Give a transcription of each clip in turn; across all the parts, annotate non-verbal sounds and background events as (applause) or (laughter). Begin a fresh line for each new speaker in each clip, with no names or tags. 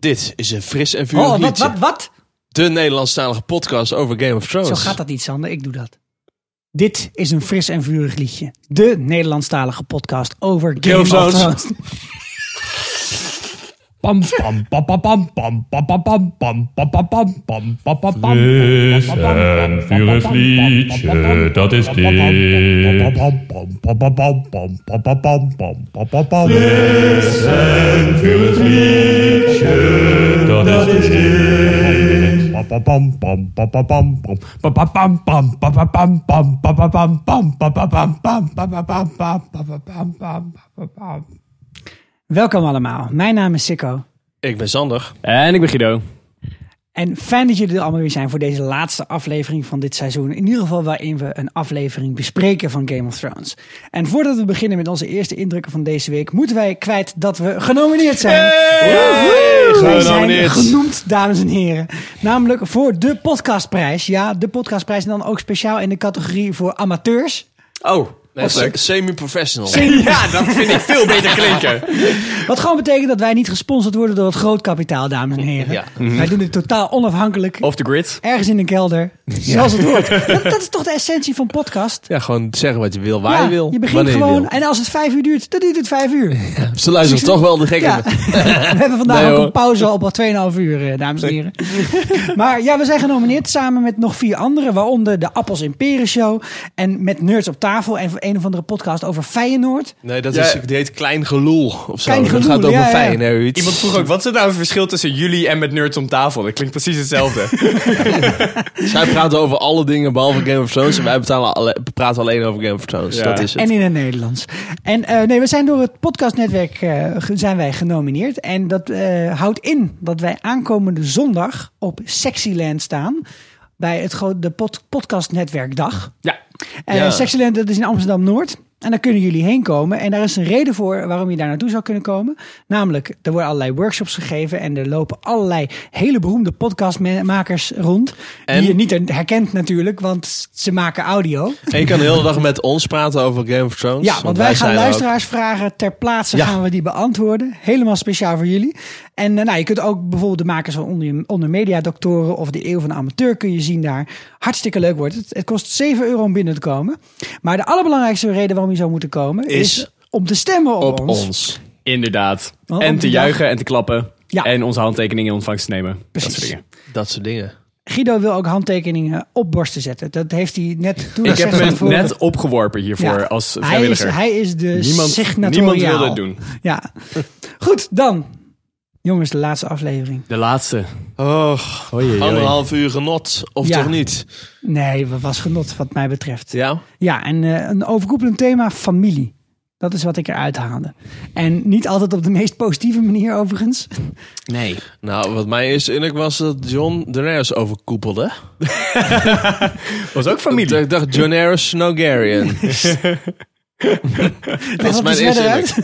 Dit is een fris en vuur
Oh, wat,
liedje.
wat, wat?
De Nederlandstalige podcast over Game of Thrones.
Zo gaat dat niet, Sander. Ik doe dat. Dit is een fris en vurig liedje. De Nederlandstalige podcast over Game,
Game
of
of
Thrones.
Thrones.
Pam pam pam pam pam pam pam pam pam pam pam pam pam pam pam pam pam
Fris en vurig liedje, dat is dit. Fris en vurig liedje, dat is dit.
Welkom allemaal. Mijn naam is Sikko.
Ik ben Sander.
En ik ben Guido.
En fijn dat jullie er allemaal weer zijn voor deze laatste aflevering van dit seizoen. In ieder geval waarin we een aflevering bespreken van Game of Thrones. En voordat we beginnen met onze eerste indrukken van deze week, moeten wij kwijt dat we genomineerd zijn.
Woehoe!
Wij zijn
Genomineerd.
genoemd, dames en heren. Namelijk voor de podcastprijs. Ja, de podcastprijs en dan ook speciaal in de categorie voor amateurs.
Oh, of
leuk.
semi-professional.
Ja, Ah, dat vind ik veel beter klinken.
Wat gewoon betekent dat wij niet gesponsord worden door het grootkapitaal, dames en heren.
Ja.
Wij doen dit totaal onafhankelijk.
(laughs) Off the grid.
Ergens in een kelder, zoals het
(laughs)
hoort. Dat, dat is toch de essentie van podcast?
ja, gewoon zeggen wat je wil, waar
Ja,
je wil.
je begint
wanneer je
gewoon,
wil.
en als het vijf uur duurt, dan duurt het vijf uur.
Ze luisteren toch wel de gekke.
Ja. We hebben vandaag
Nee,
ook
hoor.
een pauze op al 2,5 uur, eh, dames en heren. maar ja, we zijn genomineerd samen met nog vier anderen, waaronder de Appels in Peren Show en met Nerds op tafel en een of andere podcast over Feyenoord.
Nee, dat is, die heet Klein Geloel of zo.
Klein
dat
Geloel,
gaat over
ja, ja.
Feyenoord. iets.
Iemand vroeg ook, wat is het nou het verschil tussen jullie en met Nerds om tafel? Dat klinkt precies hetzelfde.
Zij praten over alle dingen behalve Game of Thrones. En wij betalen alle, praten alleen over Game of Thrones.
Ja.
Dat is het.
En in het Nederlands. En eh, nee, we zijn door het podcastnetwerk eh, ge- zijn wij genomineerd. En dat eh, houdt in dat wij aankomende zondag op Sexyland staan. Bij het gro- de pod podcastnetwerkdag.
(laughs) Ja.
En
Ja.
Sexyland, dat is in Amsterdam-Noord. En daar kunnen jullie heen komen. En daar is een reden voor waarom je daar naartoe zou kunnen komen. Namelijk, er worden allerlei workshops gegeven. En er lopen allerlei hele beroemde podcastmakers rond.
En?
Die je niet herkent natuurlijk, want ze maken audio.
En je kan de hele dag met ons praten over Game of Thrones.
Ja, want wij gaan
zijn er ook.
luisteraarsvragen ter plaatse
Ja.
gaan we die beantwoorden. Helemaal speciaal voor jullie. En eh, nou, je kunt ook bijvoorbeeld de makers van onder, onder Media Doctoren of de Eeuw van de Amateur kun je zien daar. Hartstikke leuk wordt het. Het kost 7 euro om binnen te komen. Maar de allerbelangrijkste reden waarom je zou moeten komen is,
Is
om te stemmen op,
Op
ons.
ons.
Inderdaad.
Want
En
op
te
die Oh, dag-
juichen en te klappen.
Ja.
En onze handtekeningen in ontvangst te nemen. Dat
Precies.
soort dingen.
Dat soort dingen.
Guido wil ook handtekeningen op borsten zetten. Dat heeft hij net toen
Ik heb
gezegd van
me
tevoren.
net opgeworpen hiervoor
Ja.
als
hij is,
vrijwilliger.
hij is de
Niemand,
signatoriaal.
niemand wilde het doen.
Ja. Goed, dan. Jongens, de laatste aflevering.
De laatste.
Oh, anderhalf uur genot. Of
Ja.
toch niet?
Nee, het was genot wat mij betreft.
Ja?
Ja, en eh, een overkoepelend thema, familie. Dat is wat ik eruit haalde. En niet altijd op de meest positieve manier overigens.
Nee. Nou, wat mij eerst innerlijk was dat John Daenerys overkoepelde.
Was ook
Dat
familie.
Ik dacht John Daenerys (laughs) Snowgarian.
Leg
is
dat
mijn
eens
eerste
verder uit.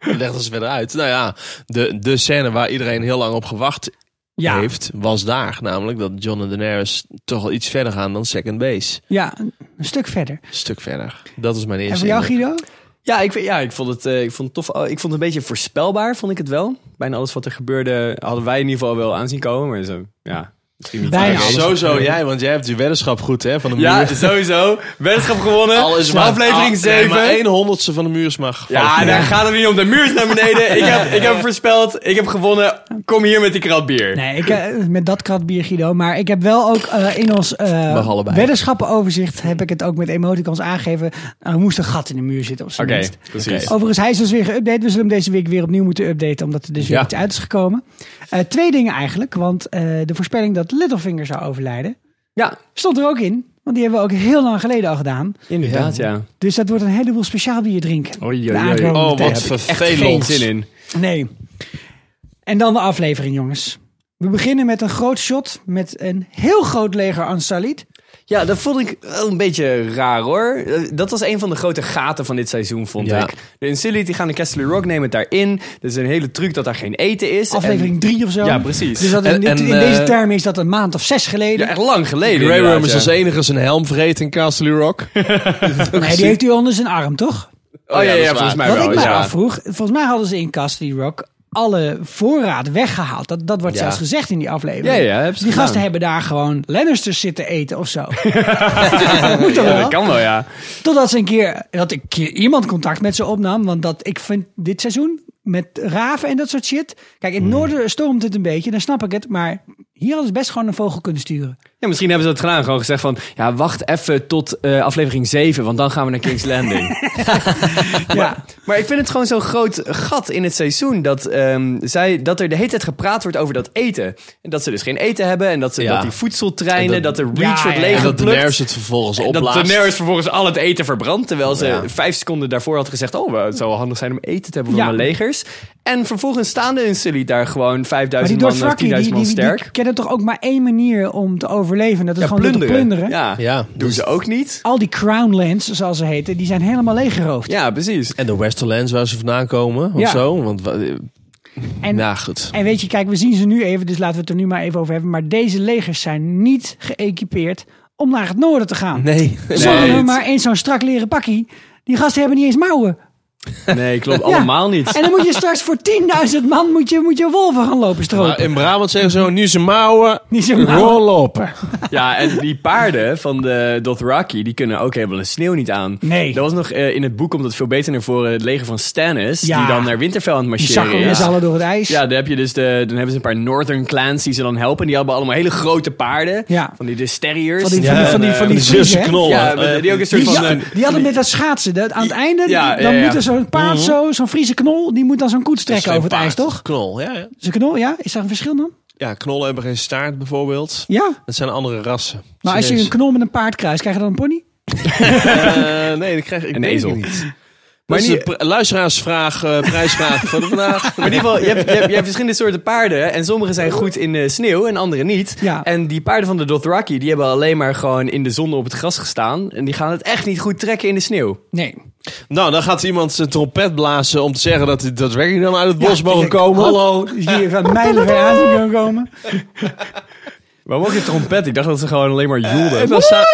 Leg dat eens verder uit. Nou ja, de, de scène waar iedereen heel lang op gewacht
Ja,
heeft, was daar. Namelijk dat John en Daenerys toch wel iets verder gaan dan Second Base.
ja, een een stuk verder.
Een stuk verder. Dat is mijn
En
eerste
voor jou
indruk.
Guido?
eh, Ja, ik, vind- ja ik, vond het, eh, ik vond het tof. Ik vond het een beetje voorspelbaar, vond ik het wel. Bijna alles wat er gebeurde hadden wij in ieder geval wel aanzien komen. Maar zo, ja, misschien niet.
Bijna.
Oké.
Guido.
Sowieso jij, want jij hebt je weddenschap goed hè, van de muur.
Ja, sowieso. Weddenschap gewonnen.
Al is het maar- al-
aflevering
nee,
7.
maar één honderdste van de muur is maar
Oh, ja,
gevallen.
daar gaat het niet om. De muur is naar beneden. Ik heb, ik heb voorspeld. Ik heb gewonnen. Kom hier met die krat bier.
Nee, ik, eh, met dat kratbier Guido. Maar ik heb wel ook eh, in ons
Mag
eh
allebei.
weddenschappenoverzicht... heb ik het ook met emoticons aangegeven. Nou, Er moest een gat in de muur zitten op zijn
Oké,
minst.
precies.
Overigens, hij is dus weer geüpdate. We zullen hem deze week weer opnieuw moeten updaten, omdat er dus weer
Ja.
iets uit is gekomen. Eh, twee dingen eigenlijk, want eh, de voorspelling dat Littlefinger zou overlijden,
Ja,
stond er ook in. Want die hebben we ook heel lang geleden al gedaan.
inderdaad, ja.
Dus dat wordt een heleboel speciaal bier drinken.
Oei,
De
oei, oei.
aankomende
Oh, wat
tijd.
Echt geen
vervelend.
zin in.
Nee. En dan de aflevering, jongens. We beginnen met een groot shot met een heel groot leger aan Salid.
Ja, dat vond ik wel een beetje raar hoor. Eh, Dat was een van de grote gaten van dit seizoen, vond
Ja.
ik. De Insulit die gaan de Castle Rock nemen het daarin. Dat is een hele truc dat daar geen eten is. En-
Aflevering 3 of zo.
Ja, precies.
Dus dat is
En-
in,
en,
in deze
eh,
term is dat een maand of zes geleden.
Ja, echt lang geleden.
Grey Worm
inderdaad,
is
ja.
als enige zijn helm vergeten in Castle Rock.
nee, die heeft u onder zijn arm, toch?
Oh ja, ja,
dat is
volgens
waar.
mij
Wat
wel.
ik mij
ja.
afvroeg, volgens mij hadden ze in Castle Rock alle voorraad weggehaald. Dat, dat wordt
Ja.
zelfs gezegd in die aflevering.
Ja, ja, hebben
dus
ze
die gasten
gedaan.
hebben daar gewoon Lannisters zitten eten
(laughs)
of zo. (laughs) dat moet toch
Ja,
wel?
dat kan wel, ja.
Totdat ze een keer, dat ik een keer iemand contact met ze opnam. Want dat, ik vind dit seizoen met raven en dat soort shit. Kijk, in
Hmm.
het noorden stormt het een beetje, dan snap ik het. Maar hier hadden ze best gewoon een vogel kunnen sturen.
Ja, misschien hebben ze dat gedaan. Gewoon gezegd van, ja, wacht even tot eh, aflevering 7, want dan gaan we naar (laughs) King's Landing.
Ja,
maar ik vind het gewoon zo'n groot gat in het seizoen dat, ehm, zij, dat er de hele tijd gepraat wordt over dat eten. En dat ze dus geen eten hebben en dat, ze,
Ja.
dat die voedseltreinen,
En
dat,
dat-
de Reach
Ja,
wordt
ja, ja.
En dat
leeggeplukt.
Daenerys het vervolgens
En dat
opblaast.
Daenerys vervolgens al het eten verbrandt. Terwijl ze
Ja.
vijf seconden daarvoor had gezegd... oh, wel, het zou wel handig zijn om eten te hebben voor
Ja.
mijn legers. En vervolgens staan de Unsullied daar gewoon
maar die
5000 man of 10.000
Dothraki, die, die,
man
die,
sterk.
die kennen toch ook maar één manier om te overleven. en Dat is
ja,
gewoon door te
plunderen.
plunderen.
Ja,
Ja,
doen ze ook niet.
Al die crownlands, zoals ze heten, die zijn helemaal leeggeroofd.
Ja, precies.
En de Westerlands waar ze vandaan komen of
Ja.
zo. Want, wa- eh,
En-
nou goed.
En weet je, kijk, we zien ze nu even, dus laten we het er nu maar even over hebben. Maar deze legers zijn niet geëquipeerd om naar het noorden te gaan.
Nee.
Ze
Nee,
hebben
het-
maar eens zo'n strak leren pakkie. Die gasten hebben niet eens mouwen. (laughs)
Nee, klopt allemaal niet.
En dan moet je straks voor 10.000 man moet je, moet je wolven gaan lopen
Maar
eh,
stropen.
in Brabant zeggen ze gewoon, nu zijn mouwen,
Niet zo mouwen.
rol op.
Ja, en die paarden van de Dothraki, die kunnen ook helemaal de sneeuw niet aan.
Nee.
Dat was nog eh, in het boek, omdat veel beter naar voren, het leger van Stannis,
Ja.
die dan naar Winterfell aan het
Die
marcheren
zakken met
is.
z'n allen door het ijs.
Ja, dan, heb je dus de, dan hebben ze een paar Northern clans die ze dan helpen. En die hebben allemaal hele grote paarden.
Ja.
Van die Desteriërs.
Van die- van die-
Ja,
van die-
en,
van
eh,
die-
zussen
hè?
knollen.
Ja, maar die ook een soort
Die,
van...
ja,
eh,
die hadden met dat schaatsen. dat- aan het einde,
Ja,
die-
ja,
dan
ja. Mhm.
moet er zo'n paard zo, zo'n Friese knol, die moet dan zo'n koets
eh,
trekken over het ijs, toch?
Knol, ja, ja.
Zo'n knol, ja? Is daar een verschil dan?
Ja, knollen hebben geen staart bijvoorbeeld.
Ja.
Dat zijn andere rassen.
Maar als je een
Serieus.
knol met een paard kruist, krijg je dan een pony?
Eh, nee, dat krijg ik
Een
denk
ezel.
ik niet. Maar
is
is
de
de luisteraarsvraag,
(laughs)
prijsvraag eh, van vandaag.
maar in ieder geval, je hebt, je, hebt, je hebt verschillende soorten paarden. hè, En sommige zijn goed in eh, sneeuw en andere niet.
Ja.
En die paarden van de Dothraki, die hebben alleen maar gewoon in de zon op het gras gestaan. En die gaan het echt niet goed trekken in de sneeuw.
Nee.
Nou, dan gaat iemand zijn trompet blazen om te zeggen dat die Dothraki dan uit het bos
Ja,
mogen
kijk,
komen.
Hallo,
(laughs)
hier van mijlenver aan zien kunnen komen.
Waarom ook je trompet? Ik dacht dat ze gewoon alleen maar joelden.
En dan staat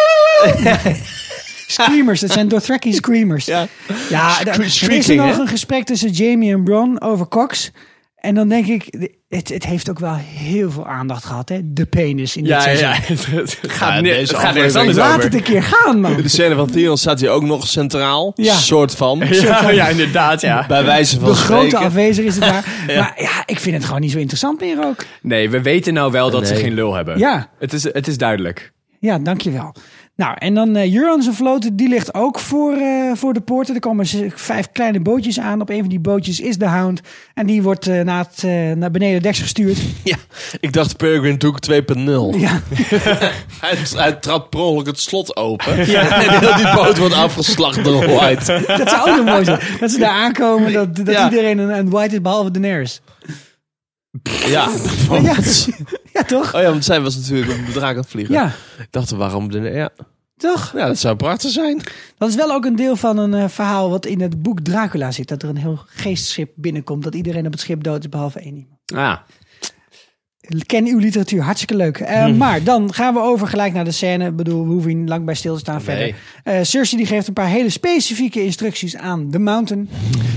Screamers, dat zijn Dothraki screamers. Ja, ja daar- er is er
shrieking,
nog
hè?
een gesprek tussen Jamie en Bron over Cox. En dan denk ik, het, het heeft ook wel heel veel aandacht gehad, hè? De penis in dit
Ja, ja,
seizoen.
ja. (laughs) Het gaat,
Ja,
ne-
deze
het gaat nergens
aflevering
anders
is
Laat
over.
het een keer gaan, man.
de scène van Theon staat hier ook nog centraal.
Ja.
Soort van.
(laughs) Ja, ja, inderdaad, ja.
Bij wijze van
De grote
spreken.
afwezer is het daar. Maar ja, ik vind het gewoon niet zo interessant meer ook.
(laughs) Nee, we weten nou wel dat ze
Nee.
geen lul hebben.
Ja.
Het is, het is duidelijk.
Ja, dankjewel. Nou, en dan eh Euron zijn vloot, die ligt ook voor, eh, voor de poorten. Er komen z- vijf kleine bootjes aan. Op een van die bootjes is de Hound. En die wordt eh, naar, het, eh, naar beneden deks gestuurd.
Ja, ik dacht Peregrine Doek 2.0.
Ja,
Hij, hij trad per ongeluk het slot open. (laughs) En heel die boot wordt afgeslacht door White.
dat zou ook nog mooi zijn. Dat ze daar aankomen, dat, dat
Ja.
iedereen een, een white is behalve Daenerys.
Ja,
Ja,
bijvoorbeeld.
ja toch?
Oh ja, want zij was natuurlijk op een draak aan het vliegen.
Ja,
Ik dacht, waarom? De, ja.
toch?
ja, dat zou prachtig zijn.
Dat is wel ook een deel van een eh, verhaal wat in het boek Dracula zit. Dat er een heel geestschip binnenkomt. Dat iedereen op het schip dood is behalve één iemand.
Ja.
Ken uw literatuur, hartstikke leuk. Eh, Maar dan gaan we over gelijk naar de scène. Ik bedoel, we hoeven hier niet lang bij stil te staan verder. Eh Cersei die geeft een paar hele specifieke instructies aan de Mountain.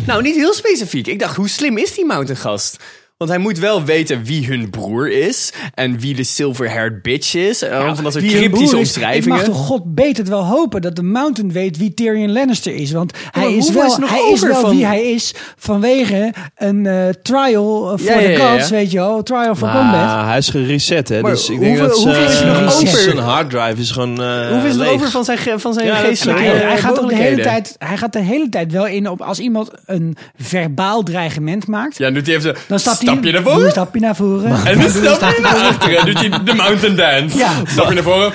Nou, niet heel specifiek. Ik dacht, hoe slim is die mountaingast? Want hij moet wel weten wie hun broer is. En wie de silver-haired bitch is. En allemaal van dat soort
Wie hun
cryptische
broer is.
omschrijvingen.
Ik mag toch god beter het wel hopen dat de Mountain weet wie Tyrion Lannister is. Want hij
maar
is
hoeveel
wel,
is er nog
hij is
over
wel
van-
wie hij is vanwege een eh, trial eh, voor
Ja, ja,
de
ja,
gods,
ja.
weet je wel. Trial for combat.
Maar hij is gereset, hè.
Maar
dus ik
hoeveel-
denk dat ze,
hoeveel is er
nog
eh,
over?
Zijn harddrive is gewoon eh,
Hoeveel is er
leeg.
over van zijn, ge- van zijn
Ja, dat is
geestelijke
waar.
Hij, hij
eh,
gaat ook de hele
mogelijkheden?
tijd, hij gaat de hele tijd wel in op als iemand een verbaal dreigement maakt.
Ja, doet hij even zo...
Dan stapt hij.
stap je naar
Doe
voren.
een stapje naar voren.
En dan stap je naar achteren. Doet hij de mountain dance.
Ja.
Stap je naar voren.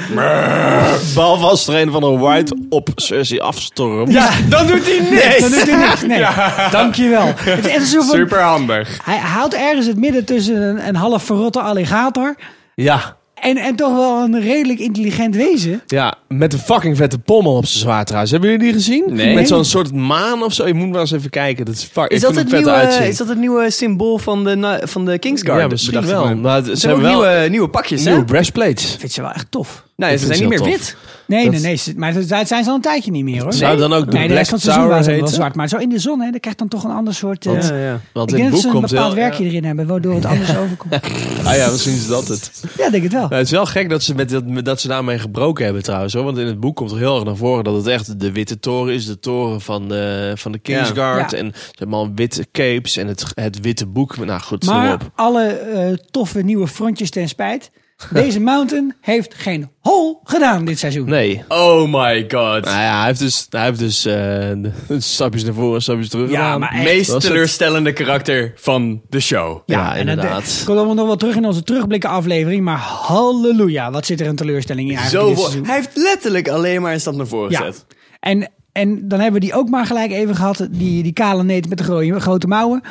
Behalve als er een van een white op Cersei afstormt.
Ja, dan doet hij niks.
Dan doet hij
(laughs)
niks. Nee, dankjewel. Het is echt zo van,
Superhandig.
hij haalt ergens het midden tussen een, een half verrotte alligator
Ja.
en, en toch wel een redelijk intelligent wezen.
Ja, met een fucking vette pommel op zijn zwaard trouwens. Hebben jullie die gezien?
Nee.
Met zo'n soort maan of zo. Je moet maar eens even kijken. Dat is, fuck,
Is
ik
dat,
vind
het
het vet
nieuwe,
uitzien.
is dat het nieuwe symbool van de, na- van de Kingsguard?
ja, misschien
Bedacht ik
wel.
me.
Maar het
Ze
zijn
hebben
wel
ook nieuwe, nieuwe pakjes, hè?
nieuwe breastplates.
Vindt ze wel echt tof.
Nee, ze
vind
zijn niet meer
ze heel
wit.
Nee,
Dat-
nee, nee. ze- Maar dat zijn ze al een tijdje niet meer hoor.
Zou dan ook de
nee, de
Black
rest van het seizoen
Tower
waren ze wel
heten?
zwart. Maar zo in de zon, hè, dan krijgt dan toch een ander soort... eh,
Ja, ja.
Want
ik
in het
denk dat
boek
ze een
komt
bepaald
heel...
werkje erin hebben, waardoor het
(laughs)
anders overkomt.
Ah ja, misschien is dat het.
Ja, ik denk het wel.
Nou, het is wel gek dat ze, met dat, met dat ze daarmee gebroken hebben trouwens. Hoor. Want in het boek komt er heel erg naar voren dat het echt de witte toren is. De toren van, eh van de Kingsguard.
Ja.
En ze hebben al witte capes en het, het witte boek. Nou goed, maar...
Maar
op.
alle eh, toffe nieuwe frontjes ten spijt.
(laughs)
Deze Mountain heeft geen hol gedaan dit seizoen.
Nee.
Oh my god.
Nou ja, hij heeft dus, hij heeft dus eh, de- (laughs) stapjes naar voren, stapjes terug
ja,
gedaan.
maar
Dat is
meest
het.
teleurstellende karakter van de show.
Ja,
en dat-
inderdaad.
eh, Komen we nog wel terug in onze terugblikken aflevering. Maar halleluja, wat zit er een teleurstelling in eigenlijk
Zo
dit
wo-
seizoen.
hij heeft letterlijk alleen maar een stap naar voren
Ja.
gezet.
En, en dan hebben we die ook maar gelijk even gehad. Die, die kale neet met de grote, grote mouwen.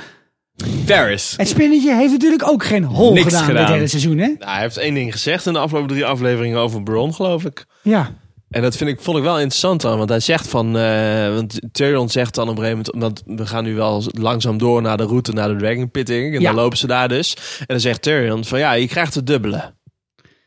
Ferris.
Het spinnetje heeft natuurlijk ook geen hol
Niks
gedaan, dit
gedaan.
hele seizoen. Hè?
Nou, hij heeft één ding gezegd in de afgelopen drie afleveringen over Bron, geloof ik.
Ja.
En dat vind ik, vond ik wel interessant dan. Want hij zegt van... eh, want Tyrion zegt dan op een gegeven moment... Want we gaan nu wel langzaam door naar de route naar de Dragon Pit, denk ik. En
Ja.
dan lopen ze daar dus. En dan zegt Tyrion van... Ja, je krijgt het dubbele.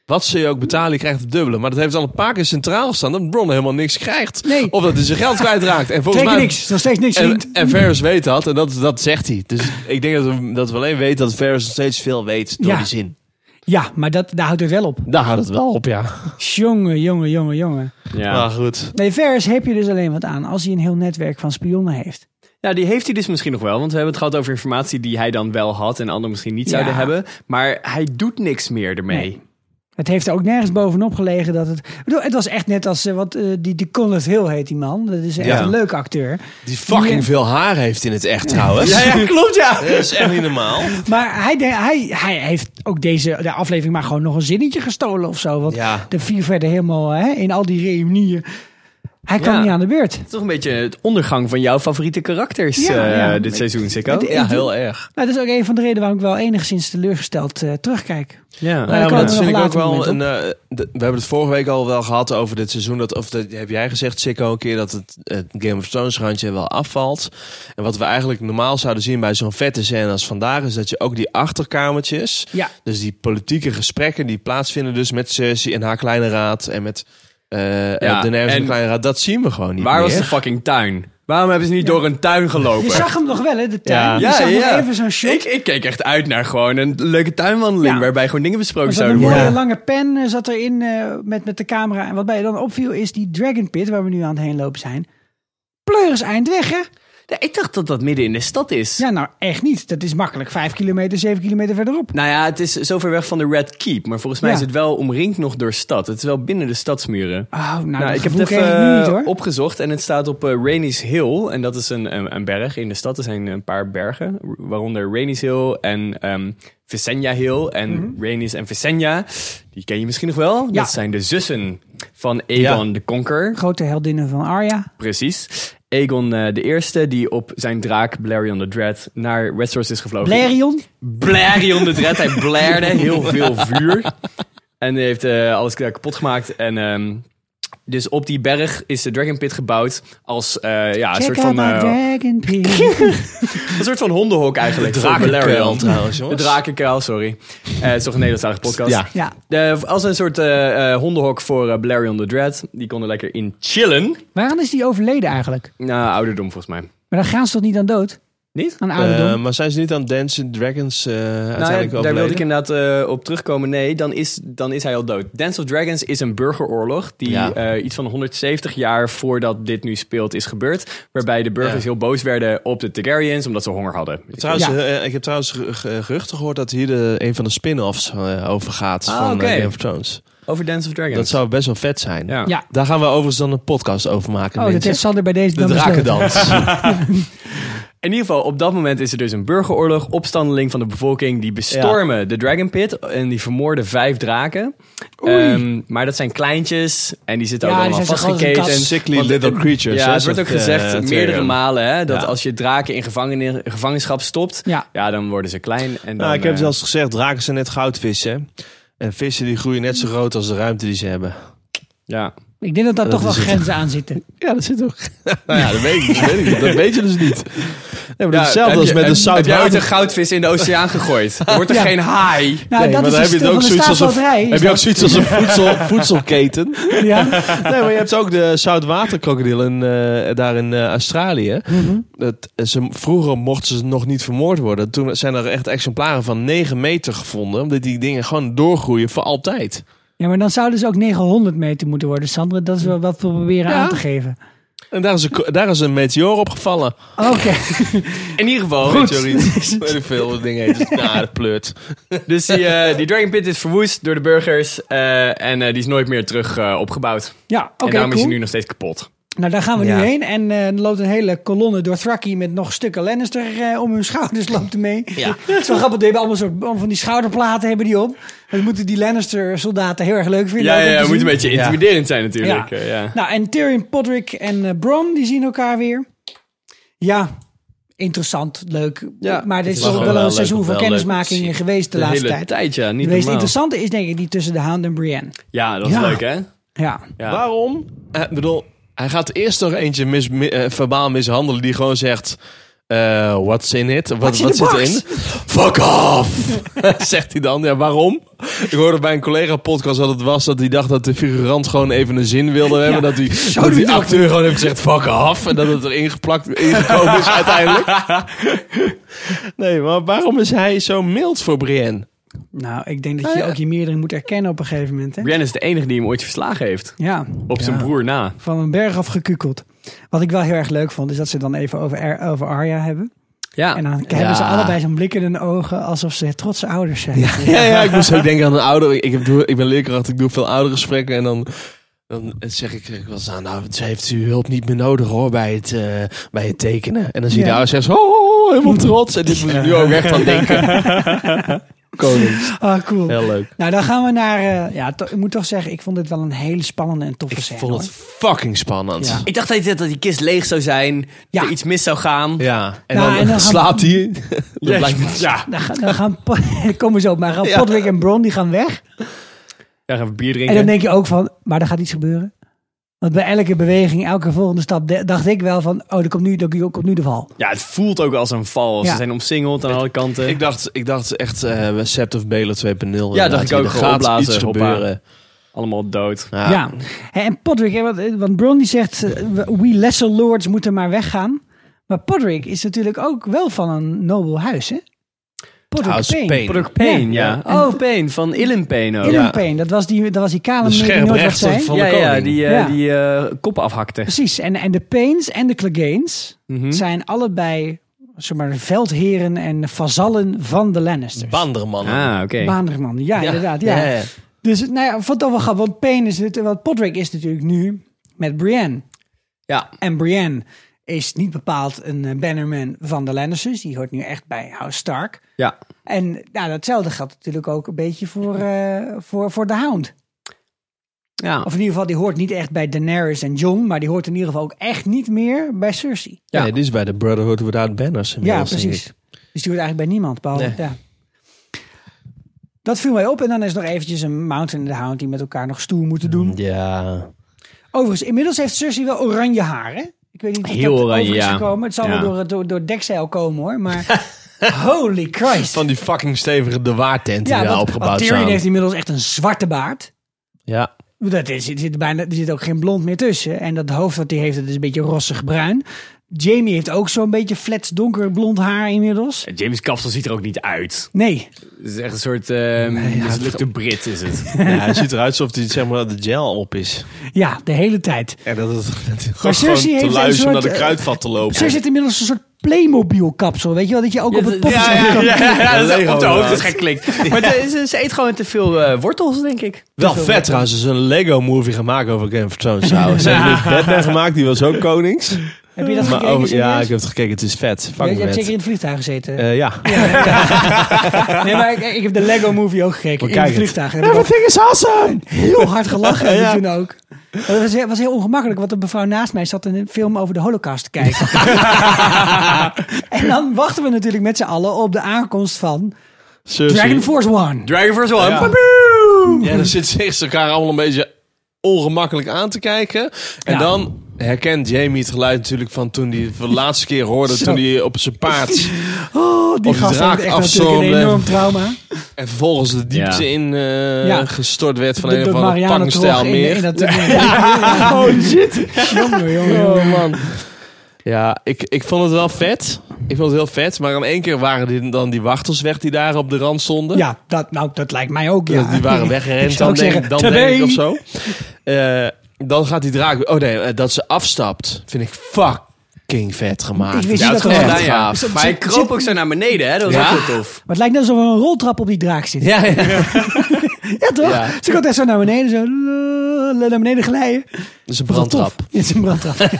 Wat ze je ook betalen, je krijgt het dubbele. Maar dat heeft al een paar keer centraal gestaan. Dat Bron helemaal niks krijgt.
Nee.
Of dat hij zijn geld kwijtraakt. En volgens
Zeker
mij...
niks. Nog steeds niks,
En,
vriend.
en Ferris weet dat. En dat, dat zegt hij. Dus ik denk dat we, dat we alleen weten dat Ferris nog steeds veel weet door
Ja.
die zin.
Ja, maar dat, daar houdt het wel op.
Daar gaat het wel op, ja.
Jongen, jongen, jongen, jongen.
Ja.
Maar goed.
Nee, Ferris heb je dus alleen wat aan als hij een heel netwerk van spionnen heeft.
Ja, die heeft hij dus misschien nog wel. Want we hebben het gehad over informatie die hij dan wel had en anderen misschien niet
Ja.
zouden hebben. Maar hij doet niks meer ermee.
Nee. Het heeft er ook nergens bovenop gelegen dat het... Ik bedoel, het was echt net als eh, wat, eh, die, die Conrad Hill heet die man. Dat is echt
Ja.
een leuke acteur.
Die fucking
Ja.
veel haar heeft in het echt trouwens.
Ja,
(laughs)
ja, klopt ja.
(laughs) Dat is echt niet normaal.
Maar hij, de- hij, hij heeft ook deze de aflevering maar gewoon nog een zinnetje gestolen of zo. Want
Ja.
de vier verder helemaal hè, in al die reunieën. Hij kwam
Ja.
niet aan de beurt.
Toch een beetje het ondergang van jouw favoriete karakters
Ja,
eh,
ja.
dit seizoen, Sikko.
Het-
Ja, heel erg.
Nou, dat is ook een van de redenen waarom ik wel enigszins teleurgesteld eh, terugkijk.
Ja.
daar
Nou Ja, maar
komen
dat
we
vind ik
nog
ook
later
wel. Een,
moment
eh, d- we hebben het vorige week al wel gehad over dit seizoen. Dat, of dat heb jij gezegd, Sikko, een keer dat het, het Game of Thrones randje wel afvalt. En wat we eigenlijk normaal zouden zien bij zo'n vette scène als vandaag, is dat je ook die achterkamertjes.
Ja.
Dus die politieke gesprekken die plaatsvinden, dus met Cersei en haar kleine raad. En met eh
Ja,
de Daenerys en
en-
de kleine raad. Dat zien we gewoon niet.
Waar was
meer.
de fucking tuin? Waarom hebben ze niet door een tuin gelopen?
Je zag hem nog wel, hè, de tuin.
Ja.
Je zag nog even zo'n shot.
Ik, ik keek echt uit naar gewoon een leuke tuinwandeling
Ja.
waarbij gewoon dingen besproken
Er zat een
zouden
mooie
worden.
lange pen eh, zat erin eh, met, met de camera. En wat mij dan opviel is die Dragon Pit, waar we nu aan het heen lopen zijn. Pleuris eind weg, hè?
Ja, ik dacht dat dat midden in de stad is.
Ja, nou echt niet. Dat is makkelijk. Vijf kilometer, zeven kilometer verderop.
Nou ja, het is zo ver weg van de Red Keep, maar volgens mij
Ja.
is het wel omringd nog door stad. Het is wel binnen de stadsmuren.
Oh, nou,
Nou,
dat
ik heb
gevoel
het
kreeg
even
ik nu niet, hoor.
eh, opgezocht en het staat op eh, Rainey's Hill. En dat is een, een, een berg in de stad. Er zijn een paar bergen, waaronder Rainey's Hill en ehm Visenya Hill. En Rainey's en Visenya, die ken je misschien nog wel.
Mhm. Ja.
Dat zijn de zussen van Aegon de Conqueror.
Grote heldinnen van Arya.
Precies. Aegon eh, de Eerste, die op zijn draak Blarion the Dread naar Westeros is gevlogen.
Blerion.
Blarion de Dread. Hij blaarde heel veel vuur. En hij heeft eh, alles kapot gemaakt. En ehm, dus op die berg is de Dragon Pit gebouwd als eh, ja, een,
Check
soort
out
van,
my
eh,
Dragon Pit.
(laughs) een soort van hondenhok eigenlijk. voor
Drakenkuil
Balerion.
trouwens,
De
jongens.
drakenkuil, sorry. Eh, het is toch een Nederlandstalige podcast?
Ja.
ja.
De- als een soort eh, eh, hondenhok voor eh, Balerion the Dread. Die konden lekker in chillen.
Waaraan is die overleden eigenlijk?
Nou, ouderdom volgens mij.
Maar daar gaan ze toch niet aan dood?
Niet?
Aan ouderdom?
Eh, maar zijn ze niet aan Dance Dragons eh
Nou ja,
uiteindelijk
daar wilde
overleden?
ik inderdaad eh, op terugkomen. Nee, dan is, dan is hij al dood. Dance of Dragons is een burgeroorlog die
Ja.
eh, iets van 170 jaar voordat dit nu speelt is gebeurd. Waarbij de
Ja.
burgers heel boos werden op de Targaryens omdat ze honger hadden.
Trouwens,
Ja.
eh, ik heb trouwens ge- ge- geruchten gehoord dat hier de, een van de spin-offs eh, over gaat
Ah,
van eh,
oké.
Game of Thrones.
Over Dance of Dragons.
Dat zou best wel vet zijn.
ja.
ja.
Daar gaan we overigens dan een podcast over maken.
Oh, dat
mensen.
heeft Sander bij deze
de
dan besloten.
drakendans.
In ieder geval, op dat moment is er dus een burgeroorlog. Opstandeling van de bevolking die bestormen de Dragon Pit. En die vermoorden vijf draken. Ehm, maar dat zijn kleintjes. En die zitten
Ja,
ook
die
allemaal
zijn zo groot als een
vastgeketen.
kat.
Sickly
Want-
little creatures,
Ja,
hè,
het wordt ook
zegt,
gezegd
eh,
meerdere
Tyrion.
malen. Hè, dat
Ja.
als je draken in gevangenen- gevangenschap stopt.
(laughs) Ja.
dan worden ze klein. En dan,
nou, ik heb
eh,
het zelfs gezegd, draken zijn net goudvissen. En vissen die groeien net zo groot als de ruimte die ze hebben.
Ja.
Ik denk dat daar
Dat
toch wel
is het.
grenzen aan
(laughs)
zitten.
Ja, dat zit ook. nou ja, dat weet ik, dat weet ik niet. Dat weet je dus niet. Nee, maar
Ja,
hetzelfde
heb
als
je-
met
heb-
een zout
Heb jij ooit
water.
een goudvis in de oceaan gegooid?
(laughs)
Er wordt er
Ja.
geen
Nou,
haai.
Nee,
dat
maar
is
dan
het
heb je
stil
het ook
van de
zoiets als een,
staatsloterij.
heb
is
je ook
dat-
zoiets als een
(laughs)
voedsel, voedselketen. (laughs)
Ja,
Nee, maar je hebt ook de zoutwaterkrokodil in, eh, daar in eh, Australië. dat, eh, ze, vroeger mochten ze nog niet vermoord worden. Toen zijn er echt exemplaren van 9 meter gevonden. Omdat die dingen gewoon doorgroeien voor altijd.
Ja, maar dan zouden ze ook 900 meter moeten worden, Sandra. Dat is wel wat we proberen
Ja.
aan te geven.
En daar is een, daar is een meteoor opgevallen.
Oké.
In ieder geval.
Weet je wel iets? (laughs) Weet ik veel wat dingen heet. het. (laughs) Nou, dat pleurt.
(laughs) Dus die, eh, die Dragon Pit is verwoest door de burgers. eh, en eh, die is nooit meer terug eh, opgebouwd.
Ja,
en
oké,
daarom is
cool.
hij nu nog steeds kapot.
Nou, daar gaan we
Ja.
nu heen. En eh, er loopt een hele kolonne door Thraki met nog stukken Lannister eh, om hun schouders loopt er mee. Ja. (laughs) Het is wel grappig, die hebben allemaal soort allemaal van die schouderplaten hebben die op. Dat moeten die Lannister-soldaten heel erg leuk vinden.
Ja,
ook om
ja,
te
ja, moet
zien.
een beetje intimiderend zijn natuurlijk. eh, Ja.
Nou, en Tyrion, Podrick en eh Bron, die zien elkaar weer. Ja, interessant, leuk.
Ja,
maar dit is
het is
toch
wel
wel
wel
een
leuk,
seizoen van
wel leuk om te
kennismaking
zien.
geweest de,
De
laatste
hele
tijd.
tijd. ja.
De
Niet
meest
normaal.
interessante is denk ik die tussen de Hound en Brienne.
Ja, dat is
Ja.
leuk hè?
Ja,
Ja.
Waarom? Eh, Ik bedoel, hij gaat eerst nog eentje mis, mi- eh, verbaal mishandelen die gewoon zegt... eh, what's in it? Wat,
in
wat
the
zit
box?
erin? Fuck off! (laughs) zegt hij dan. Ja, waarom? Ik hoorde bij een collega-podcast dat het was... dat hij dacht dat de figurant gewoon even een zin wilde hebben. Dat, die, dat
doe je
die
het ook.
acteur gewoon heeft gezegd fuck off. En dat het er ingeplakt, ingekomen (laughs) is uiteindelijk. nee, maar waarom is hij zo mild voor Brienne?
nou, ik denk dat je
ja.
ook je meerdere moet erkennen op een gegeven moment. Hè?
Brienne is de enige die hem ooit verslagen heeft.
Ja.
Op zijn
Ja.
broer na.
Van een berg af gekukeld. Wat ik wel heel erg leuk vond, is dat ze dan even over, Ar- over Arya hebben.
Ja.
En dan hebben ze
Ja.
allebei zo'n blik in hun ogen, alsof ze trotse ouders zijn.
Ja,
(laughs)
ja, ik moest ook denken aan een ouder. Ik, ik, doe, ik ben leerkracht, ik doe veel oudergesprekken. En dan, dan zeg ik, zeg ik wel eens aan, nou, ze heeft uw hulp niet meer nodig hoor, bij het, eh, bij het tekenen. En dan zie je
Ja.
de ouder zegt, oh, oh, oh, helemaal trots. En dit moet ik nu ook echt aan
(laughs)
denken. Konings.
Ah, cool.
Heel leuk.
Nou, dan gaan we naar... eh, ja, to- ik moet toch zeggen, ik vond dit wel een hele spannende en toffe
Ik
scène.
vond het
hoor.
fucking spannend.
Ja.
Ja.
Ik dacht dat, dat die kist leeg zou zijn.
Ja.
Dat er iets mis zou gaan.
en,
Nou,
dan,
en dan gaan-
slaapt hij.
(laughs) Ja.
Dan blijkt het-
Ja.
Dan, ga- dan gaan...
(laughs)
po- (laughs) Komen ze op, maar gaan
Ja.
Podrick en Bron, die gaan weg.
Ja, gaan we bier
En
drinken.
dan denk je ook van, maar er gaat iets gebeuren. Want bij elke beweging, elke volgende stap, de- dacht ik wel van... Oh, er komt nu, er komt nu de val.
Ja, het voelt ook als een val.
Ja.
Ze zijn omsingeld aan alle kanten.
Ik dacht, ik dacht echt eh Sept of Belen 2.0.
Ja,
inderdaad.
dacht ik ook.
Er
Gewoon
gaat
opblazen,
iets
hoppa.
gebeuren.
Allemaal dood.
Ja.
Ja. Hè, En Podrick, hè, want, want Bron die zegt, eh, we lesser lords moeten maar weggaan. Maar Podrick is natuurlijk ook wel van een nobel huis, hè? Podrick
House
Payne.
Payne.
Product Pain,
Ja.
ja. Oh, Pain. Van Illen Pain ook.
Dylan
Ja.
Payne, dat was die, dat was die kale
De
meneer die nooit wat
scherprechter
zei.
van-
ja,
de
ja,
koning.
die, eh
Ja. Dus-
die eh, koppen afhakte.
Precies, en, en de Paynes en de Cleganes zijn allebei zeg maar, veldheren en vazallen van de Lannisters.
Banderman.
Ah, oké.
Baanderman, ja, inderdaad. Ja.
ja.
Dus nou ja, vond dat wel grappig, want Payne is, het- want Podrick is natuurlijk nu met Brienne.
Ja.
En Brienne is niet bepaald een eh, bannerman van de Lannisters. Die hoort nu echt bij House Stark.
Ja.
En nou, datzelfde geldt natuurlijk ook een beetje voor, eh, voor, voor de Hound.
Ja.
Of in ieder geval, die hoort niet echt bij Daenerys en Jon. Maar die hoort in ieder geval ook echt niet meer bij Cersei.
Ja, dit is bij de Brotherhood Without Banners.
Ja,
inmiddels, denk
precies.
ik.
Dus die hoort eigenlijk bij niemand. Behalve,
Nee.
ja. Dat viel mij op. En dan is nog eventjes een Mountain en de Hound die met elkaar nog stoer moeten
Mm.
doen.
Ja.
Overigens, inmiddels heeft Cersei wel oranje haar, hè? Ik weet niet of
Heel
dat
oranje,
over is
ja.
gekomen. Het zal
Ja.
wel door, het- door, door het dekzeil komen, hoor. Maar
(laughs)
holy Christ.
Van die fucking stevige de waartent die
ja,
daar
want- want
opgebouwd
Tyrion
zijn.
heeft inmiddels echt een zwarte baard.
Ja.
Dat is, er, zit bijna, er zit ook geen blond meer tussen. En dat hoofd dat hij heeft, dat is een beetje rossig bruin. Jamie heeft ook zo'n beetje flats donker blond haar inmiddels.
James Capsel ziet er ook niet uit.
Nee,
Het is echt een soort eh mislukte Brit is
(laughs)
het.
ja, hij ziet eruit alsof hij zeg maar, de gel op is.
ja, de hele tijd.
En dat het dat hij
Maar
gewoon
Cersei
te
heeft
luisteren
een soort,
naar de
eh,
kruidvat te lopen.
Ze zit inmiddels een soort Playmobil kapsel, weet je wel? Dat je ook op het
ja,
poppetje
ja, ja,
kan-
ja, dat is
Lego
op de hoofd
inderdaad.
is geklikt. Maar het is- ze eet gewoon te veel eh, wortels, denk ik.
Wel vet trouwens, ze een Lego-movie gaan maken over Game of Thrones trouwens. Ze hebben dus Batman gemaakt, die was ook
(laughs)
konings.
Heb je dat
Maar
gekeken?
over- ja,
serieus?
ik heb het gekeken, het is vet.
Je, je
Fucking
hebt
vet.
zeker in het vliegtuig gezeten.
Eh, (laughs) ja.
Nee, maar ik, ik heb de Lego Movie ook gekeken in
Eh.
het
kijken.
vliegtuig. En ik heb
is awesome!
heel hard gelachen
Ja.
toen ook. Maar Dat was, heel- was heel ongemakkelijk, want de mevrouw naast mij zat in een film over de holocaust te
(laughs)
kijken. en dan wachten we natuurlijk met z'n allen op de aankomst van
Cersei.
Dragon Force One.
Dragon Force One.
Ja, dan zitten ze elkaar allemaal een beetje ongemakkelijk aan te kijken. En
Ja.
dan herkent Jamie het geluid natuurlijk van toen hij het voor de laatste keer hoorde...
(laughs) Zo.
toen hij op zijn paard...
Oh,
Of
die
die
gast
draak
heeft echt natuurlijk een
afzoomen.
enorm trauma.
en vervolgens de diepte
Ja.
in eh,
Ja.
gestort werd van
De-
een
de
of andere
Marianen
pangstijl
Trog in-
meer.
in
(laughs)
dat- Oh shit. Jongen, jongen, jongen.
man. Ja, ik, ik vond het wel vet. Ik vond het heel vet. Maar in één keer waren die, dan die wachters weg die daar op de rand stonden.
Ja, dat, nou, dat lijkt mij ook.
Dat
Ja.
Die waren
(laughs) Ik
weggerend.
zou
Dan,
ook
denk,
zeggen,
dan denk ik of zo.
tabé.
Eh, dan gaat die draak... Oh nee, eh, dat ze afstapt. Vind ik fucking vet gemaakt.
Ik wist
Ja,
niet
het
dat
is
er
echt
was.
gaaf.
Ja, Maar hij kroop ook zo naar beneden, hè? Dat was
Ja.
ook heel tof.
Maar het lijkt net alsof er een roltrap op die draak zit. Ja,
Ja, ja.
toch?
Ja.
Ze gaat echt zo naar beneden, zo eh, naar beneden glijden.
Dat is een
Wat wel tof.
brandtrap.
Ja, Het is een brandtrap.
(laughs)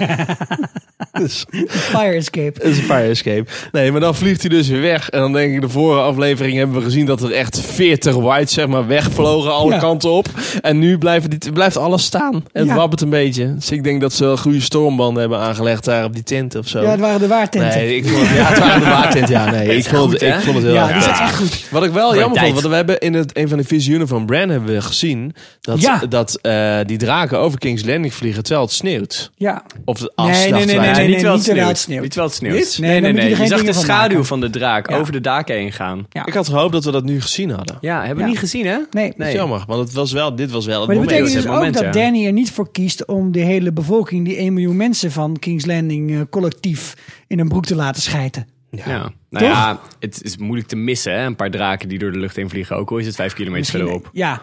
Dus- Fire escape.
Dat is een fire escape. Nee, maar dan vliegt hij dus weer weg. En dan denk ik, de vorige aflevering hebben we gezien dat er echt 40 whites zeg maar, wegvlogen alle
Ja.
kanten op. En nu blijven die, blijft alles staan. En het
Ja.
wabbert een beetje. Dus ik denk dat ze wel goede stormbanden hebben aangelegd daar op die tent of zo.
Ja, het waren de waartenten.
Nee, ik vond het, ja, het waren de waartent, ja. Nee, ik vond, (laughs) het-
goed, hè?
ik vond het heel
ja, dus
erg vet.
dat is echt goed.
Wat ik wel jammer
Kwaliteit.
vond, want we hebben in het, een van de visioenen van Bran hebben we gezien... dat,
Ja.
dat eh, die draken over King's Landing vliegen terwijl het sneeuwt.
Ja.
Of het as,
Nee, nee,
dachten
nee,
wij.
nee, nee.
terwijl
niet terwijl het sneeuwt.
Niet terwijl het sneeuwt.
Niet?
Nee, dan
Nee, nee,
moet je
nee.
er
Je
geen
zag de
dingen van
schaduw
maken.
van de draak
Ja.
over de daken heen gaan.
Ja.
Ik had gehoopt dat we dat nu gezien hadden.
Ja, hebben we
Ja.
niet gezien, hè?
Nee.
Dat is jammer, want het was wel, dit was wel het
Maar dat
moment.
betekent dus
het moment,
ook dat
ja.
Danny er niet voor kiest om de hele bevolking, die 1 miljoen mensen van King's Landing eh, collectief in een broek te laten schijten.
Ja. Nou ja, het is moeilijk te missen, hè? Een paar draken die door de lucht heen vliegen. Ook al is het vijf kilometer verderop.
eh, Ja.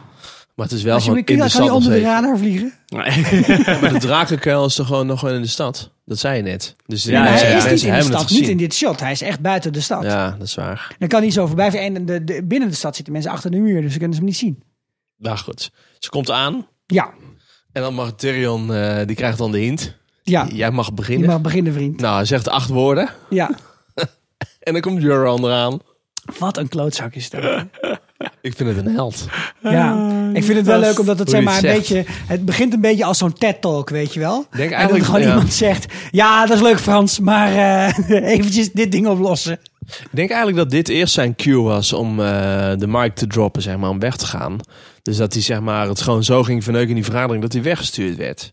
Maar het is wel
dus- Als je
gewoon
weer
in de
kan je
stad nog
onder de
steeds.
radar vliegen. (laughs)
Maar de drakenkuil is toch gewoon nog wel in de stad? Dat zei je net. Dus die
Ja,
Maar
mensen,
hij is
mensen
niet in de
hebben het
stad, niet
gezien.
in dit shot. Hij is echt buiten de stad.
Ja, dat is waar.
Dan kan hij zo voorbij. En de, de, binnen de stad zitten mensen achter de muur, dus ze kunnen ze hem niet zien.
Maar goed, ze komt aan
Ja,
en dan mag Tyrion, eh, die krijgt dan de hint.
ja.
Ah, Jij mag
Je
beginnen.
mag beginnen, vriend.
Nou, hij zegt acht woorden
Ja.
en dan komt Euron eraan.
Wat een klootzak is dat.
Ik vind het een held.
Ja. Ik vind het wel leuk omdat het,
hoe
zeg
je
maar, een
het zegt.
beetje. Het begint een beetje als zo'n TED-talk, weet je wel.
Denk
en dat
eigenlijk,
er gewoon
ja.
iemand zegt: Ja, dat is leuk, Frans, maar eh, (laughs) eventjes dit ding oplossen.
Ik denk eigenlijk dat dit eerst zijn cue was om eh, de mic te droppen, zeg maar, om weg te gaan. Dus dat hij zeg maar, het gewoon zo ging verneuken in die vergadering dat hij weggestuurd werd.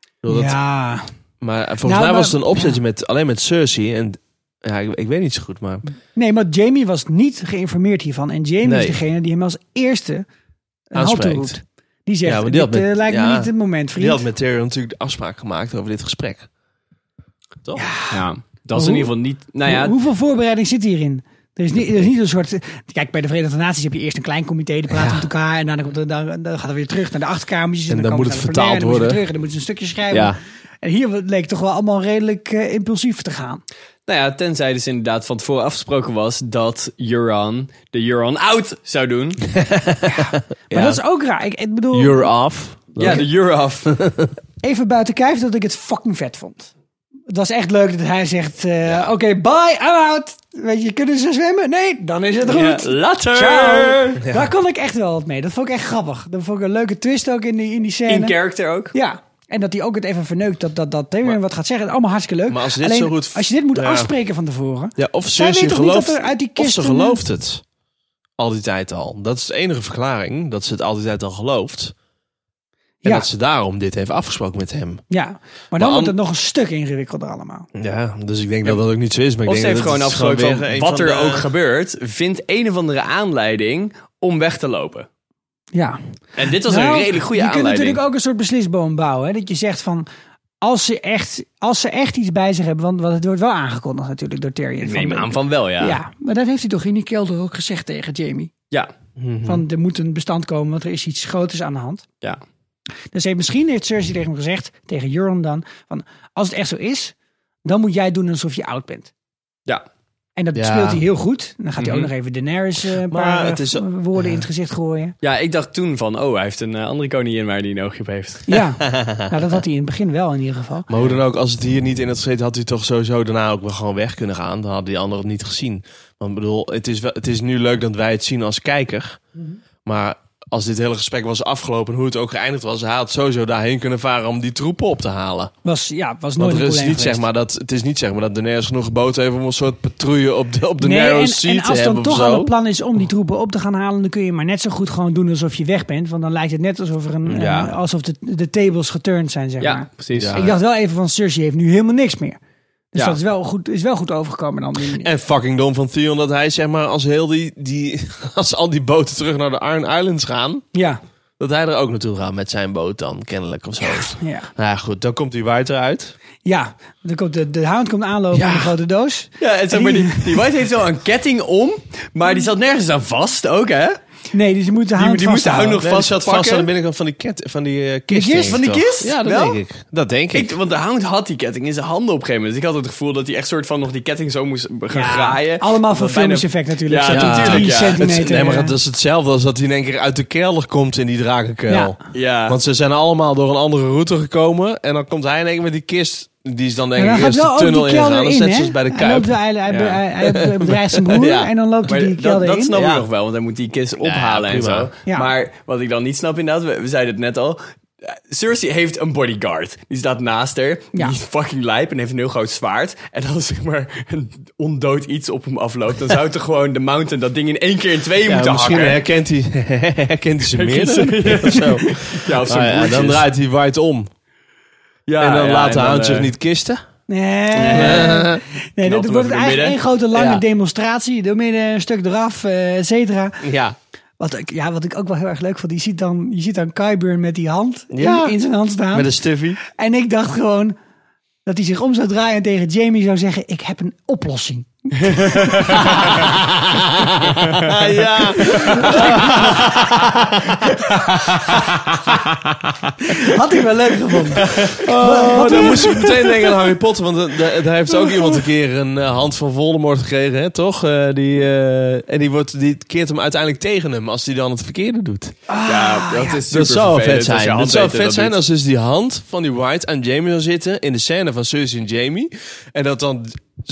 Ik bedoel, dat-
Ja.
Maar eh, volgens
Nou,
mij
maar-
was het een opzetje met, alleen met Cersei. En ja, ik, ik weet niet zo goed, maar
Nee, maar Jamie was niet geïnformeerd hiervan. En Jamie
Nee.
is degene die hem als eerste een halt
Aanspreekt.
toeroept. Die zegt:
Ja, maar die
Dit
had met-
eh, lijkt me
ja.
niet het moment, vriend.
die had met Tyrion natuurlijk de afspraak gemaakt over dit gesprek. Toch?
Ja, dat is in
hoe-
ieder geval niet... Nou ja,
Hoe- hoeveel voorbereiding zit hierin? Er is, niet, er is niet een soort. eh, Kijk, bij de Verenigde Naties heb je eerst een klein comité, die praten met elkaar. En dan, komt het- dan, dan gaat het weer terug naar de achterkamertjes.
En dan
komen
moet het
ze naar de
vertaald
plenaire, en dan
worden.
moeten ze weer Terug, en dan moeten ze een stukje schrijven.
Ja.
En hier leek toch wel allemaal redelijk eh, impulsief te gaan.
nou ja, tenzij dus inderdaad van tevoren afgesproken was dat Euron de Euron out zou doen.
Maar dat is ook raar. Ik, ik bedoel,
You're off.
Ja, de Euron af.
even buiten kijf dat ik het fucking vet vond. Het was echt leuk dat hij zegt: eh, Oké, bye, I'm out. Weet je, kunnen ze zwemmen? Nee, dan is het goed.
Ja, later!
Ciao. Daar kon ik echt wel wat mee. Dat vond ik echt grappig. Dat vond ik een leuke twist ook in die, in die scène.
In character ook.
Ja. En dat hij ook het even verneukt dat, dat, dat Tyrion wat gaat zeggen. Allemaal hartstikke leuk.
Maar als dit
Alleen,
zo goed-
als je dit moet
ja.
afspreken van tevoren.
Ja, of
Zij
Cersei
weet toch niet dat
gelooft,
er uit die
of ze
kisten-
gelooft het al die tijd al. Dat is de enige verklaring, dat ze het al die tijd al gelooft. En
Ja.
dat ze daarom dit heeft afgesproken met hem.
Ja. Maar dan wordt
an-
het nog een stuk ingewikkelder allemaal.
Ja, dus ik denk dat dat ook niet zo is. Maar ik
Of
denk
ze heeft
dat
gewoon
het gewoon
afgesproken van,
weer een
wat
van
er
de-
ook gebeurt, vindt een of andere aanleiding om weg te lopen.
Ja.
En dit was
Nou,
een redelijk goede
je kunt
aanleiding.
natuurlijk ook een soort beslisboom bouwen. Hè? Dat je zegt van... Als ze, echt, als ze echt iets bij zich hebben, want, want het wordt wel aangekondigd natuurlijk door Tyrion.
Ik
van
neem
de-
aan van wel, ja.
Ja. maar dat heeft hij toch in die kelder ook gezegd tegen Jamie.
Ja.
Van er moet een bestand komen, want er is iets groters aan de hand.
Mhm. ja.
Dus heeft, misschien heeft Cersei tegen hem gezegd, tegen Euron dan, van als het echt zo is, dan moet jij doen alsof je oud bent.
Ja.
En dat
Ja.
speelt hij heel goed. Dan gaat hij ook
Mhm.
nog even Daenerys eh, een
Maar
paar eh,
het is-
woorden in het gezicht gooien.
(laughs) Ja, ik dacht toen van, oh, hij heeft een eh, andere koningin waar hij een oogje op heeft.
Ja, nou, dat had hij in het begin wel in ieder geval.
Maar hoe dan ook, als het hier niet in had gezeten, had hij toch sowieso daarna ook wel gewoon weg kunnen gaan. Dan hadden die anderen
Mhm.
het niet gezien. Want ik bedoel, het is, wel, het is nu leuk dat wij het zien als kijker. Maar als dit hele gesprek was afgelopen en hoe het ook geëindigd was, hij had sowieso daarheen kunnen varen om die troepen op te halen.
Was, ja,
Want
was nooit
er
een
is
probleem
niet,
geweest.
zeg maar, dat, het is niet zeg maar dat Daenerys genoeg geboten heeft om een soort patrouille op de, op de
Nee,
narrow
en,
sea
en
te
als dan
hebben of
toch al
zo.
het plan is om die troepen op te gaan halen, dan kun je maar net zo goed gewoon doen alsof je weg bent. Want dan lijkt het net alsof, er een,
Ja.
eh, alsof de, de tables geturned zijn, zeg maar.
Ja, precies.
Ja.
Ik dacht wel even van Cersei heeft nu helemaal niks meer. Dus
Ja.
dat is wel goed, is wel goed overgekomen dan. op die manier.
En fucking dom van Theon dat hij zeg maar als heel die, die (laughs) als al die boten terug naar de Iron Islands gaan,
Ja,
dat hij er ook naartoe gaat met zijn boot dan kennelijk of zo.
ja.
Nou ja, goed, dan komt die White eruit.
ja. Dan komt de, de hound komt aanlopen met een grote doos.
Ja,
(laughs)
en zeg maar, die, die White heeft wel een ketting om, maar die zat nergens aan vast ook, hè?
Nee, dus die moet de
Die,
hound
die moest de hound nog
Nee, die
vast
zat
pakken.
vast aan de binnenkant van die, ket, van die eh, kist.
kist?
denk ik
Van die
toch?
kist?
Ja, dat
Wel?
denk ik. Dat denk ik.
Ik, want de hound had die ketting in zijn handen op een gegeven moment. Dus ik had het gevoel dat hij echt soort van nog die ketting zo moest gaan graaien.
Allemaal voor
Dat bijna-
filmisch effect natuurlijk.
Ja,
Zo tot
natuurlijk,
Drie
ja.
Het is-
centimeter.
nee, maar
eh,
dat is hetzelfde als dat hij in één keer uit de kelder komt in die drakenkuil.
Ja.
Ja.
Want ze zijn allemaal door een andere route gekomen. En dan komt hij in één keer met die kist. Die is dan denk
Maar
ik
dan gaat
eerst de
wel ook
tunnel
die
ingegaan.
kelder
Dat
in,
is net
hè?
zoals bij de
Hij,
Kuip.
loopt, hij, hij,
Ja.
hij, hij bedreigt zijn
(laughs)
broer
Ja.
en dan loopt hij
Maar
die
dat,
kelder
dat
in.
snap ik
Ja.
nog wel, want hij moet die kist ophalen en
prima.
zo.
Ja.
Maar wat ik dan niet snap inderdaad, we, we zeiden het net al. Cersei heeft een bodyguard. Die staat naast haar.
Ja.
Die is fucking lijp en heeft een heel groot zwaard. En als zeg maar een ondood iets op hem afloopt, dan zou toch gewoon de mountain dat ding in één keer in twee
Ja,
moeten
misschien
hakken.
herkent hij, (laughs) herkent hij ze meerdere (laughs)
ze-
of zo.
Ja, of zo'n
Nou ja, dan
broertjes.
draait hij white om.
Ja,
en dan
ja,
laat de
en dan,
hound zich
eh,
niet
(laughs)
kisten.
Nee, Eh. nee dat
Knalt hem
wordt
over de midden.
eigenlijk één grote lange
Ja.
demonstratie. Door midden een stuk eraf, eh, et cetera.
Ja.
Wat ik, ja, wat ik ook wel heel erg leuk vond, je ziet dan, je ziet dan Kyburn met die hand in-
Ja.
in, zijn hand staan.
Met een stuffy.
En ik dacht gewoon dat hij zich om zou draaien en tegen Jamie zou zeggen, ik heb een oplossing.
Ah, (laughs) ja.
Had ik wel leuk gevonden.
Oh, dan moest ik meteen denken aan Harry Potter, want eh, daar daar heeft ook iemand een keer een eh, hand van Voldemort gekregen, hè, toch? Eh, die, eh, en die, wordt, die keert hem uiteindelijk tegen hem als hij dan het verkeerde doet.
eh, ja, dat is super
dat zou vet
vervelend als je
zijn. Dat
hand
zou
weet
vet zijn
doet.
als dus die hand van die White aan Jamie zou zitten in de scène van Cersei en Jamie. En dat dan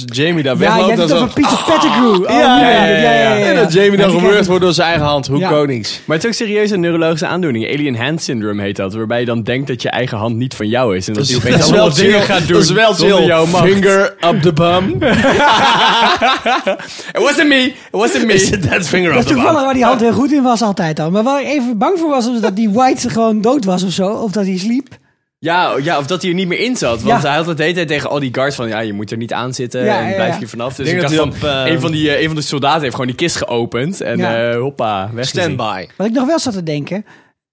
Jamie daar
Ja, jij
wegloopt.
hebt
dan
het
zo-
over Peter Pettigrew. Oh,
ja,
nu
ja,
weet ik het.
ja, ja,
En dat Jamie
Ja,
dan
die
gebeurd
krijgt-
wordt door zijn eigen hand. Hoe
Ja.
konings.
Maar het is ook serieus een neurologische aandoening. Alien hand syndrome heet dat. Waarbij je dan denkt dat je eigen hand niet van jou is. En dat, je opeens allemaal dingen gaat doen
Dat is wel
zonder
chill.
jouw macht.
Finger up the
(laughs)
bum.
It wasn't me. It wasn't
Is
me.
it that finger up
Dat
the
is toevallig
bum?
waar die hand heel goed in was altijd al. Maar waar ik even bang voor was, was dat die White gewoon dood was of zo. Of dat hij sliep.
Ja, ja, of dat hij er niet meer in zat. Want
Ja.
hij had het de hele tijd tegen al die guards van... Ja, je moet er niet aan zitten
Ja,
en
ja,
blijf
ja.
hier vanaf. Dus
Ik
ik
denk
dacht
dat
van...
hij op, eh,
een, van die, eh, een van de soldaten heeft gewoon die kist geopend. En
Ja.
eh, hoppa, weg.
Standby.
Wat ik nog wel zat te denken.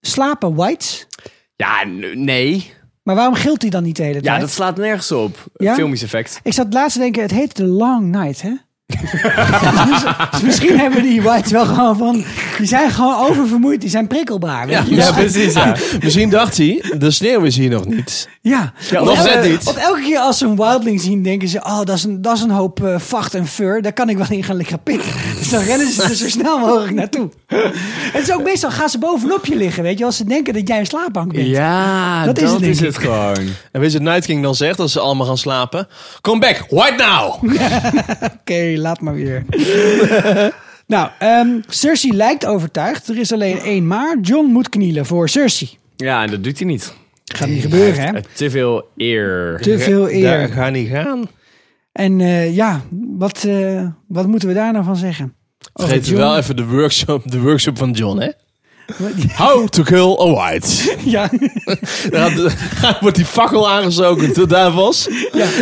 Slapen Whites?
Ja, n- nee.
Maar waarom gilt hij dan niet de hele tijd?
Ja, dat slaat nergens op.
Ja?
Filmisch effect.
Ik zat laatst te denken, het heet The Long Night, hè? (laughs) dus, dus misschien hebben die Whites wel gewoon van... Die zijn gewoon oververmoeid, die zijn prikkelbaar. weet je wel.
Ja, precies. Ja.
(laughs) Misschien dacht hij, de sneeuw is hier nog niet.
Ja.
Ja,
Of
nog
elke-
net niet.
Of elke keer als ze een wildling zien, denken ze... Oh, dat is een, dat is een hoop eh, vacht en fur. Daar kan ik wel in gaan liggen pikken. Dus dan rennen ze er zo snel mogelijk naartoe. (laughs) Het is ook meestal, gaan ze bovenop je liggen, weet je. Als ze denken dat jij een slaapbank bent.
Ja,
Dat is het, denk ik.
gewoon.
En weet je wat Night King dan zegt als ze allemaal gaan slapen? Come back, right now!
Oké, laat maar weer. (laughs) nou, ehm, Cersei lijkt overtuigd. Er is alleen één maar. John moet knielen voor Cersei.
Ja, en dat doet hij niet. Eh,
Gaat niet gebeuren, hè?
Te veel eer.
Te veel
Daar
eer.
ga niet gaan.
En eh, ja, wat, eh, wat moeten we daar nou van zeggen? Over
Vergeet
Jon?
wel even de workshop, de workshop van John, hè? How to kill a
(laughs)
white.
(laughs)
(laughs)
Ja,
Daar had- daar wordt die fakkel aangestoken door Davos.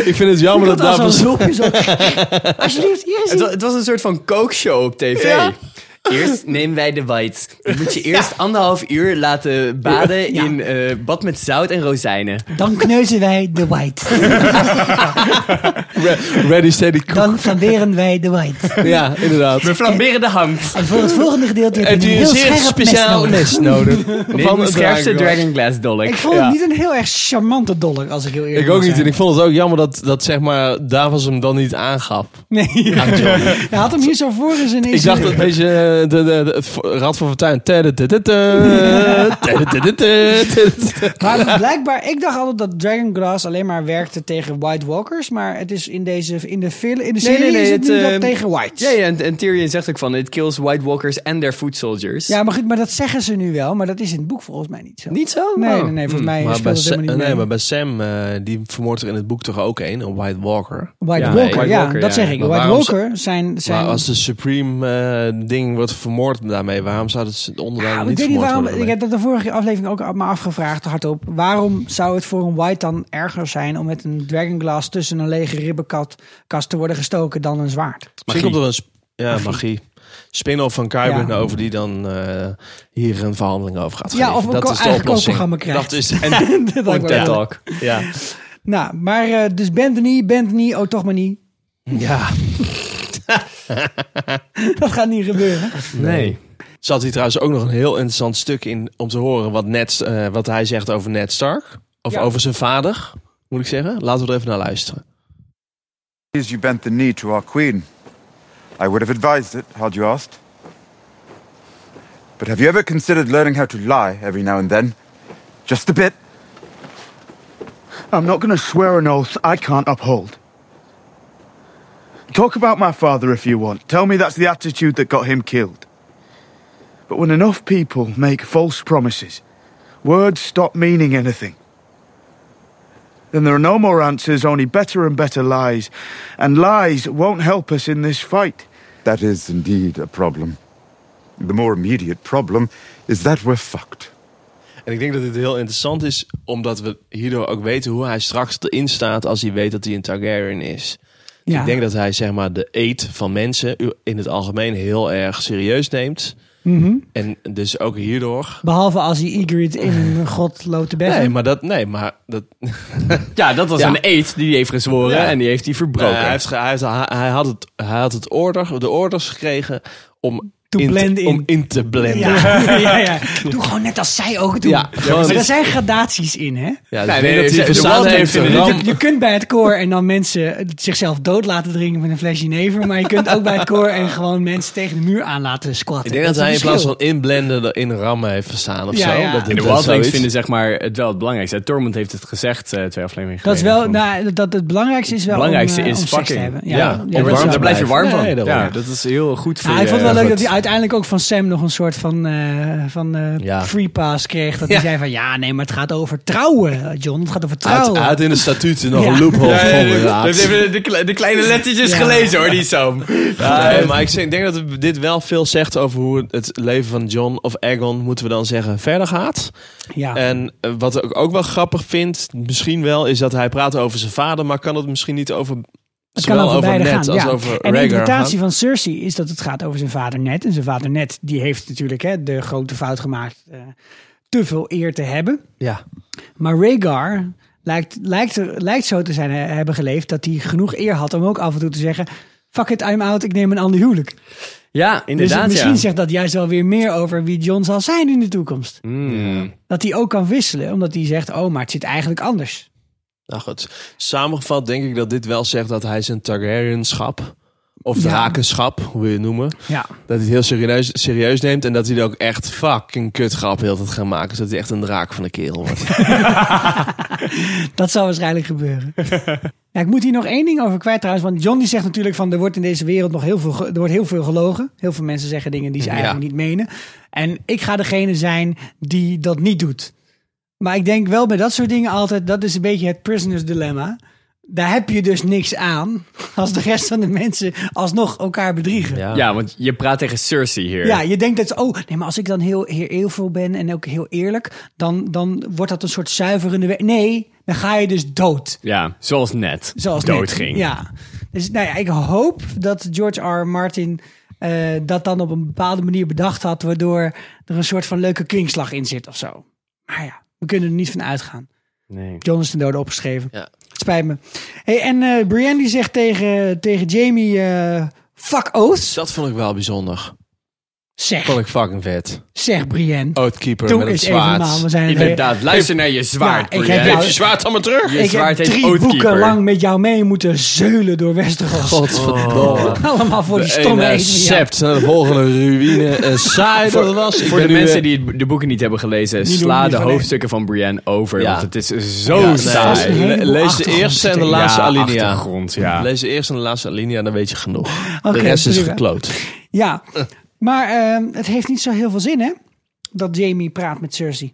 Ik vind het jammer dat
dat was
Davos... (laughs)
zo zo. Alsjeblieft, hier is hij.
Het, wa- het was een soort van kookshow op tv.
Ja.
Eerst nemen wij de white. Dan moet je eerst anderhalf uur laten baden
Ja.
in eh, bad met zout en rozijnen.
Dan kneuzen wij de
(laughs)
white.
Re- Ready, steady, cook.
Dan flamberen wij de white.
Ja, inderdaad.
We flamberen de hand.
En voor het volgende gedeelte heb
Heeft
je een
u een
heel
zeer
scherp mes
speciaal
nodig.
les
(laughs)
nodig?
Van de scherpste
dragon.
Dragonglass dolk.
Ik vond
Ja.
het niet een heel erg charmante dollar, als ik heel eerlijk
Ik ook
moet
niet. En
zijn.
ik vond het ook jammer dat, dat zeg maar, Davos hem dan niet aangaf.
Nee, hij had hem hier zo voor in zijn
Ik dacht dat een beetje de, de, de, het Rad van Fortuin. Tadadadada,
(laughs)
tadadadada.
(laughs) Maar dat blijkbaar, ik dacht altijd dat Dragon Glass alleen maar werkte tegen White Walkers. Maar het is in, deze, in de, fil, in de serie is het, nu
het,
dat
ehm,
tegen Whites.
Ja, ja en, en Tyrion zegt ook van... It kills White Walkers and their foot soldiers.
Ja, maar goed, maar dat zeggen ze nu wel. Maar dat is in het boek volgens mij niet zo.
Niet zo?
Nee,
Oh.
nee, nee, volgens mij
Hmm. Maar
speelt
bij,
het
Sa-
helemaal niet
nee,
mee.
maar bij Sam, eh, die vermoordt er in het boek toch ook een, een White Walker.
White
Ja,
Walker,
White
ja,
Walker,
dat
ja.
zeg ik.
Maar
White
waarom ze-
Walker zijn... zijn
Maar als de Supreme eh, ding wordt vermoord daarmee, waarom zou het onderdaan
Nou,
niet
ik weet niet
vermoord
waarom.
worden?
Ik heb dat de vorige aflevering ook al- me afgevraagd hardop. Waarom zou het voor een white dan erger zijn om met een dragonglass tussen een lege ribbenkast kast te worden gestoken dan een zwaard? (laughs)
Misschien komt er een sp- ja, magie. Spin-off van Kuiper
Ja.
over die dan eh, hier een verhandeling over gaat
Ja,
geven.
of een
dat
ko-
is de
eigen
oplossing.
kookprogramma krijgt.
Dat is en, (laughs)
Dat
Een
lijkt me wel
TED
leuk.
Talk. Ja.
Nou, maar eh, dus bent er niet, bent er niet, oh toch maar niet.
ja.
(laughs) Dat gaat niet gebeuren.
Nee.
Zat hij trouwens ook nog een heel interessant stuk in om te horen wat, Ned, eh, wat hij zegt over Ned Stark. Of
Ja.
over zijn vader, moet ik zeggen. Laten we er even naar luisteren.
Please, you bent the knee to our queen. I would have advised it, had you asked. But have you ever considered learning how to lie every now and then? Just a bit?
I'm not going to swear an oath I can't uphold. Talk about my father if you want. Tell me that's the attitude that got him killed. But when enough people make false promises, words stop meaning anything. Then there are no more answers, only better and better lies. And lies won't help us in this fight.
That is indeed a problem. The more immediate problem is that we're fucked.
En ik denk dat dit heel interessant is, omdat we hierdoor ook weten hoe hij straks erin staat als hij weet dat hij een Targaryen is.
Ja.
Ik denk dat hij zeg maar de eet van mensen in het algemeen heel erg serieus neemt.
Mhm.
En dus ook hierdoor.
Behalve als hij Ygritte in een god loopt te
Nee,
bedden.
maar dat. Nee, maar dat
Ja, dat was
Ja.
een eet die hij heeft gezworen
Ja.
en die heeft hij verbroken.
Nee, hij, heeft, ge- hij, heeft- hij- hij had het, hij had het order, de orders gekregen om,
To
in,
blend
te,
in.
om in te blenden. Ja,
(laughs) Ja, ja, ja. Doe gewoon net als zij ook doen.
Ja, gewoon-
maar er zijn gradaties in, hè?
dus
Nee,
ik
nee,
denk dat
nee,
hij
de
verstaan
Walt
heeft.
heeft
een
in de-
ram-
Je kunt bij het koor en dan mensen zichzelf dood laten drinken met een fles jenever. Maar je kunt ook bij het koor en gewoon mensen tegen de muur aan laten squatten.
Ik denk dat
is
hij in
het
plaats
verschil.
van inblenden er in rammen heeft verstaan of
Ja,
zo.
ja.
Dat,
En de
dat
Wildlings
zoiets.
vinden zeg maar het wel het belangrijkste. Tormund heeft het gezegd eh, twee afleveringen
Dat is
geleden.
wel, nou, dat het belangrijkste is wel.
Het belangrijkste
om, eh,
is
om seks te
fucking.
hebben.
Ja, om
dat
warm
is
te
wel.
daar blijf je warm
blijven.
van.
Nee, daarom.
ja, dat is heel goed voor
Ja,
je.
ik vond het wel leuk
goed.
dat hij uiteindelijk ook van Sam nog een soort van, eh, van eh,
Ja.
free pass kreeg. Dat hij
Ja.
zei van ja, nee, maar het gaat over trouwen, John. Het gaat over
Hij had-
trouwen.
hij had in de statuten nog
Oh. Ja.
een loophole
Ja, ja, ja,
gevonden.
ja.
inderdaad.
We hebben even de, kle- de kleine lettertjes
Ja.
gelezen hoor, die Sam.
Ja, nee, maar ik zeg- ik denk dat het- dit wel veel zegt over hoe het leven van John of Aegon, moeten we dan zeggen, verder gaat.
ja.
En eh, wat ik ook wel grappig vind, misschien wel, is dat hij praat over zijn vader, maar kan het misschien niet over.
Het kan
zowel
over beide
Ned
gaan.
als
ja.
over
en de
Rhaegar
interpretatie
gaan.
van Cersei is dat het gaat over zijn vader Ned. En zijn vader Ned die heeft natuurlijk hè, de grote fout gemaakt eh, te veel eer te hebben.
Ja.
Maar Rhaegar lijkt, lijkt, er- lijkt zo te zijn eh, hebben geleefd dat hij genoeg eer had om ook af en toe te zeggen... Fuck it, I'm out, ik neem een ander huwelijk.
Ja,
Dus
inderdaad.
misschien
ja.
zegt dat juist wel weer meer over wie John zal zijn in de toekomst.
Mm.
Dat hij ook kan wisselen, omdat hij zegt... Oh, maar het zit eigenlijk anders.
Nou goed. Samengevat denk ik dat dit wel zegt dat hij zijn Targaryenschap. Of
Ja.
drakenschap, hoe je het noemen.
Ja,
Dat hij het heel serieus, serieus neemt. En dat hij er ook echt fucking kutgrap heel tijd gaat maken. Zodat hij echt een draak van de kerel
(laughs)
wordt.
Dat zou waarschijnlijk gebeuren. ja, ik moet hier nog één ding over kwijt trouwens. Want John die zegt natuurlijk van er wordt in deze wereld nog heel veel, ge- er wordt heel veel gelogen. Heel veel mensen zeggen dingen die ze eigenlijk
Ja.
niet menen. En ik ga degene zijn die dat niet doet. Maar ik denk wel bij dat soort dingen altijd, dat is een beetje het prisoners dilemma. Daar heb je dus niks aan (laughs) als de rest van de mensen alsnog elkaar bedriegen. Ja.
Ja, want je praat tegen Cersei hier.
je denkt dat, oh nee, maar als ik dan heel, heel eervol ben en ook heel eerlijk, dan, dan wordt dat een soort zuiverende. we- Nee, dan ga je dus dood
Ja, zoals net.
zoals
dood
net.
ging.
Ja. Dus nou ja, ik hoop dat George R. R. Martin eh, dat dan op een bepaalde manier bedacht had, waardoor er een soort van leuke kringslag in zit of zo. Maar ja, we kunnen er niet van uitgaan.
Nee.
John is ten dode opgeschreven.
Ja.
Het spijt me. Hey, en eh, Brienne die zegt tegen, tegen Jamie, eh, fuck oaths.
Dat vond ik wel bijzonder.
Zeg,
Vond ik fucking vet.
zeg Brienne.
Oathkeeper
Doe
met een
eens even normaal. We
zwaard.
zijn
Inderdaad, luister naar je
Ja, ik
zwaard.
heb
Brienne.
jou-
Geef je zwaard allemaal terug. Je
ik heb
zwaard heet
drie
Oathkeeper.
boeken lang met jou mee moeten zeulen door Westeros.
Godverdomme.
Allemaal voor Oh. die
De ene
stomme ezel.
nou, sept, naar de volgende
(laughs)
ruïne. En saai dat het was. Ik
Voor
ben
de
nu,
mensen
eh,
die het- de boeken niet hebben gelezen,
doen,
sla
niet
de
gelezen.
hoofdstukken van Brienne over.
Ja.
Want het is zo
eh, Ja, nee,
saai.
een
le-
heleboel
Lees de
achtergrond
eerste en de
zitten.
laatste
ja,
alinea.
achtergrond, ja.
Lees de eerste en de laatste alinea, dan weet je genoeg.
Oké,
de rest is
prima.
gekloot.
Ja, maar ehm, het heeft niet zo heel veel zin, hè? Dat Jamie praat met Cersei.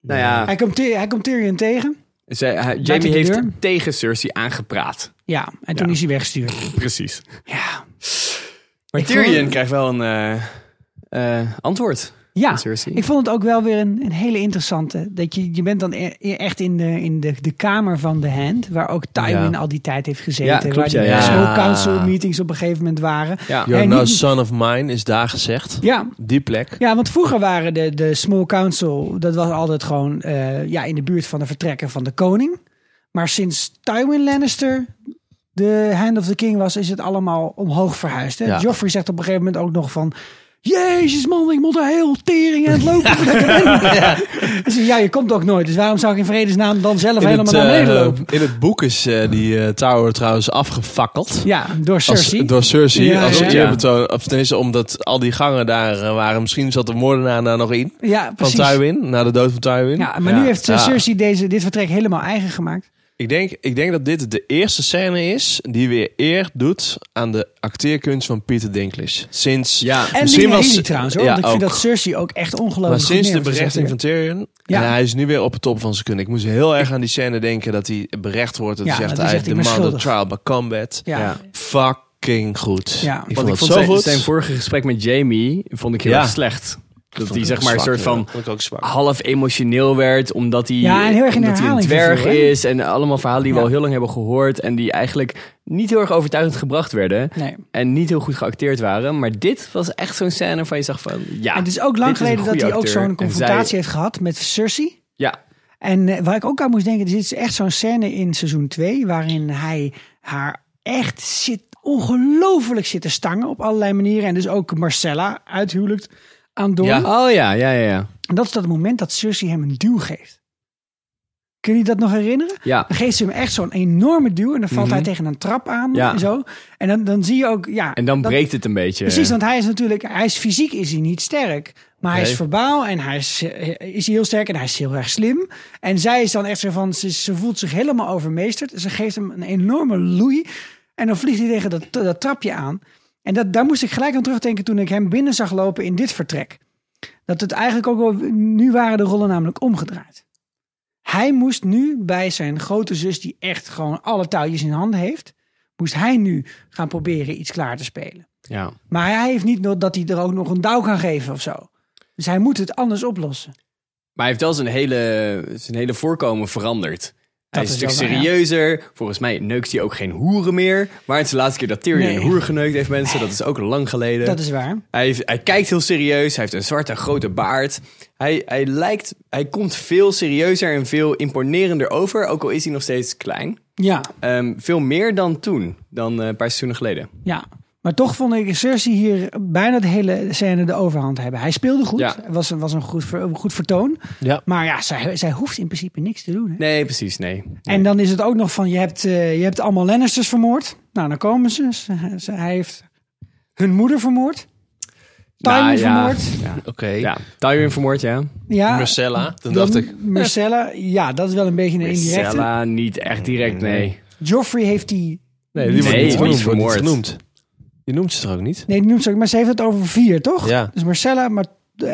Nou ja,
Hij komt, Ty- hij komt Tyrion tegen.
zij- hij-
de
Jamie heeft
deur.
tegen Cersei aangepraat.
Ja, en toen
Ja.
is hij weggestuurd.
Precies.
Ja.
Maar
Ik
Tyrion
vond-
krijgt wel een eh, eh, antwoord.
Ja,
van Cersei.
ik vond het ook wel weer een, een hele interessante. Dat je, je bent dan e- echt in, de, in de, de kamer van de hand, waar ook Tywin
Ja.
al die tijd heeft gezeten.
Ja, klopt,
waar die
ja, ja.
small council meetings op een gegeven moment waren.
Ja.
You're
En
no
niet-
son of mine is daar gezegd.
Ja,
Die plek.
Ja, want vroeger waren de, de small council, dat was altijd gewoon eh, ja, in de buurt van de vertrekken van de koning. Maar sinds Tywin Lannister de hand of the king was, is het allemaal omhoog verhuisd. Hè?
Ja.
Joffrey zegt op een gegeven moment ook nog van... Jezus man, ik moet er heel tering aan het lopen. voordat
(laughs)
ik er ben." Hij zegt, ja, je komt ook nooit. Dus waarom zou ik in vredesnaam dan zelf
In
helemaal
het,
naar beneden
eh,
lopen?
in het boek is eh, die eh, tower trouwens afgefakkeld.
Ja, door
Als-
Cersei.
door Cersei.
Ja,
als
ja, ja.
eerbetoon. Of tenminste, omdat al die gangen daar eh, waren. Misschien zat de moordenaar daar nog in.
ja,
Van
precies.
Tywin. Na de dood van Tywin.
Ja, maar nu heeft eh,
Ja.
Cersei deze, dit vertrek helemaal eigen gemaakt.
Ik denk, ik denk dat dit de eerste scène is die weer eer doet aan de acteerkunst van Peter Dinklage. Sinds,
Ja.
En
misschien
Lina
was-
Headey trouwens hoor.
Ja,
want ik vind
ook.
dat Cersei ook echt ongelooflijk
maar
goed
sinds de
neer heeft gezet
berechting van
dus weer.
Tyrion.
Ja.
En hij is nu weer op het top van zijn kunnen. Ik moest heel erg aan die scène denken dat hij berecht wordt. Dat
Ja,
hij zegt,
dat hij
hij
zegt,
de
ik ben
man
schuldig.
trial by combat.
Ja.
Ja.
Fucking goed.
Ja.
Ik
Want
vond
ik
het
vond
zo
zijn,
goed.
zijn vorige gesprek met Jamie vond ik heel
Ja.
erg slecht. Dat
Vond
hij
ik
zeg
ook
maar een
zwak,
soort
ja.
van
Vond ik ook zwak.
half emotioneel werd. Omdat hij,
Ja, en heel erg in
omdat hij een
herhaling
dwerg
verviel, hè?
is. En allemaal verhalen die
Ja.
we al heel lang hebben gehoord. En die eigenlijk niet heel erg overtuigend gebracht werden.
Nee.
En niet heel goed geacteerd waren. Maar dit was echt zo'n scène waarvan je zag van... Ja,
En het is ook lang
dit een
geleden dat
goede
hij ook
acteur.
zo'n
En
confrontatie
zij-
heeft gehad met Cersei.
ja,
En eh, waar ik ook aan moest denken, dit is echt zo'n scène in seizoen 2, waarin hij haar echt zit, ongelooflijk zit te stangen op allerlei manieren. En dus ook Marcella uithuwelijkt aan Dorne.
Ja.
Oh ja, ja, ja, ja.
En dat is dat moment dat Cersei hem een duw geeft. Kun je dat nog herinneren?
Ja. Mhm.
Dan geeft ze hem echt zo'n enorme duw en dan valt hij tegen een trap aan
Ja.
en zo. En dan, dan zie je ook, ja.
En dan
dat-
breekt het een beetje.
Precies, want hij is natuurlijk, hij is fysiek is hij niet sterk. Maar hij is
Nee.
verbaal en hij is, eh, is hij heel sterk en hij is heel erg slim. En zij is dan echt zo van, ze, ze voelt zich helemaal overmeesterd. Ze geeft hem een enorme loei. En dan vliegt hij tegen dat, dat trapje aan. En dat, daar moest ik gelijk aan terugdenken toen ik hem binnen zag lopen in dit vertrek. Dat het eigenlijk ook wel, nu waren de rollen namelijk omgedraaid. Hij moest nu bij zijn grote zus, die echt gewoon alle touwtjes in handen heeft, moest hij nu gaan proberen iets klaar te spelen.
Ja.
Maar hij heeft niet nog dat hij er ook nog een douw kan geven of zo. Dus hij moet het anders oplossen.
Maar hij heeft wel zijn hele, zijn hele voorkomen veranderd. Hij is
is
een stuk
wel waar, ja.
serieuzer. Volgens mij neukt hij ook geen hoeren meer. Maar het is de laatste keer dat Tyrion
Nee.
een hoer geneukt heeft, mensen. Dat is ook lang geleden.
Dat is waar.
Hij, heeft- hij kijkt heel serieus. Hij heeft een zwarte grote baard. Hij, hij, lijkt, hij komt veel serieuzer en veel imponerender over. Ook al is hij nog steeds klein.
Ja,
Ehm, veel meer dan toen. Dan eh, een paar seizoenen geleden.
ja. Maar toch vond ik Cersei hier bijna de hele scène de overhand hebben. Hij speelde goed.
Ja.
Het Was een, was een goed, ver- een goed vertoon.
Ja.
Maar ja, zij, zij hoeft in principe niks te doen. Hè?
Nee, precies. Nee.
En dan is het ook nog van, je hebt, eh, je hebt allemaal Lannisters vermoord. Nou, dan komen ze. Ze- ze- hij heeft hun moeder vermoord. Tywin
Nou, ja.
vermoord.
Ja.
Oké.
ja. Tywin vermoord, ja.
Ja,
Marcella. Toen dacht ik,
Marcella, ja, dat is wel een beetje een indirecte.
Marcella niet echt direct, nee.
Joffrey heeft die
Nee, die wordt
Nee,
niet
wordt
genoemd.
niet
Wordt niet
vermoord.
genoemd. Je noemt ze er ook niet.
Nee, die noemt ze ook. Maar ze heeft het over vier, toch?
Ja.
Dus Marcella, maar... eh,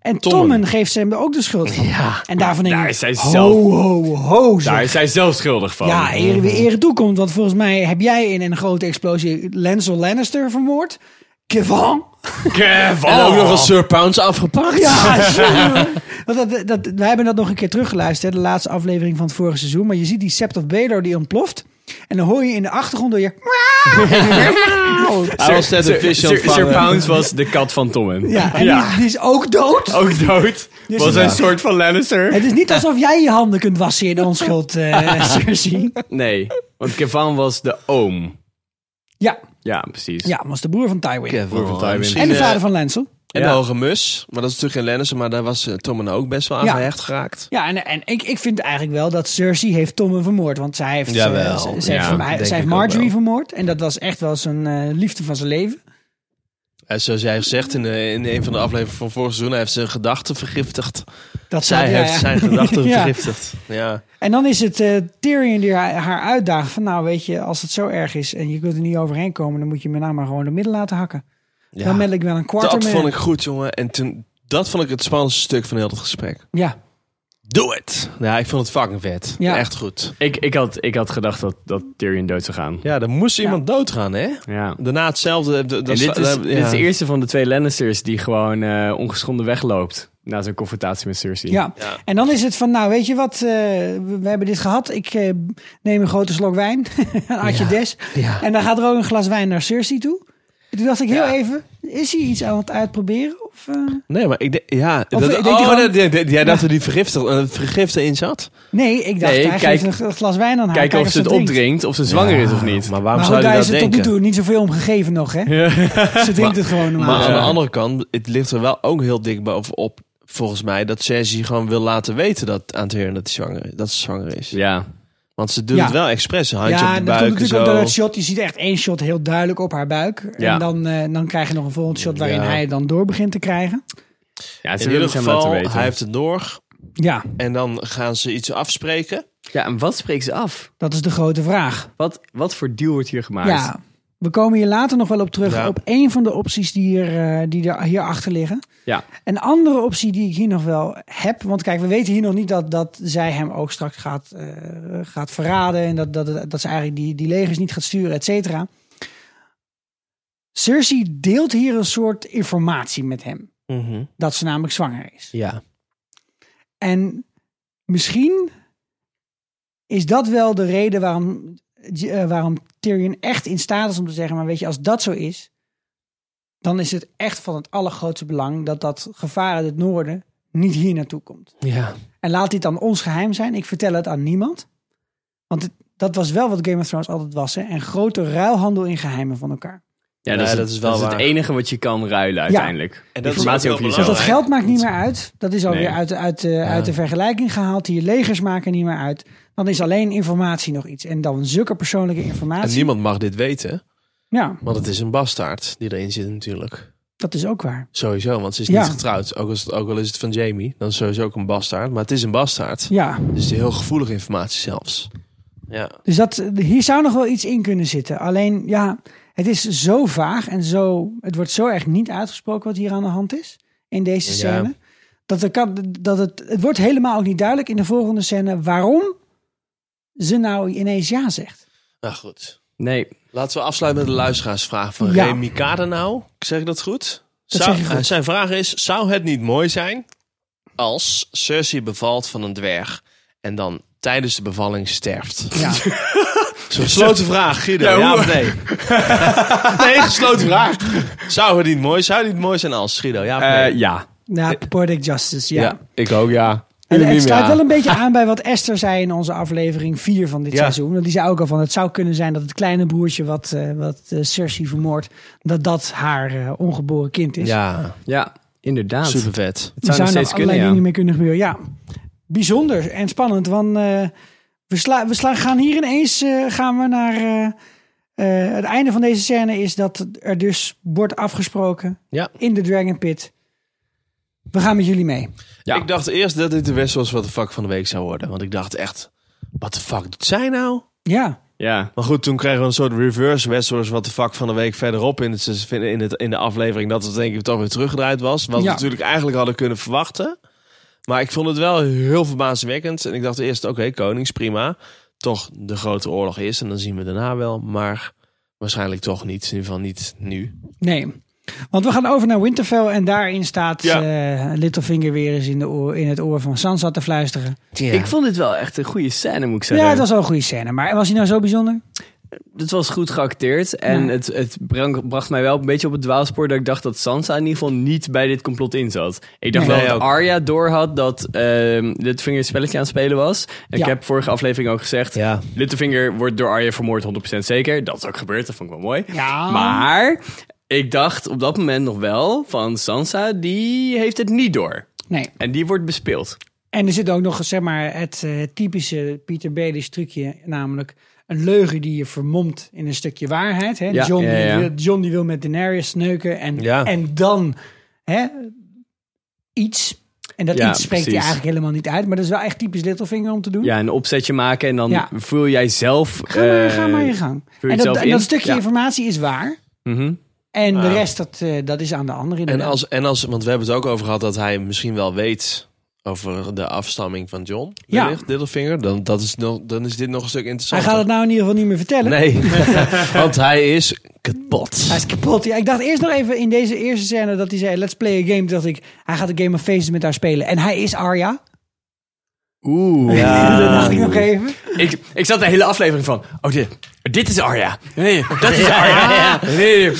En Tommen, geeft ze hem ook de schuld van. Ja. En daarvan denk ik...
Daar is hij
ho,
zelf-
ho, ho, zeg.
Daar is hij zelf schuldig van.
Ja, ere wie ere toekomt. Want volgens mij heb jij in een grote explosie Lancel Lannister vermoord. Kevin.
Kevin!
En ook nog een Sir Pounds afgepakt.
Ja, (laughs) sorry. Want dat, dat, we hebben dat nog een keer teruggeluisterd, hè, de laatste aflevering van het vorige seizoen. Maar je ziet die Sept of Baelor die ontploft. En dan hoor je in de achtergrond
(laughs)
door je...
Hij was net een
Sir,
visje
Sir, Sir
ontvangen.
Pounds was de kat van Tommen.
Ja, en Die, is- die is ook dood.
Ook dood. was
ja.
een soort van Lannister.
Het is niet alsof jij je handen kunt wassen in de
(laughs)
onschuld, eh Cersei.
Nee, want Kevan was de oom.
Ja,
Ja, precies.
Ja, was de broer van Tywin.
Broer van Tywin.
En de
eh,
vader van Lancel.
En
Ja.
de Hoge Mus. Maar dat is natuurlijk geen Lennissen, maar daar was eh, Tommen ook best wel aan
Ja.
gehecht geraakt.
Ja, en, en ik, ik vind eigenlijk wel dat Cersei heeft Tommen vermoord. Want zij heeft, eh,
Jawel,
ze- ze
ja,
heeft, hij-
denk
zij heeft
ik ook
Marjorie
wel.
vermoord. En dat was echt wel zijn eh, liefde van zijn leven.
En zoals jij gezegd in, de, in een van de afleveringen van vorig seizoen, hij heeft zijn gedachten vergiftigd.
Dat
Zij
zou- ja,
heeft
ja.
zijn gedachten
Ja.
vergiftigd. Ja.
(laughs) En dan is het eh, Tyrion die haar, haar uitdaagt van nou weet je, als het zo erg is en je kunt er niet overheen komen, dan moet je me nou maar gewoon door midden laten hakken.
Ja.
Dan meld ik wel een kwart
Dat vond ik goed, jongen. En toen, dat vond ik het spannendste stuk van heel dat gesprek.
Ja,
Doe het! Ja, ik vond het fucking vet.
Ja.
Echt goed.
Ik, ik, had, ik had gedacht dat, dat Tyrion dood zou gaan.
Ja, er moest iemand doodgaan, hè?
Ja.
Daarna hetzelfde. eh, d- dat
En dit, is,
daar- ja.
dit is de eerste van de twee Lannisters die gewoon eh, ongeschonden wegloopt. Na zijn confrontatie met Cersei.
ja. En dan is het van nou weet je wat, eh, we, we hebben dit gehad. Ik eh, neem een grote slok wijn, (laughs) een atje des.
Ja.
En dan gaat er ook een glas wijn naar Cersei toe. En toen dacht ik heel
Ja.
even, is hij iets aan het uitproberen? Of, eh,
Nee, maar ik denk... Ja,
Of
dat,
deed hij
oh,
gewoon-
dat- dat- dat- jij dacht dat die vergifte, eh, vergifte in zat?
Nee, ik dacht
Nee,
hij
kijk-
geeft een glas wijn aan haar.
Kijken of ze het
dat drinkt.
opdrinkt, of ze zwanger is of niet.
Maar waarom
Maar
zou
goed,
je
daar
dat
is het tot nu
denken?
toe niet zoveel om gegeven nog, hè? Ze drinkt het gewoon normaal.
Maar aan
Ja.
de andere kant, het ligt er wel ook heel dik bovenop, volgens mij, dat Cersei gewoon wil laten weten dat aan Tyrion dat, hij zwanger, dat ze zwanger is.
Ja.
Want ze doet
Ja.
het wel expres, een handje
ja,
op de
en dat komt
buik en
natuurlijk ook door
zo.
dat shot. Je ziet echt één shot heel duidelijk op haar buik.
Ja.
En dan, eh, dan krijg je nog een volgend shot waarin
Ja.
hij het dan door begint te krijgen.
ja ze
In
willen
ieder
het hem laten
geval,
weten.
hij heeft het door
Ja,
en dan gaan ze iets afspreken.
Ja, en wat spreekt ze af?
dat is de grote vraag.
Wat, wat voor deal wordt hier gemaakt?
Ja, we komen hier later nog wel op terug
Ja.
op één van de opties die, hier, eh, die er hierachter liggen.
Ja.
Een andere optie die ik hier nog wel heb. Want kijk, we weten hier nog niet dat, dat zij hem ook straks gaat, eh, gaat verraden. En dat, dat, dat ze eigenlijk die, die legers niet gaat sturen, et cetera. Cersei deelt hier een soort informatie met hem.
Mhm.
Dat ze namelijk zwanger is.
Ja.
En misschien is dat wel de reden waarom, eh, waarom Tyrion echt in staat is om te zeggen: maar weet je, als dat zo is, dan is het echt van het allergrootste belang dat dat gevaar uit het noorden niet hier naartoe komt.
Ja.
En laat dit dan ons geheim zijn. Ik vertel het aan niemand. Want het- dat was wel wat Game of Thrones altijd was: hè? een grote ruilhandel in geheimen van elkaar.
Ja, dat,
Nee,
is, het-
dat is wel
dat het
waar.
enige wat je kan ruilen uiteindelijk.
En dat is
Informatie
ook
over
wel
jezelf.
Want dat
belangrijk.
geld maakt niet meer uit. Dat is alweer
Nee.
uit, uit, de- uit de vergelijking gehaald. Die legers maken niet meer uit. Dan is alleen informatie nog iets. En dan zulke persoonlijke
En
informatie.
niemand mag dit weten,
Ja,
want het is een bastaard die erin zit natuurlijk.
dat is ook waar.
Sowieso, want ze is
Ja.
niet getrouwd. Ook, als, ook al is het van Jamie, dan is sowieso ook een bastaard. Maar het is een bastaard.
Ja,
Dus heel gevoelige informatie zelfs. Ja.
dus dat, hier zou nog wel iets in kunnen zitten. Alleen, ja, het is zo vaag en zo... Het wordt zo erg niet uitgesproken wat hier aan de hand is. In deze
Ja.
scène. Dat, er kan, dat het, het wordt helemaal ook niet duidelijk in de volgende scène... waarom ze nou ineens ja zegt.
Nou goed.
Nee.
Laten we afsluiten met de luisteraarsvraag van
Ja.
Remy Kadenau. Zeg ik dat goed?
Dat
Zou-
zeg je goed.
eh, Zijn vraag is, zou het niet mooi zijn als Cersei bevalt van een dwerg en dan tijdens de bevalling sterft?
Ja.
(laughs)
(laughs)
Zo'n gesloten vraag, Guido. Ja, of
(laughs)
nee? nee, gesloten vraag. Zou het niet mooi, zou het niet mooi zijn als Guido? Ja, of nee?
Eh, ja.
Ja, Poetic Justice, ja.
Ik ook, ja.
En het
Unaniem,
sluit
ja.
wel een beetje
(laughs)
aan bij wat Esther zei in onze aflevering 4 van dit
Ja.
seizoen. Want die zei ook al van het zou kunnen zijn dat het kleine broertje wat, eh, wat eh, Cersei vermoordt, dat dat haar eh, ongeboren kind is.
ja,
Ja, inderdaad.
super vet.
Het
Er
zou nog
zouden
steeds
allerlei
kunnen, ja.
dingen mee kunnen gebeuren. Ja, bijzonder en spannend. Want eh, we, sla, we sla, gaan hier ineens eh, gaan we naar... eh, eh, het einde van deze scène is dat er dus wordt afgesproken
Ja.
in de Dragon Pit. We gaan met jullie mee.
Ja.
Ik dacht eerst dat dit de best was wat de fuck van de week zou worden. Want ik dacht echt, wat de fuck doet zij nou?
Ja,
Ja.
Maar goed, toen kregen we een soort reverse Westeros wat de fuck van de week verderop in, het, in, het, in de aflevering. Dat het denk ik toch weer teruggedraaid was. Wat
Ja.
we natuurlijk eigenlijk hadden kunnen verwachten. Maar ik vond het wel heel verbazingwekkend. En ik dacht eerst, oké, konings, prima. Toch de grote oorlog is en dan zien we daarna wel. Maar waarschijnlijk toch niet. In ieder geval niet nu.
Nee. Want we gaan over naar Winterfell en daarin staat
Ja.
eh, Littlefinger weer eens in, de oor, in het oor van Sansa te fluisteren.
Ik vond dit wel echt een goede scène, moet
Ja,
ik zeggen.
het was wel een goede scène, maar was hij nou zo bijzonder?
Het was goed geacteerd en
Ja.
het, het brang- bracht mij wel een beetje op het dwaalspoor dat ik dacht dat Sansa in ieder geval niet bij dit complot in zat. Ik dacht
Nee.
wel
Nee,
dat
ook.
Arya door had dat ehm Littlefinger een spelletje aan het spelen was. En
Ja.
ik heb vorige aflevering ook gezegd,
Ja.
Littlefinger wordt door Arya vermoord 100% zeker. Dat is ook gebeurd, dat vond ik wel mooi.
Ja.
Maar ik dacht op dat moment nog wel van Sansa, die heeft het niet door.
Nee.
En die wordt bespeeld.
En er zit ook nog zeg maar, het eh, typische Peter Baelish trucje, namelijk een leugen die je vermomt in een stukje waarheid. Hè?
Ja,
John,
ja, ja.
Die wil, John die wil met Daenerys sneuken en,
Ja.
en dan hè, iets. En dat
Ja,
iets spreekt hij
precies.
eigenlijk helemaal niet uit, maar dat is wel echt typisch Littlefinger om te doen.
Ja, een opzetje maken en dan
Ja.
voel jij zelf...
Ga, maar,
eh,
ga maar je gang.
je
En
het
dat,
zelf
en dat
in?
stukje
Ja.
informatie is waar.
mhm.
En de rest, dat, eh, dat is aan de andere.
En
inderdaad.
als, en als, want we hebben het ook over gehad dat hij misschien wel weet over de afstamming van John.
Ja.
Wellicht, Littlefinger. Dan, dat is nog, dan is dit nog een stuk
Hij
interessanter.
gaat het nou in ieder geval niet meer vertellen.
Nee, (laughs) want hij is kapot.
Hij is kapot. Ja, ik dacht eerst nog even in deze eerste scène dat hij zei: Let's play a game. Toen dacht ik, hij gaat een game of faces met haar spelen. En hij is Arya. (laughs)
Oeh.
dat dacht ik nog even.
Ik, ik zat de hele aflevering van... Oh, dit, dit is Arya. Nee, dat is Arya. Nee, nee, nee.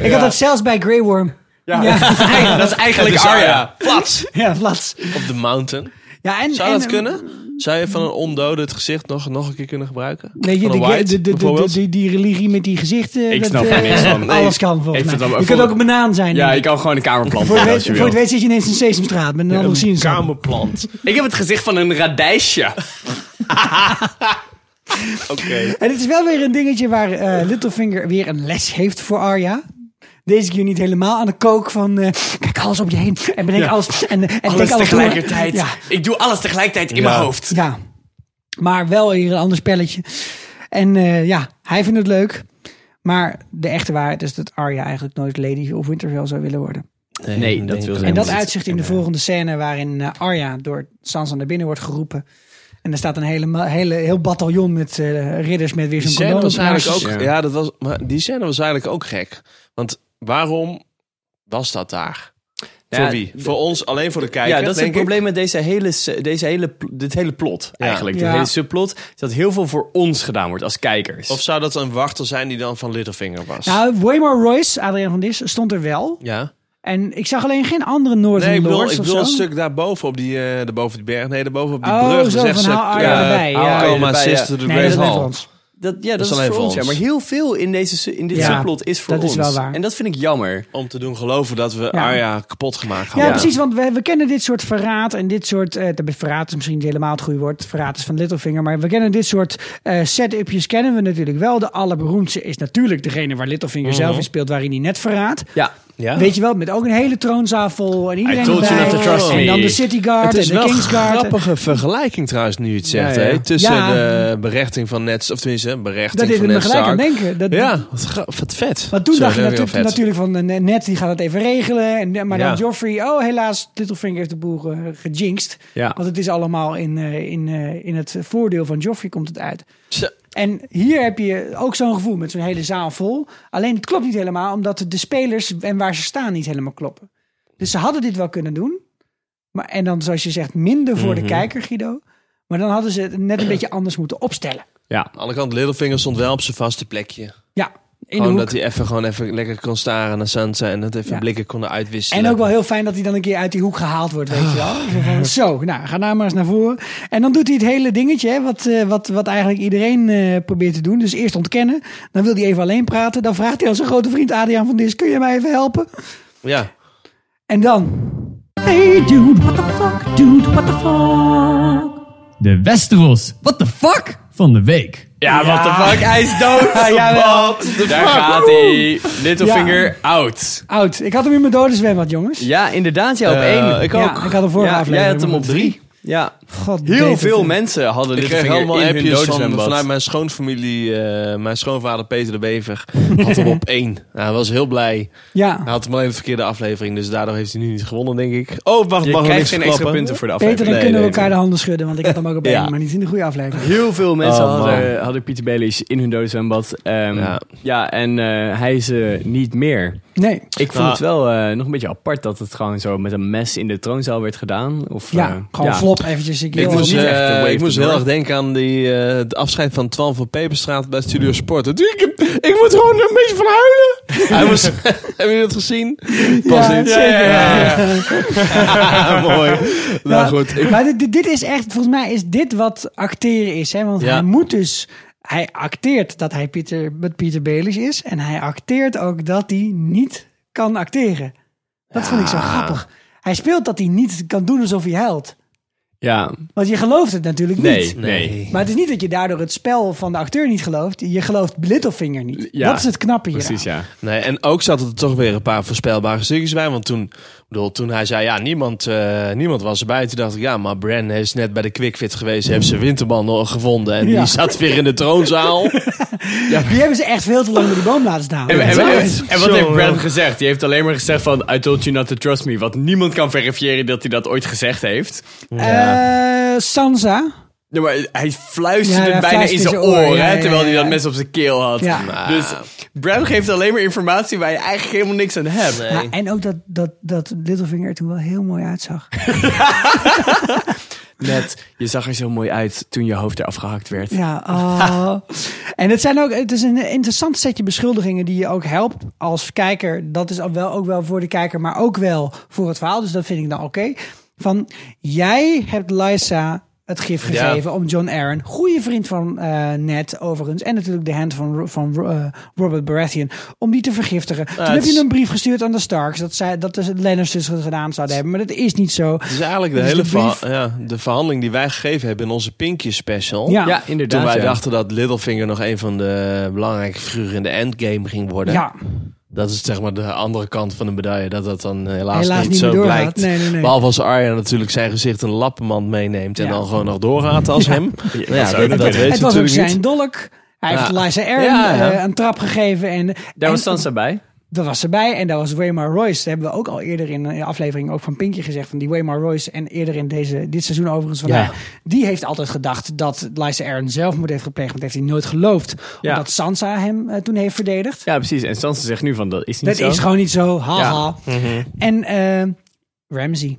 Ik had dat zelfs bij Grey Worm. Ja, ja, (laughs)
dat is eigenlijk
Het is
Arya.
Plat.
Lats.
Op de mountain.
Ja, en,
Zou
en,
dat kunnen? Zou je van een ondode het gezicht nog, nog een keer kunnen gebruiken?
Nee, je,
Van
de,
een
ge-
white,
de, de, de,
bijvoorbeeld?
die, die religie met die gezichten.
Ik
dat,
snap
eh,
er niks
(laughs)
van. Nee,
alles kan volgens
ik vind
mij.
dat-
je kunt ook een banaan zijn.
Ja,
denk
je
ik.
kan gewoon een kamerplan
voor, het
maken
weet,
als je
voor het
wil.
weet zit je ineens in Sesamstraat met een andere zienszaam.
kamerplant.
Ik heb het gezicht van een radijsje. Oké.
En het is wel weer een dingetje waar eh, Littlefinger weer een les heeft voor Arya. Deze keer niet helemaal aan de kook van eh, kijk alles om je heen en bedenk alles en, en denk
Alles
alles door.
tegelijkertijd.
Ja,
Ik doe alles tegelijkertijd in mijn hoofd.
ja, maar wel hier een ander spelletje. En eh, ja, hij vindt het leuk. Maar de echte waarheid is dat Arya eigenlijk nooit Lady of Winterfell zou willen worden.
Nee, dat wil ze
En dat
precies.
uitzicht in de
eh,
volgende scène waarin eh, Arya door Sansa naar binnen wordt geroepen. En er staat een hele, ma- hele, heel bataljon met eh, ridders met weer
Die
zo'n
scène
condoom.
was eigenlijk
Ja.
ook, ja, dat was, maar die scène was eigenlijk ook gek. Want waarom was dat daar?
Ja,
voor wie? Voor ons, alleen voor de kijker.
Ja, dat is het
denk ik.
probleem met deze hele, s- deze hele, pl- dit hele plot eigenlijk. Dit
Ja.
hele subplot. is Dat heel veel voor ons gedaan wordt als kijkers.
Of zou dat een wachter zijn die dan van Littlefinger was?
Nou, Waymar Royce, Adriaan van Dis, stond er wel.
ja.
En ik zag alleen geen andere Northern
Nee, ik bedoel,
Lords
ik
of
bedoel een
zo.
stuk daarboven op die, eh daarboven op die berg. Nee, daarboven op die
Oh,
brug. Dus
zo,
Dan zegt
van
ze,
hou Arya
eh,
erbij, ja.
hou
Arya
Coma
erbij, ja.
Sister the
Nee,
Great
dat is
Hall.
even ons.
Dat, ja, dat,
is
is,
alleen
voor
voor
ons. Ja,
ons.
maar heel veel in, deze, su- in dit
Ja,
subplot is voor
dat is
ons.
wel waar.
En dat vind ik jammer.
Om te doen geloven dat we
Ja.
Arya kapot gemaakt
Ja,
hadden.
precies, want we, we kennen dit soort verraad en dit soort... eh de- verraad is misschien niet helemaal het goede woord, verraad is van Littlefinger. Maar we kennen dit soort eh set-upjes kennen we natuurlijk wel. De allerberoemdste is natuurlijk degene waar Littlefinger
Mhm.
zelf in speelt, waarin hij net verraadt.
Ja.
Ja?
Weet je wel, met ook een hele troonzaal vol en iedereen
told you
erbij.
not to trust
en
me.
dan de City Guard
Het
en
is
de
wel een
Kings Guard.
grappige vergelijking trouwens, nu je het zegt.
Ja, ja.
Hè? Tussen
Ja.
de berechting van Ned... Of tenminste, berechting
Dat deed
van
me
Ned
gelijk aan
Stark.
denken. Dat,
Ja, wat, gra- wat vet.
Want toen
Zo,
dacht je
heel
natu-
vet.
natuurlijk van eh, net die gaat het even regelen. En, eh, maar
Ja.
dan Joffrey, oh helaas, Littlefinger heeft de boer eh, gejinxed.
Ja.
Want het is allemaal in, eh, in, eh, in het voordeel van Joffrey komt het uit.
Zo.
En hier heb je ook zo'n gevoel met zo'n hele zaal vol. Alleen het klopt niet helemaal, omdat de spelers en waar ze staan niet helemaal kloppen. Dus ze hadden dit wel kunnen doen. Maar, en dan, zoals je zegt, minder voor
Mhm.
de kijker, Guido. Maar dan hadden ze het net een beetje anders moeten opstellen.
Ja.
Aan de andere kant, Littlefinger stond wel op zijn vaste plekje.
Ja, in de
Gewoon
hoek.
dat hij even, gewoon even lekker kon staren naar Sansa en dat even
Ja.
blikken konden uitwisselen.
En ook wel heel fijn dat hij dan een keer uit die hoek gehaald wordt, weet je wel.
Ah.
Zo van, Zo, nou, ga nou maar eens naar voren. En dan doet hij het hele dingetje, hè, wat, eh, wat, wat eigenlijk iedereen eh, probeert te doen. Dus eerst ontkennen, dan wil hij even alleen praten. Dan vraagt hij aan zijn grote vriend Adriaan van Dis, kun je mij even helpen?
Ja.
En dan... Hey dude, what the fuck, dude, what the fuck?
De Westeros. What the fuck? Van de week.
Ja, what the fuck? Hij is (laughs) dood.
jawel.
What the Daar gaat hij. Littlefinger out.
Oud, ik had hem in mijn dode zwembad, jongens.
Ja, inderdaad. Ja, op
Eh,
één.
ik
Ja,
ook.
ik had hem vorige
Ja, jij
aflevering.
had hem op drie. Ja.
God,
Heel
deed
veel
het.
mensen hadden
Ik kreeg
Littlefinger in
allemaal
hun
appjes van,
dodenzwembad.
vanuit mijn schoonfamilie. eh, mijn schoonvader Peter de Bever had hem
(laughs)
op één. Nou, hij was heel blij.
Nou,
Hij
Ja,
had hem alleen de verkeerde aflevering, dus daardoor heeft hij nu niet gewonnen, denk ik. Oh, wacht,
Je
mag
krijgt
niks
geen extra
verklappen.
punten voor de
Peter,
aflevering.
dan
Nee,
kunnen we
nee,
elkaar de handen schudden, want ik had hem
(laughs)
ook op één,
Ja.
maar niet in de goede aflevering.
Heel veel mensen
Oh,
hadden, hadden Pieter Baelish in hun dode zwembad. Ehm, ja.
Ja.
en eh, hij is eh, niet meer.
Nee.
Ik vond
Nou.
het wel eh, nog een beetje apart dat het gewoon zo met een mes in de troonzaal werd gedaan. Of,
Ja,
eh,
gewoon
(laughs)
flop eventjes. Ik
Ik
was
moest,
niet echt een
eh,
wave
ik moest
to the
heel erg
north.
denken aan die, eh, het afscheid van Twan van Peperstraat bij Studio Sport. Dat- Ik, ik moet gewoon een beetje van huilen.
(laughs)
Hij was, (laughs) hebben jullie dat gezien? Pas
Ja,
niet.
zeker.
Mooi.
Ja,
nou goed, ik,
Maar dit- dit, dit is echt, volgens mij is dit wat acteren is. Hè? Want
Ja.
hij moet dus, hij acteert dat hij Pieter, met Pieter Belis is. En hij acteert ook dat hij niet kan acteren. Dat vond ik zo grappig. Hij speelt dat hij niet kan doen alsof hij huilt.
Ja,
Want je gelooft het natuurlijk
nee,
niet.
nee.
Maar het is niet dat je daardoor het spel van de acteur niet gelooft. Je gelooft Littlefinger niet.
Ja,
dat is het knappe hier.
Precies, ja.
Nee, en ook zaten er toch weer een paar voorspelbare stukjes bij. Want toen, ik bedoel, toen hij zei, ja, niemand, eh, niemand was erbij. Toen dacht ik, ja, maar Bran is net bij de QuickFit geweest. Heeft zijn winterband al gevonden. En
Ja.
die zat weer in de
(laughs)
troonzaal.
Die hebben ze echt veel te lang door die boom laten staan.
En, en- en- en- en wat
Zo,
heeft Brad
eh.
gezegd? Die heeft alleen maar gezegd van... I told you not to trust me. Wat niemand kan verifiëren dat hij dat ooit gezegd heeft.
Eh, Sansa.
Ja, maar hij fluisterde
Ja, hij
bijna
fluisterde
in zijn
in zijn
oor,
oor, ja,
hè,
ja,
terwijl hij
ja.
dat mes op zijn keel had.
Ja.
Dus Bran geeft alleen maar informatie waar je eigenlijk helemaal niks aan hebt.
Ja, Nou, en ook dat, dat, dat Littlefinger er toen wel heel
(laughs)
mooi uitzag.
Net, je zag er zo mooi uit toen je hoofd eraf gehakt werd.
Ja, oh. en het, zijn ook, het is een interessant setje beschuldigingen die je ook helpt als kijker. Dat is al wel, ook wel voor de kijker, maar ook wel voor het verhaal. Dus dat vind ik dan oké. Van, jij hebt Lysa het gif
Ja.
gegeven om John Aaron, goede vriend van eh, Ned overigens, en natuurlijk de hand van, Ro- van Ro- eh, Robert Baratheon, om die te vergiftigen. Toen heb
het
je
is-
een brief gestuurd aan de Starks dat, zij, dat de Lannisters het gedaan zouden hebben, maar dat is niet zo.
Het is eigenlijk de
Dus de
hele verha-
brief-
ja, de verhandeling die wij gegeven hebben in onze Pinkje special.
Ja.
Ja, inderdaad.
Toen wij
ja.
dachten dat Littlefinger nog een van de belangrijke figuren in de endgame ging worden.
Ja,
Dat is zeg maar de andere kant van de medaille. Dat dat dan eh, helaas,
Helaas
niet,
niet
zo
meer doorgaat.
blijkt.
Nee, nee, nee.
Behalve als Arya natuurlijk zijn gezicht een lappenmand meeneemt. En
Ja.
dan gewoon nog doorgaat als hem. Nou ja, dat, dat weet je
het was ook
natuurlijk
zijn
niet.
dolk. Hij
Ja.
heeft Lysa Aaron
Ja, ja.
eh, een trap gegeven. En,
Daar was
en-
Sansa bij.
dat was erbij. En daar was Waymar Royce. Dat hebben we ook al eerder in een aflevering ook van Pinkje gezegd. Van die Waymar Royce. En eerder in deze, dit seizoen overigens vandaag.
Ja.
Die heeft altijd gedacht dat Lysa Aaron zelfmoord heeft gepleegd. Maar dat heeft hij nooit geloofd.
Ja.
Omdat Sansa hem eh, toen heeft verdedigd.
Ja, precies. En Sansa zegt nu van, dat is niet
dat
zo.
is gewoon niet zo. Haha.
Mhm.
En eh Ramsey.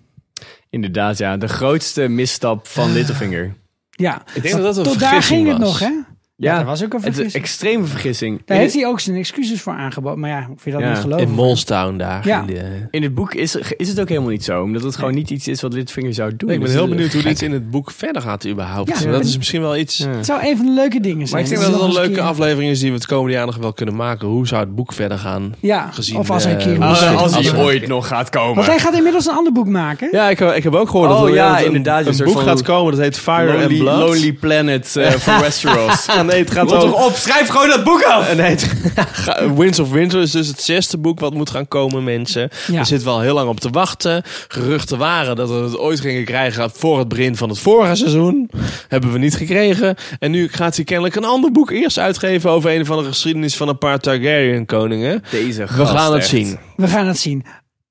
Inderdaad, ja. De grootste misstap van
Ah.
Littlefinger.
Ja.
Ik denk dat dat een
Tot daar
vergissing
ging het
was. eh,
nog, hè?
Ja,
dat was ook een
Het is een
vergissing.
extreme vergissing.
Daar
In-
heeft hij ook zijn excuses voor aangeboden. Maar ja, of je dat
Ja.
niet geloven.
In Molstown daar.
Ja.
in de-
In het boek is, is het ook helemaal niet zo. Omdat het gewoon niet iets is wat Littlefinger zou doen.
Ik ben
Dus
heel
het-
benieuwd hoe dit in het boek verder gaat überhaupt.
Ja.
dat is misschien wel iets...
Het zou een van de leuke dingen
Maar
zijn.
ik denk dat het
we
een
nog eens
leuke
keer-
aflevering is die we het komende jaar nog wel kunnen maken. Hoe zou het boek verder gaan?
Ja,
gezien,
of als hij een
eh,
keer...
hoe
Ah, Als,
het-
als
als
hij
er-
ooit nog gaat komen.
Want hij gaat inmiddels een ander boek maken.
Ja, ik, ik heb ook gehoord
Oh,
dat er
ja,
weer een-
inderdaad, een
een,
soort
boek
van
gaat komen. Dat heet Fire and
Lonely,
Blood.
Lonely
(laughs)
Planet eh, van Westeros.
Ah, nee, het gaat
Rot
over...
toch op, schrijf gewoon dat boek af!
Nee, het- Ga- Eh, Winds of Winter is dus het zesde boek wat moet gaan komen, mensen.
Ja.
Er zit wel heel lang op te wachten. Geruchten waren dat we het ooit gingen krijgen voor het begin van het vorige seizoen. Hebben we niet gekregen. En nu gaat hij kennelijk een ander boek eerst uitgeven over een van de geschiedenis van een paar Targaryen-koningen.
Deze
We gaan het zien.
We gaan het zien.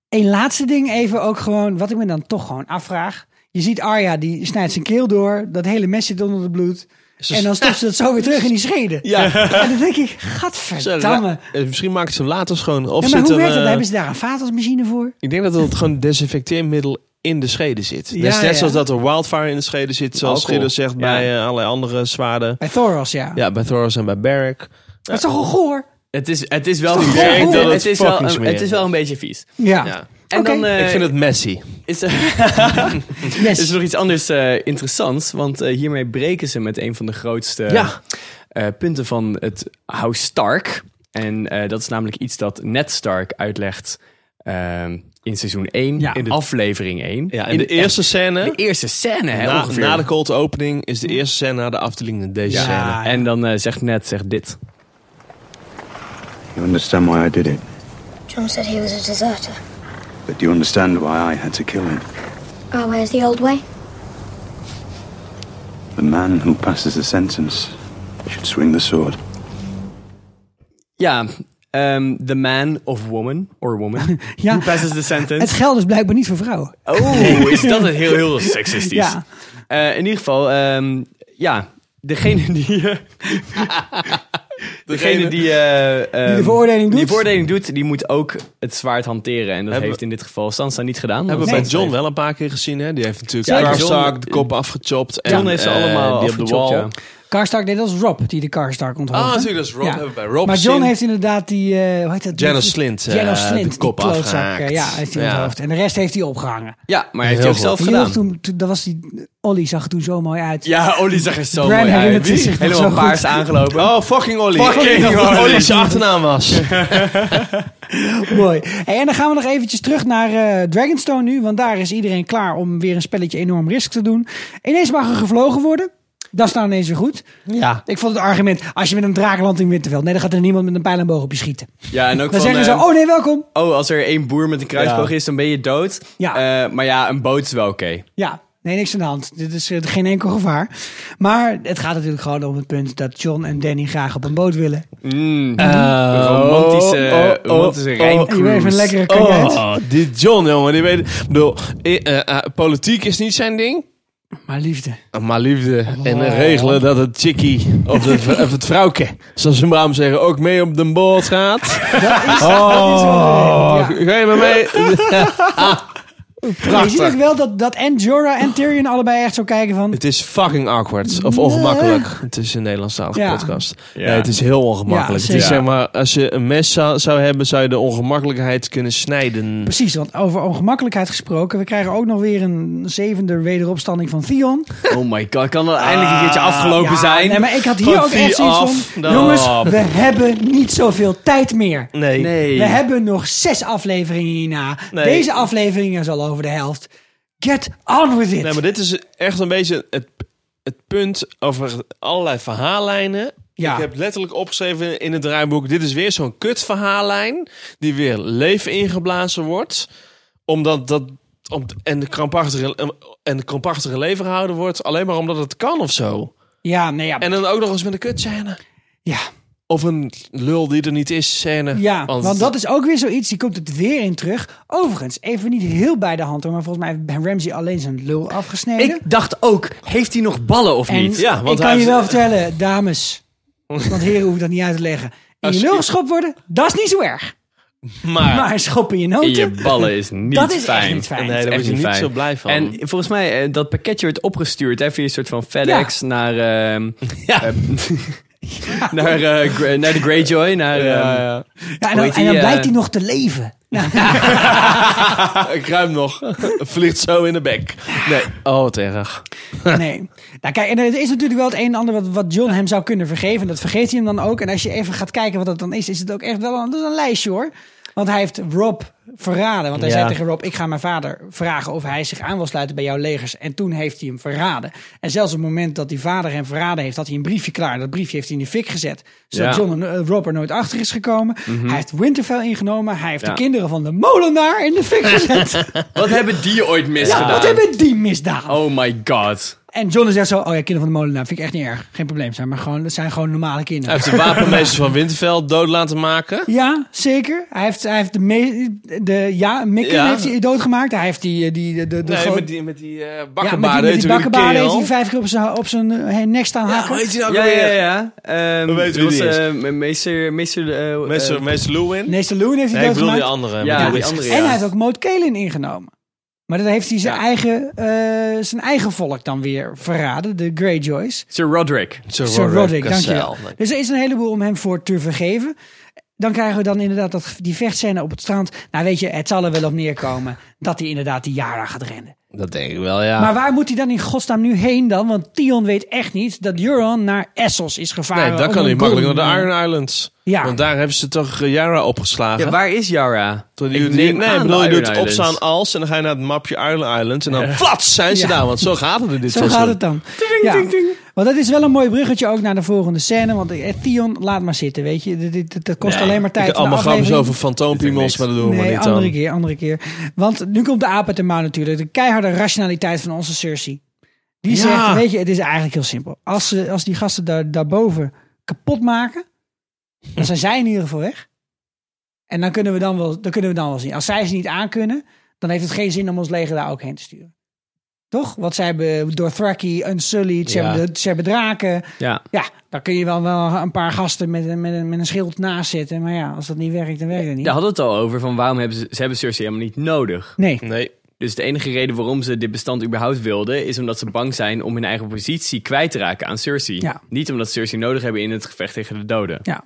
Eén laatste ding even ook gewoon, wat ik me dan toch gewoon afvraag. Je ziet Arya, die snijdt zijn keel door. Dat hele mes zit onder het bloed. En dan stopt ze dat zo weer terug in die scheden.
Ja,
En dan denk ik,
Ze
gadverdamme.
ra- eh, Misschien maken ze hem later schoon. Of
Ja, maar
zit
hoe
er,
werkt
eh,
dat? Hebben ze daar een vaatwasmachine voor?
Ik denk dat het gewoon desinfecteermiddel in de schede zit.
Ja,
dus net
ja.
zoals dat er wildfire in de schede zit, zoals
Alcohol.
Schilder zegt bij eh, allerlei andere zwaarden.
Bij Thoros, ja.
Ja, bij Thoros en bij Barrack.
Dat is toch al goor?
Het is, het is wel
Is toch
niet
gewoon
erg,
goed?
dat
Het
het,
is
is wel
fucking
een,
smerig.
het is wel een beetje vies.
Ja.
Ja.
En
Oké.
dan eh,
ik vind het messy.
is, er, (laughs)
Yes.
is er nog iets anders eh, interessants. Want eh, hiermee breken ze met een van de grootste
Ja.
eh, punten van het House Stark. En eh, dat is namelijk iets dat Ned Stark uitlegt eh, in seizoen 1,
Ja.
in de aflevering 1.
Ja, in de eerste scène,
de eerste scène, hè,
na,
ongeveer.
na de cold opening, is de eerste scène na de afdeling deze
Ja.
scène.
En dan eh, zegt Ned zegt dit.
You understand why I did it,
John said he was a deserter.
but do you understand why I had to kill him?
Our way Ah, is the old way.
The man who passes the sentence should swing the sword.
Ja, ehm, the man of woman, or woman,
(laughs) Ja.
who passes the sentence.
Het geld is blijkbaar niet voor vrouwen. (laughs)
Oh, is dat een heel, heel seksistisch.
Ja.
Eh, in ieder geval, ehm, ja, degene die... eh, Degene die, eh, ehm,
Die de veroordeling
die
doet?
veroordeling doet, die moet ook het zwaard hanteren. En dat
Hebben-
heeft in dit geval Sansa niet gedaan.
Hebben we
want
bij
Sansa
John wel een paar keer gezien, hè? Die heeft natuurlijk
Zeker.
Karstark
John-
de kop afgechopt.
heeft- John
en,
heeft ze
eh,
allemaal
die
die
op de wall.
Karstark, nee, dat is Rob die de Karstark onthoofde.
Ah, natuurlijk, dat is Rob. Hebben we bij Rob
maar John
gezien.
heeft inderdaad die, eh hoe heet dat?
Janos Slint, eh,
Janos Slint,
de
die
kop
klootzak,
afgehaakt.
eh, Ja, heeft hij
Ja.
onthoofd. En de rest heeft hij opgehangen.
Ja, maar hij heeft
Heel
hij ook zelf
Die hield
gedaan.
toen, toen, dat was die, Olly zag er toen zo mooi uit.
Ja, Olly zag er zo
Bran
mooi uit.
herinnert zich nog
Helemaal
zo
paars
goed.
aangelopen.
Oh, fucking Ollie.
Fucking
Ik dacht dat
Ollie.
Ollie zijn achternaam
(laughs)
was.
(laughs) Mooi. Hey, en dan gaan we nog eventjes terug naar eh, Dragonstone nu. Want daar is iedereen klaar om weer een spelletje enorm risk te doen. Ineens mag er gevlogen worden. Dat is nou ineens weer goed.
Ja.
Ik vond het argument, als je met een draak landt in Winterveld. Nee, dan gaat er niemand met een pijl en boog op je schieten.
Ja, en ook
Dan
van,
zeggen ze,
eh,
ehm,
oh nee, welkom.
Oh, als er één boer met een kruisboog
Ja.
is, dan ben je dood.
Ja.
Eh, maar ja, een boot is wel oké.
Ja, nee, niks aan de hand. Dit is eh, geen enkel gevaar. Maar het gaat natuurlijk gewoon om het punt dat John en Danny graag op een boot willen.
Mm. romantische,
oh, oh,
romantische
oh,
En je
Rijncruise.
wil even een lekkere kajet.
Oh, die John, jongen, die weet... Ik bedoel, eh, eh, eh, politiek is niet zijn ding.
Maar liefde.
Maar liefde en
Oh.
regelen dat het chickie of, de, v- of het vrouwke, zoals ze in Bram zeggen, ook mee op de boot gaat.
(laughs) Oh,
Ga je met mij?
Je ziet ook wel dat, dat en Jorah en Tyrion allebei echt zo kijken van...
(laughs) Het is fucking awkward of ongemakkelijk. Het is een Nederlandstalige
Ja.
podcast. Nee, het is heel ongemakkelijk.
Ja,
het is
zeker.
zeg maar, als je een mes zou, zou hebben, zou je de ongemakkelijkheid kunnen snijden.
Precies, want over ongemakkelijkheid gesproken. We krijgen ook nog weer een zevende wederopstanding van Theon.
Oh my god, kan dat eindelijk een keertje afgelopen
Ah, Ja,
zijn?
Nee, maar ik had hier
Van
ook echt
Theon
zoiets
af.
van...
Nou.
Jongens, we hebben niet zoveel tijd meer.
Nee.
Nee.
We hebben nog zes afleveringen hierna.
Nee.
Deze aflevering is al over de helft. Get on with it.
Nee, maar dit is echt een beetje het, het punt over allerlei verhaallijnen.
Ja.
Ik heb letterlijk opgeschreven in het draaiboek... dit is weer zo'n kut verhaallijn... die weer leven ingeblazen wordt. Omdat dat... Om, en, de krampachtige, en de krampachtige leven gehouden wordt... alleen maar omdat het kan of zo.
Ja, nee, ja.
En dan ook nog eens met een kut scène.
ja.
Of een lul die er niet is scène.
Ja, want dat is ook weer zoiets, die komt het weer in terug. Overigens, even niet heel bij de hand hoor, maar volgens mij heeft Ben Ramsey alleen zijn lul afgesneden.
Ik dacht ook, heeft hij nog ballen of
En
niet?
Ja, want
ik kan
hij
je
heeft-
wel vertellen, dames. Want heren hoef ik dat niet uit te leggen. In
(laughs)
je
Als
lul
je-
geschopt worden, dat is niet zo erg.
Maar,
Maar schop in je
In
noten.
je ballen is niet
Dat is echt
fijn.
niet fijn.
nee,
Echt
daar word je niet
fijn.
zo blij van.
En volgens mij, eh, dat pakketje werd opgestuurd hè, via een soort van FedEx naar, ehm,
(laughs) ja.
naar, eh, (laughs) Gre- naar de Greyjoy. Naar, ehm,
Ja, en
Hoe
dan,
heet
en dan
die, eh,
blijkt hij nog te leven. Nou,
Ik ruim nog. (laughs) Vliegt zo in de bek. Nee. Oh, wat erg.
nee. Nou, kijk, en er is natuurlijk wel het een en ander wat, wat John hem zou kunnen vergeven. En dat vergeet hij hem dan ook. En als je even gaat kijken wat dat dan is, is het ook echt wel een, dat is een lijstje hoor. Want hij heeft Rob verraden. Want hij
Ja.
zei tegen Rob, ik ga mijn vader vragen of hij zich aan wil sluiten bij jouw legers. En toen heeft hij hem verraden. En zelfs op het moment dat die vader hem verraden heeft, had hij een briefje klaar. Dat briefje heeft hij in de fik gezet. Zodat
Ja. Mhm.
John en eh, Rob er nooit achter is gekomen. Hij heeft Winterfell ingenomen. Hij heeft
Ja.
de kinderen van de molenaar in de fik
(laughs)
gezet.
Wat hebben die ooit
ja,
misgedaan?
wat hebben die misdaan?
Oh my god.
En John zegt zo, oh ja, kinderen van de molenaar vind ik echt niet erg. Geen probleem, zijn maar gewoon, dat zijn gewoon normale
Hij
kinderen.
heeft de wapenmeester van Winterveld dood laten maken.
Ja, zeker. Hij heeft, hij heeft de, me- de ja, Mikken
Ja.
heeft hij doodgemaakt. Hij heeft die, eh, die de, de, de
Nee,
groot-
met die, met die eh
ja, met die,
bakkenbaarden.
met die bakkenbaarden heeft hij vijf keer op zijn, op zijn eh, nek staan hakken.
Weet je nou
Ja,
weer?
ja, ja. Ehm,
We weten
er was,
wie die is.
eh, meester... Meester... eh,
Meester,
eh,
meester Lewin. Nee,
Meester Loon heeft hij
ik bedoel
doodgemaakt.
die andere.
Ja,
Maar
die
is-
andere, ja.
En hij heeft ook Moot Kalin ingenomen. Maar dat heeft hij zijn,
Ja.
eigen, eh, zijn eigen volk dan weer verraden, de Greyjoys.
Sir Roderick.
Sir
Sir Roderick,
Cassel.
dankjewel. Dus er is een heleboel om hem voor te vergeven. Dan krijgen we dan inderdaad dat, die vechtscène op het strand. Nou weet je, het zal er wel op neerkomen dat hij inderdaad die Yara gaat rennen.
Dat denk ik wel, ja.
Maar waar moet hij dan in godsnaam nu heen dan? Want Tion weet echt niet dat Euron naar Essos is gevaren.
nee, dat
om
kan
een
hij makkelijk naar
golem-
de Iron Islands.
oh, Ja.
Want daar hebben ze toch eh, Yara opgeslagen.
Ja, waar is Yara?
Toen
Ik
die, die-
neem
nee,
aan
ik bedoel,
de
je
Iron
doet
Islands.
opstaan als en dan ga je naar het mapje Iron Islands en dan flats zijn ze
Ja.
daar. Want zo gaat het in dit
Zo
seizoen.
gaat het dan. Ja. Want dat is wel een mooi bruggetje ook naar de volgende scène. Want eh, Tion, laat maar zitten, weet je. Dit- dit- Dat kost alleen maar
Ik
tijd.
heb allemaal
Nou,
grapjes
aflevering-
over fantoompiemels, maar dat doen we maar
Nee,
niet
andere
dan.
keer, andere keer. Want nu komt de aap uit de mouw natuurlijk. De keiharde rationaliteit van onze Cersei.
Ja.
Die zegt, weet je, het is eigenlijk heel simpel. Als, ze, als die gasten daar, daarboven kapot
(laughs)
maken, dan zijn zij in ieder geval weg. En dan kunnen, we dan, wel, dan kunnen we dan wel zien. Als zij ze niet aankunnen, dan heeft het geen zin om ons leger daar ook heen te sturen. Toch? Want ze hebben Dothraki, Unsullied, ze,
Ja.
hebben, de- ze hebben draken.
Ja.
Ja, daar kun je wel, wel een paar gasten met, een- met, een- met een schild naast zitten. Maar ja, als dat niet werkt, dan werkt het niet.
Daar hadden we het al over, van waarom hebben ze, ze hebben Cersei helemaal niet nodig.
Nee,
Nee.
Dus de enige reden waarom ze dit bestand überhaupt wilden, is omdat ze bang zijn om hun eigen positie kwijt te raken aan Cersei.
Ja.
Niet omdat ze Cersei nodig hebben in het gevecht tegen de doden.
ja.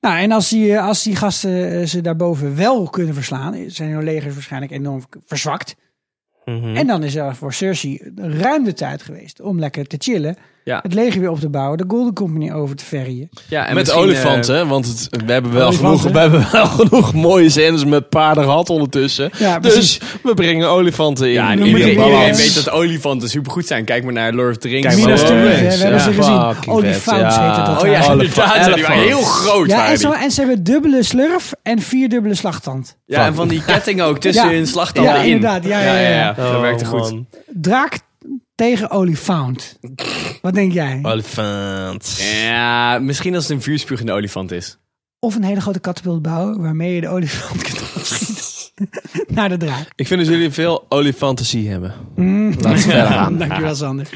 Nou, en als die, eh, als die gasten eh, ze daarboven wel kunnen verslaan, eh, zijn hun legers waarschijnlijk enorm verzwakt.
Mhm.
En dan is er voor Cersei ruim de tijd geweest om lekker te chillen.
Ja.
Het leger weer op te bouwen, de Golden Company over te ferryen.
Ja, en
met
misschien, eh,
olifanten, hè, want het, we, hebben wel genoeg,
Olifanten.
we hebben wel (laughs) genoeg mooie scènes met paarden gehad ondertussen.
Ja,
dus we brengen olifanten in.
eh, ja, en
in
iedereen,
balans.
iedereen weet dat olifanten supergoed zijn. Kijk maar naar Lord of the Rings.
Kijk maar
Minas
naar
Eh,
Lord
Tirith,
of the
hè, we hebben ze
Rings,
gezien. Oh,
ja. Fucking
Olifantes
vet,
heette dat
Oh ja,
Olifant.
inderdaad. ja, die waren heel
Elefant.
groot.
Ja,
waren
en,
die.
zo, en ze hebben dubbele slurf en vier dubbele slagtand.
ja, en van die ketting ook tussen
Ja.
hun slagtanden
Ja,
in.
inderdaad. Ja, ja, ja.
Oh,
Dat werkte goed.
Draak tegen olifant. Wat denk jij?
Olifant.
Ja, misschien als het een vuurspugende olifant is.
Of een hele grote katapult bouwen waarmee je de olifant (laughs) kunt
(laughs)
afschieten. Naar de draak.
Ik vind dat jullie veel olifantasie hebben.
(laughs) Dankjewel Sander.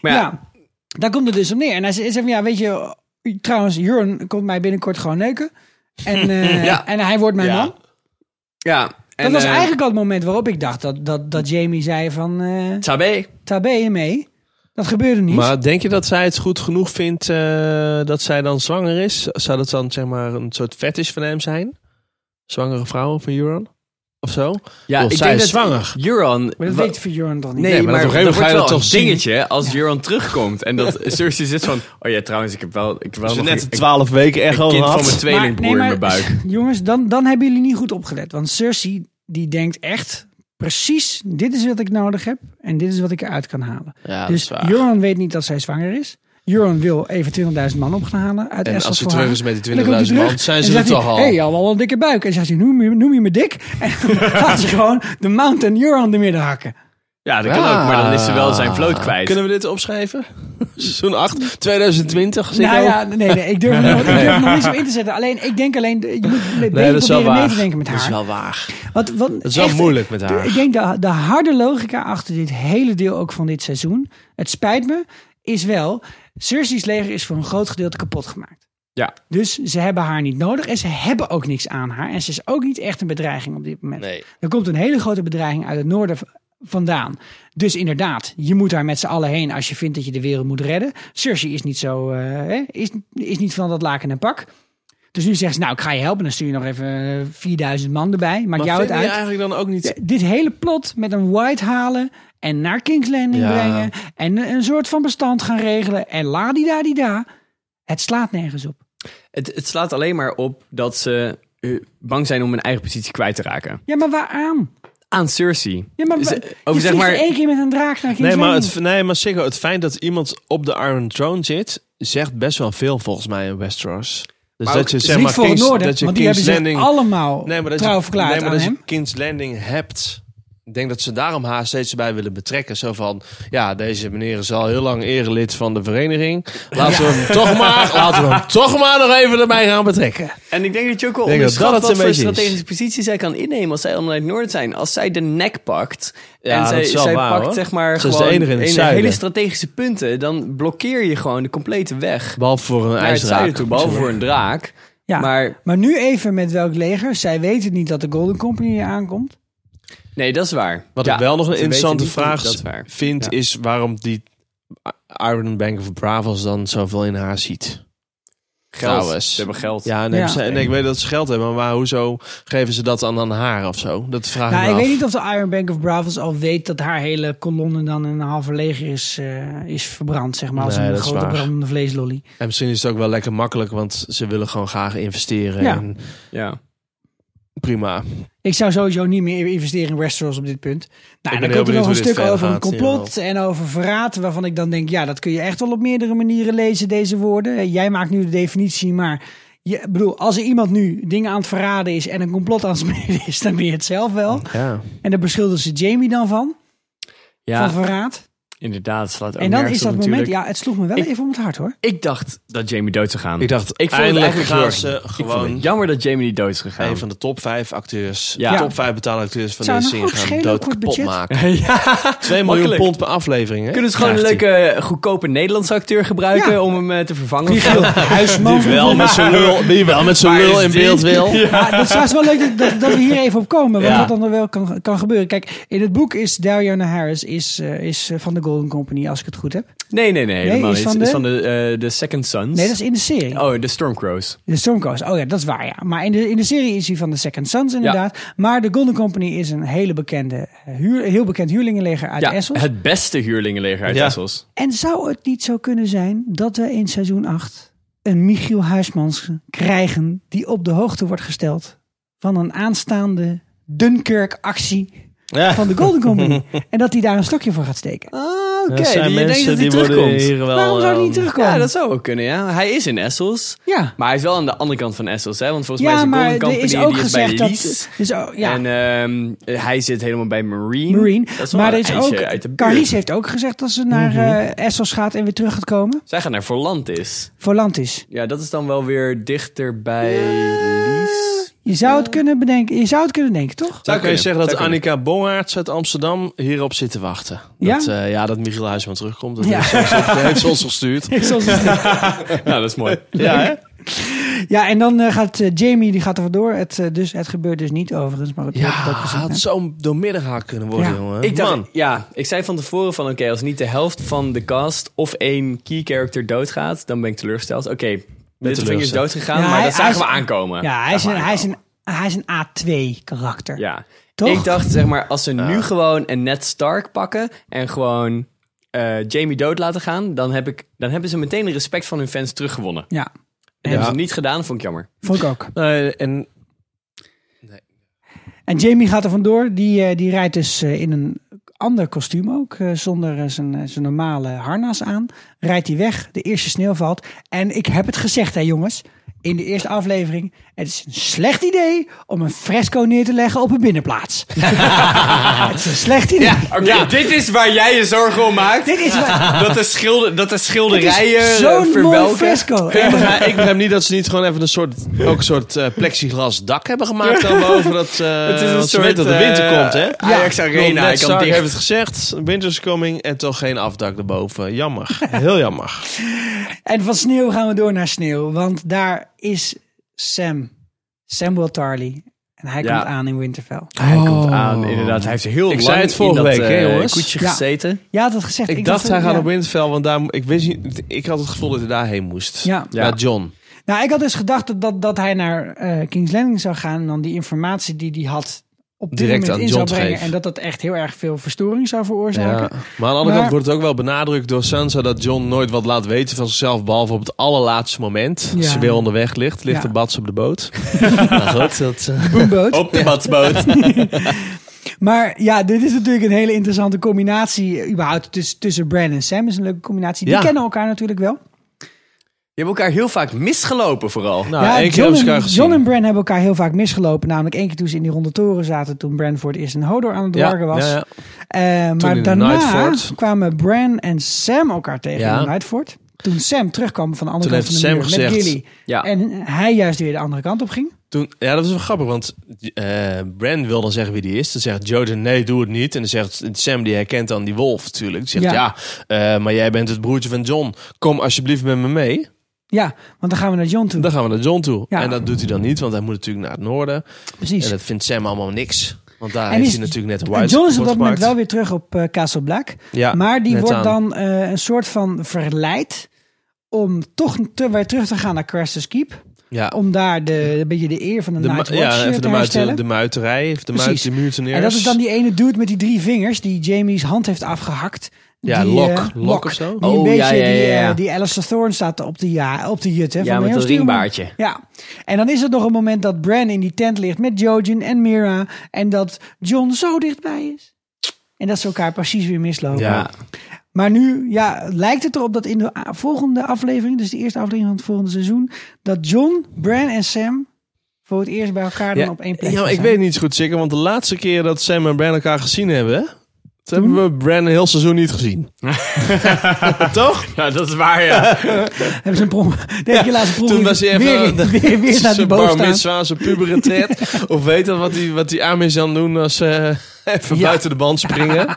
Maar
ja.
ja,
daar komt het dus om neer. En hij zegt van, ja, weet je, trouwens, Juran komt mij binnenkort gewoon neuken. En, eh,
Ja.
en hij wordt mijn
Ja.
man. Dat
ja. En,
was
eh,
eigenlijk al het moment waarop ik dacht dat, dat, dat Jamie zei van, eh
Tabé.
tabé mee. Dat gebeurde niet.
Maar denk je dat zij het goed genoeg vindt eh, dat zij dan zwanger is? Zou dat dan zeg maar een soort fetish van hem zijn? Zwangere vrouwen van Euron? Of zo?
Ja,
Bedoel,
ik
zij
denk
is
dat
zwanger.
Juran...
Maar dat
wa-
weet voor Juran toch niet.
Nee,
Nee, maar
maar,
dat op een
dat,
gegeven moment ga
wordt
je
wel
dat
een
toch zien.
dingetje als Juran terugkomt.
(laughs)
En dat Cersei zit van... Oh ja, trouwens, ik heb wel, ik heb wel nog een, een
twaalf weken echt
kind van mijn tweelingbroer
nee,
in mijn
(laughs)
buik.
Jongens, dan, dan hebben jullie niet goed opgelet. Want Cersei, die denkt echt precies, dit is wat ik nodig heb. En dit is wat ik eruit kan halen.
Ja,
dus
dat is waar.
Joran weet niet dat zij zwanger is. Joran wil even 20.000 man op gaan halen uit
En
Essos
als hij
voor
terug
haar.
is met die
En dan komt hij
20.000 man,
terug
zijn
en
ze
zegt
er
hij,
toch al.
Hé, hey, al wel een dikke buik. En zegt hij, noem je, noem je me dik? (laughs) En dan gaat ze gewoon de mountain Joran de midden hakken.
Ja, dat kan
Ja.
ook. Maar dan is ze wel zijn
Ah.
vloot kwijt.
Ah. Kunnen we dit opschrijven? (laughs) Seizoen 8, 2020. Zit
Nou
ook.
ja, nee, nee,
(laughs)
ik durf, er nog, ik durf er nog niet zo in te zetten. Alleen, ik denk alleen, je moet nee,
nee, dat is wel
proberen
waar.
mee te denken met haar.
Dat is wel waar.
Want, want het
is wel moeilijk met haar.
Ik denk de, de harde logica achter dit hele deel ook van dit seizoen, het spijt me, is wel, Cersei's leger is voor een groot gedeelte kapot gemaakt.
Ja.
Dus ze hebben haar niet nodig en ze hebben ook niks aan haar. En ze is ook niet echt een bedreiging op dit moment.
Nee.
Er komt een hele grote bedreiging uit het noorden v- vandaan. Dus inderdaad, je moet daar met z'n allen heen als je vindt dat je de wereld moet redden. Cersei is niet zo, eh, hè, is, is niet van dat laken en pak. Dus nu zegt ze, nou ik ga je helpen. Dan stuur je nog even eh, 4000 man erbij. Maakt
Maar
jou
vind
het
je
uit.
eigenlijk dan ook niet...
Ja, dit hele plot met een white halen en naar King's Landing
Ja.
brengen en een soort van bestand gaan regelen en la di da di da. Het slaat nergens op.
Het, het slaat alleen maar op dat ze eh, bang zijn om hun eigen positie kwijt te raken.
Ja, maar waaraan?
Aan Cersei.
Ja, maar
Is-
wa-
eh,
je
over zeg
vliegt
maar-
één keer met een draak naar King's
Nee, maar,
Landing.
het, nee, maar Siggo, het feit dat iemand op de Iron Throne zit, zegt best wel veel volgens mij in Westeros. Dus
Maar
dat
ook-
je,
het is
zeg
niet
maar,
voor het
Kings,
noorden,
dat je
want die
King's
hebben zich
Landing,
allemaal
nee, maar dat
trouw
je,
verklaard
nee, maar
aan
dat
hem.
je King's Landing hebt. Ik denk dat ze daarom haar steeds erbij willen betrekken. Zo van, ja, deze meneer is al heel lang erelid van de vereniging. Laten we hem toch
(laughs)
maar, laten we hem toch maar nog even erbij gaan betrekken.
En ik denk dat je ook wel
Denk dat
onderschat
dat het
wat
een
voor
beetje is.
strategische positie zij kan innemen als zij allemaal uit het noorden zijn. Als zij de nek pakt
Ja,
en
dat
zij,
is wel
zij
waar,
pakt
hoor.
zeg maar
Ze is de
gewoon
enige in het
een-
zuiden.
hele strategische punten, dan blokkeer je gewoon de complete weg
Behalve voor een
naar het zuiden
ijsdraak.
toe, behalve voor een draak.
Ja, maar,
Maar-
nu even met welk leger. Zij weten niet dat de Golden Company hier aankomt.
Nee, dat is waar.
Wat
Ja,
ik wel nog een
ze weten
interessante
niet
vraag
Dat is waar.
vind,
Ja.
is waarom die Iron Bank of Bravos dan zoveel in haar ziet.
Geld.
trouwens.
Ze hebben geld.
Ja, nee,
Ja.
ze- nee, ik weet dat ze geld hebben, maar hoezo geven ze dat aan, aan haar of zo? Dat vraag
nou,
ik
ik
me af.
weet niet of de Iron Bank of Bravos al weet dat haar hele kolonne dan een halve leger is, eh, is verbrand. Zeg maar als
Nee,
een
dat is
grote
waar.
brandende vleeslolly.
En misschien is het ook wel lekker makkelijk, want ze willen gewoon graag investeren.
Ja.
En
Ja.
prima.
Ik zou sowieso niet meer investeren in Westeros op dit punt. Nou, en
ben
dan
heel
komt er nog
benieuwd
een
hoe dit
stuk
verder
over een
gaat,
complot en over verraad. Waarvan ik dan denk, ja, dat kun je echt wel op meerdere manieren lezen, deze woorden. Eh, Jij maakt nu de definitie, maar je, ik bedoel, als er iemand nu dingen aan het verraden is en een complot aan het (laughs) smeden is, dan ben je het zelf wel.
Ja.
En daar beschuldigen ze Jamie dan van,
Ja.
van verraad.
Inderdaad, slaat ook
En dan
nergens
is dat
op
moment,
natuurlijk.
ja, het sloeg me wel
Ik-
even om het
(laughs)
hart hoor.
Ik dacht dat Jamie dood zou gaan.
Ik dacht,
ik vond het
eindelijk
eigenlijk
gaan
heel erg-
ze
ik vond
gewoon-
het jammer dat Jamie niet dood is gegaan.
Een van de top vijf acteurs,
Ja.
de top vijf betaalde acteurs van
Zou
deze
nou
serie
ook
gaan
schelen,
dood
kort
kapot
budget?
(laughs)
maken.
(laughs) ja.
2 miljoen
Makkelijk.
pond per aflevering. Hè?
Kunnen ze gewoon een
Krijgt
leuke, eh, goedkope Nederlandse acteur gebruiken om hem eh, te vervangen?
Huisman.
hij. Wel
(laughs)
met zijn
(laughs)
lul, die wel met zijn
Waar
lul
is
in
die?
beeld
(laughs)
wil.
Maar dat is trouwens wel leuk dat, dat, dat we hier even op komen. Want
Ja.
wat dan er wel kan, kan gebeuren. Kijk, in het boek is Diana Harris is, eh, is eh, van de Golden Company, als ik het goed heb.
Nee, nee, nee. Helemaal
is
niet.
van
Het
de-
is van de, eh, de Second Sons.
Nee, dat is in de serie.
Oh, de Stormcrows.
De Stormcoast. Oh ja, dat is waar, ja. Maar in de, in de serie is hij van de Second Sons inderdaad. Maar de Golden Company is een hele bekende huur, heel bekend huurlingenleger uit
Ja,
Essos.
het beste huurlingenleger uit
Ja.
Essos.
En zou het niet zo kunnen zijn dat we in seizoen 8 een Michiel Huismans krijgen die op de hoogte wordt gesteld van een aanstaande Dunkirk-actie
Ja.
van de Golden
(laughs)
Company. en dat hij daar een stokje voor gaat steken.
Ah, oké.
Dat zijn
die- je denkt
mensen
dat hij
die worden
terugkomt. Nou,
hier wel...
Waarom zou hij niet
ehm,
terugkomen?
Ja, dat zou ook kunnen, ja. Hij is in Essos.
Ja.
Maar hij is wel aan de andere kant van Essos, hè? Want volgens mij
ja,
is de
maar
Golden
er
Company
is ook
die is bij
gezegd dat...
Leeds.
Dus, oh, ja.
En ehm, hij zit helemaal bij Marine.
Marine.
Dat is wel
Maar er
een
is
eindje
ook.
uit de buurt. Mhm.
Carice heeft ook gezegd dat ze naar eh, Essos gaat en weer terug gaat komen.
Zij gaan naar Volantis.
Volantis.
Ja, dat is dan wel weer dichter bij (laughs) Lies.
Je zou het kunnen bedenken. Je zou het kunnen denken,
(laughs)
toch?
Zou kun je
kunnen,
zeggen dat
zou kunnen.
Annika Bongaerts uit Amsterdam hierop zit te wachten? Dat,
Ja?
ja? ja, dat Michiel Huisman terugkomt. Dat
Ja.
heeft, ze ons, dat heeft ze ons
(laughs)
gestuurd.
Zoals het-
Ja, Nou, dat is mooi.
Ja, hè?
ja, en dan eh, gaat eh, Jamie die gaat er vandoor. Het, eh, dus, het gebeurt dus niet overigens, maar het
Ja,
wordt ook gezien.
had
hè?
zo doormidden gehakt kunnen worden,
Ja.
jongen.
Ik dacht,
Man.
ja, ik zei van tevoren van oké, als niet de helft van de cast of één key character doodgaat, dan ben ik teleurgesteld. Oké, Littlefinger is
teleurgesteld.
doodgegaan,
Ja,
maar
hij-
dat
hij
zagen
is-
we aankomen.
Ja, hij is een, hij is een, hij is een A2-karakter.
Ja.
Toch?
Ik dacht, zeg maar, als ze nu gewoon een Ned Stark pakken en gewoon eh, Jamie dood laten gaan, dan, heb ik, dan hebben ze meteen de respect van hun fans teruggewonnen.
ja.
En hebben ze het niet gedaan, vond ik jammer.
Vond ik ook.
Nee, en
En Jamie gaat er vandoor. Die, eh, die rijdt dus eh, in een ander kostuum ook. eh, zonder eh, zijn, eh, zijn normale harnas aan. Rijdt hij weg. De eerste sneeuw valt. En ik heb het gezegd, hè jongens. In de eerste aflevering. Het is een slecht idee om een fresco neer te leggen op een binnenplaats. (laughs) het is een slecht idee.
Oké, dit is waar jij je zorgen om maakt.
Dit is wel-
Dat de, schilder, dat de
schilderijen, eh, zo'n mooi verwelken.
(laughs)
fresco.
ik, begrijp, ik begrijp niet dat ze niet gewoon even een soort, ook een soort eh, plexiglas dak hebben gemaakt dan boven (laughs) dat. eh
Het is een
want ze
soort,
weten dat de winter
eh,
komt, hè?
Ajax Arena,
Want Ned
hij kan
Stark
dicht.
heeft het gezegd, winter's coming en toch geen afdak erboven. (laughs) Jammer, heel jammer.
En van sneeuw gaan we door naar sneeuw. Want daar is Sam. Samuel Tarly. En hij
Ja.
komt aan in Winterfell.
Hij komt aan, inderdaad. Hij heeft heel
Ik
lang
zei het vorige
in dat
week, hè,
eh,
jongens?
koetje
Oh. Ja.
gezeten.
Ja, had dat gezegd.
Ik, dacht, hij gaat
ja.
op Winterfell, want daar, ik, wist niet, ik had het gevoel dat hij daarheen moest.
Ja.
Naar John.
Nou, ik had dus gedacht dat, dat, dat hij naar eh, King's Landing zou gaan. En dan die informatie die hij had op dit
Direct
moment
aan
in
Jon
zou brengen.
geven.
En dat dat echt heel erg veel verstoring zou
Ja.
veroorzaken.
Maar aan de andere
Maar-
kant wordt het ook wel benadrukt door Sansa dat John nooit wat laat weten van zichzelf, behalve op het allerlaatste moment. Als
Ja.
ze weer onderweg ligt, ligt
Ja.
de bats op de
(laughs)
boot. maar goed, dat, Nou, eh, (laughs)
Boomboot.
Op de badsboot.
Maar ja, dit is natuurlijk een hele interessante combinatie. eh, Überhaupt tussen, tussen Bran en Sam is een leuke combinatie. Die
Ja.
kennen elkaar natuurlijk wel.
Je hebt elkaar heel vaak misgelopen vooral.
nou,
ja,
één keer
John,
hebben ze
en,
elkaar gezien.
John en Bran hebben elkaar heel vaak misgelopen. Namelijk één keer toen ze in die ronde toren zaten. Toen Bran voor het eerst een Hodor aan het
Ja,
wargen was.
ja, ja.
Eh,
in
maar
de
daarna
Nightfort.
kwamen Bran en Sam elkaar tegen
Ja.
in de Nightfort. Toen Sam terugkwam van de andere
Toen
kant van
heeft
de muur
Sam
met
gezegd-
Gilly.
Ja.
En hij juist weer de andere kant op ging.
Toen, ja, dat was wel grappig, want eh Bran wil dan zeggen wie die is. Dan zegt Joden, nee, doe het niet. En dan zegt Sam, die herkent dan die wolf natuurlijk. Die zegt,
Ja.
ja, eh, maar jij bent het broertje van John. Kom alsjeblieft met me mee.
Ja, want dan gaan we naar John toe.
Dan gaan we naar John toe.
Ja.
En dat doet hij dan niet, want hij moet natuurlijk naar het noorden.
Precies.
En dat vindt Sam allemaal niks. Want daar
En
heeft
is-
hij natuurlijk net White
En John is op dat
wordt
moment
gemaakt.
wel weer terug op eh, Castle Black.
Ja,
maar die
net
wordt
aan.
dan eh, een soort van verleid om toch te, weer terug te gaan naar Crestus Keep.
Ja,
Om daar de, een beetje de eer van de,
de,
Nightwatch
mu- ja,
eh,
even
te
de, muiten,
herstellen.
de muiterij, even de,
Precies.
muit, de mutineers.
En dat is dan die ene dude met die drie vingers die Jamie's hand heeft afgehakt.
Ja,
die,
Locke.
eh,
Locke of zo?
Die een
Oh,
beetje,
ja, ja, ja,
Die, eh,
ja.
die Alistair Thorne staat op de, ja, op de jut. Hè,
Ja,
van,
met
"Heel
dat
stuur hem op."
ringbaardje.
Ja, en dan is er nog een moment dat Bran in die tent ligt met Jojen en Mira. En dat John zo dichtbij is. En dat ze elkaar precies weer mislopen.
Ja.
Maar nu ja, lijkt het erop dat in de a- volgende aflevering, dus de eerste aflevering van het volgende seizoen, dat John, Bran en Sam voor het eerst bij elkaar dan op één plek
ja, maar
gaan
ik
zijn.
weet niet zo goed zeker, want de laatste keer dat Sam en Bran elkaar gezien hebben, Dat hebben we Bran een heel seizoen niet
(laughs)
gezien. Toch?
Ja, dat is waar, ja.
Hebben ze een prom... (laughs) Deze laatste prom...
Toen was hij even...
weer, weer,
(laughs)
weer, weer naar die
zijn
boog
bar
staan.
mitzwa, zijn puberteit.
(laughs)
of weet dat wat die, wat die Amis dan doen als ze (laughs) even buiten de band springen.
(laughs)
(laughs)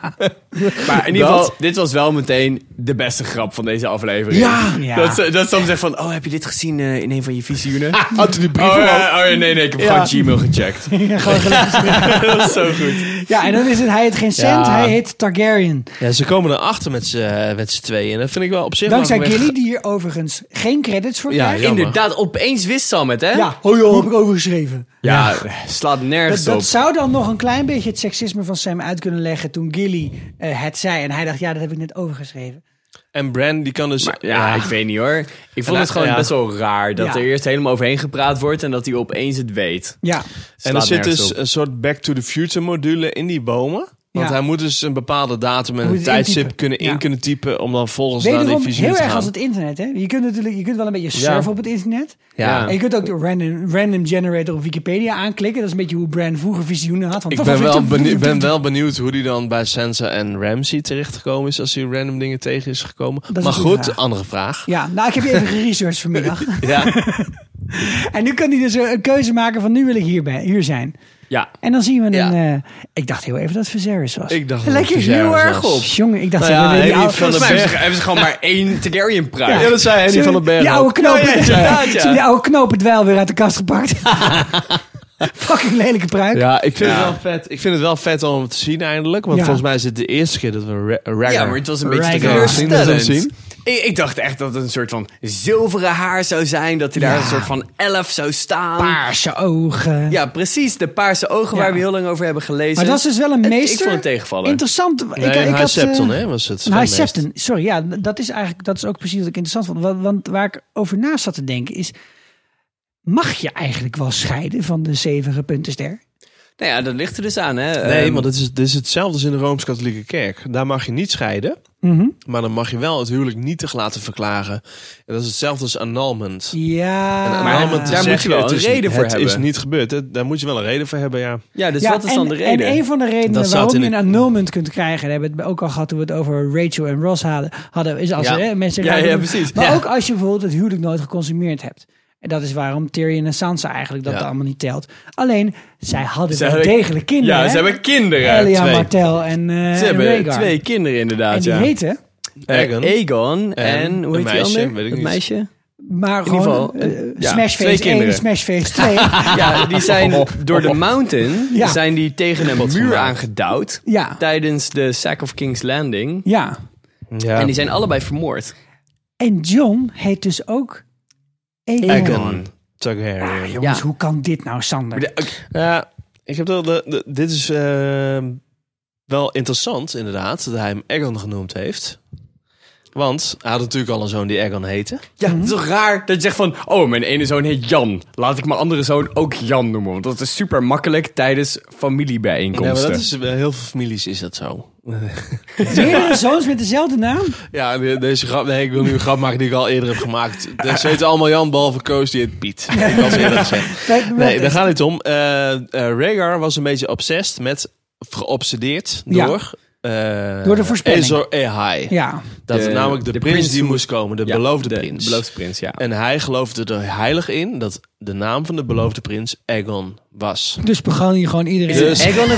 Maar in ieder
Dat-
geval, dit was wel meteen de beste grap van deze aflevering.
Ja. Ja.
Dat, ze- dat ze dan zegt van, oh, heb je dit gezien eh, in een van je
(laughs)
visioenen? oh,
Had hij die brief
ja, oh ja, nee, nee, ik heb
Ja.
gewoon Gmail gecheckt.
Ja, gewoon gelijk.
dat is zo goed.
ja, en dan is het, hij heet geen cent, hij heet Targaryen.
Ja, ze komen erachter met z'n met z'n tweeën. En dat vind ik wel op zich
Dankzij
wel een
Gilly, die hier overigens geen credits voor
Ja,
krijgt.
jammer. Hm?
Inderdaad, opeens wist Sam het, hè?
Ja, oh joh, heb ik overgeschreven.
Ja, slaat nergens
Dat, dat
op.
zou dan nog een klein beetje het seksisme van Sam uit kunnen leggen toen Gilly eh, het zei. En hij dacht, ja, dat heb ik net overgeschreven.
En Bran, die kan dus...
Maar ja, ik weet niet hoor. Ik vond
nou,
het gewoon
ja.
best wel raar dat
Ja.
er eerst helemaal overheen gepraat wordt en dat hij opeens het weet.
Ja,
en er
Slaat
zit
nergens
dus
op.
een soort Back to the Future module in die bomen. Want
Ja.
hij moet dus een bepaalde datum en
Moet
een
het
tijdstip
intypen.
kunnen in
Ja.
kunnen typen... om dan volgens naar die
wederom
visioen
heel
te
erg
gaan.
als het internet. Hè? Je, kunt natuurlijk, je kunt wel een beetje surfen op het internet.
Ja.
En je kunt ook de random, random generator op Wikipedia aanklikken. Dat is een beetje hoe Brand vroeger visioenen had. Van-
Ik ben wel, benieu- ben wel benieuwd hoe die dan bij Sansa en Ramsey terechtgekomen is... als hij random dingen tegen is gekomen.
is
maar
een goede
goed,
vraag.
andere vraag.
Ja, nou, ik
(laughs)
heb je even geresearched vanmiddag.
Ja.
(laughs) En nu kan hij dus een keuze maken van nu wil ik hier, bij, hier zijn.
Ja.
En dan zien we
Ja.
een... eh, ik dacht heel even dat het Viserys was.
Ik dacht dat
Lekker
het Viserys
heel erg
was.
op. Jongen, ik dacht...
Nou ja,
dat we- die
Henry
oude-
van den
Volgens mij hebben
Berg.
ze, hebben ze gewoon maar één Targaryen pruik.
Ja, dat zei Henry van den Berg
Die
ook.
oude knopen,
Ja, ja, inderdaad, ja.
Ze hebben die oude knopen dweil weer uit de kast
(laughs)
gepakt. Fucking lelijke pruik.
Ja, ik vind,
Ja.
Het wel vet. ik vind het wel vet om het te zien eindelijk. Want
Ja.
volgens mij is het de eerste keer dat we een ra- ragger...
Ja, maar het was een beetje
Ragnar.
teleurstellend.
Zien we dat
Ik, ik dacht echt dat het een soort van zilveren haar zou zijn. Dat hij daar
Ja.
een soort van elf zou staan.
Paarse ogen.
Ja, precies. De paarse ogen
Ja.
waar we heel lang over hebben gelezen.
Maar dat is dus wel een
Het-
meester.
Ik vond het tegenvallen.
Interessant.
Nee,
ik, ik
High
had,
Septon,
eh,
hè, was het.
High
meest.
Septon, sorry. Ja, dat is eigenlijk dat is ook precies wat ik interessant vond. Wa- Want waar ik over na zat te denken is... Mag je eigenlijk wel scheiden van de zevende puntenster?
Nou ja, dat ligt er dus aan, hè.
Nee,
Ehm,
want het is, het is hetzelfde als in de Rooms-Katholieke Kerk. Daar mag je niet scheiden.
Mhm.
Maar dan mag je wel het huwelijk nietig laten verklaren. En dat is hetzelfde als annulment.
Ja.
Maar
annulment
daar moet je wel
het
een
is-
reden voor
het is
hebben.
niet gebeurd. hè. daar moet je wel een reden voor hebben, ja.
Ja, dus
Ja,
wat is dan
en-
de reden?
En een van de redenen
staat
waarom
in
je een
de-
annulment kunt krijgen, daar hebben we het ook al gehad toen we het over Rachel en Ross hadden, hadden is als
Ja.
hè, mensen
Ja,
elkaar
ja,
doen.
precies.
Maar
Ja.
ook als je bijvoorbeeld het huwelijk nooit geconsumeerd hebt. En dat is waarom Tyrion en Sansa eigenlijk dat
Ja.
allemaal niet telt. Alleen, zij hadden
Ze
wel
hebben-
degelijk kinderen.
Ja,
hè?
ze hebben kinderen.
Elia
twee.
Martel en, eh
Ze
en
hebben
Rhaegar.
twee kinderen inderdaad,
en die
ja.
heten,
Eh,
Aegon.
Aegon en,
En
hoe
een
heet die
meisje,
ander?
weet ik
Het
niet.
(laughs) meisje?
maar
In
gewoon
ieder geval,
eh,
eh, ja, twee
Smashface 1 en
kinderen. (laughs)
Smashface 2.
Ja, die zijn door de mountain
Ja.
zijn die tegen een muur
mij.
aangedouwd
ja,
tijdens de Sack of King's Landing.
ja.
ja.
En die zijn allebei vermoord.
En John heet dus ook Aegon.
Aegon Targaryen.
Ah, jongens,
Ja.
hoe kan dit nou, Sander?
Maar de- oké,
Ja, ik heb wel de, de- dit is ehm, wel interessant inderdaad dat hij hem Egon genoemd heeft. Want hij had natuurlijk al een zoon die Egon heette.
Ja, het is toch raar dat je zegt van... Oh, mijn ene zoon heet Jan. Laat ik mijn andere zoon ook Jan noemen. Want dat is super makkelijk tijdens
Ja, maar
familiebijeenkomsten.
dat is bij heel veel families is dat zo.
Meerdere zoons met dezelfde naam?
Ja, de- deze grap, nee, ik wil nu een grap maken die ik al eerder heb gemaakt. Ze heten allemaal Jan, behalve Koos, die heet Piet. Ik was eerder gezegd. Nee, daar gaat het om. Eh eh, Rhaegar was een beetje obsessed met, of geobsedeerd
Ja.
door... eh,
Door de voorspelling.
Azor Ahai.
Ja,
Dat
De-
namelijk de,
de
prins,
prins
die
moet-
moest komen, de
Ja,
beloofde
de
prins.
beloofde prins, ja.
En hij geloofde er heilig in dat de naam van de beloofde prins Aegon was.
(laughs) dus begon hier gewoon iedereen.
Dus-
Hij wilde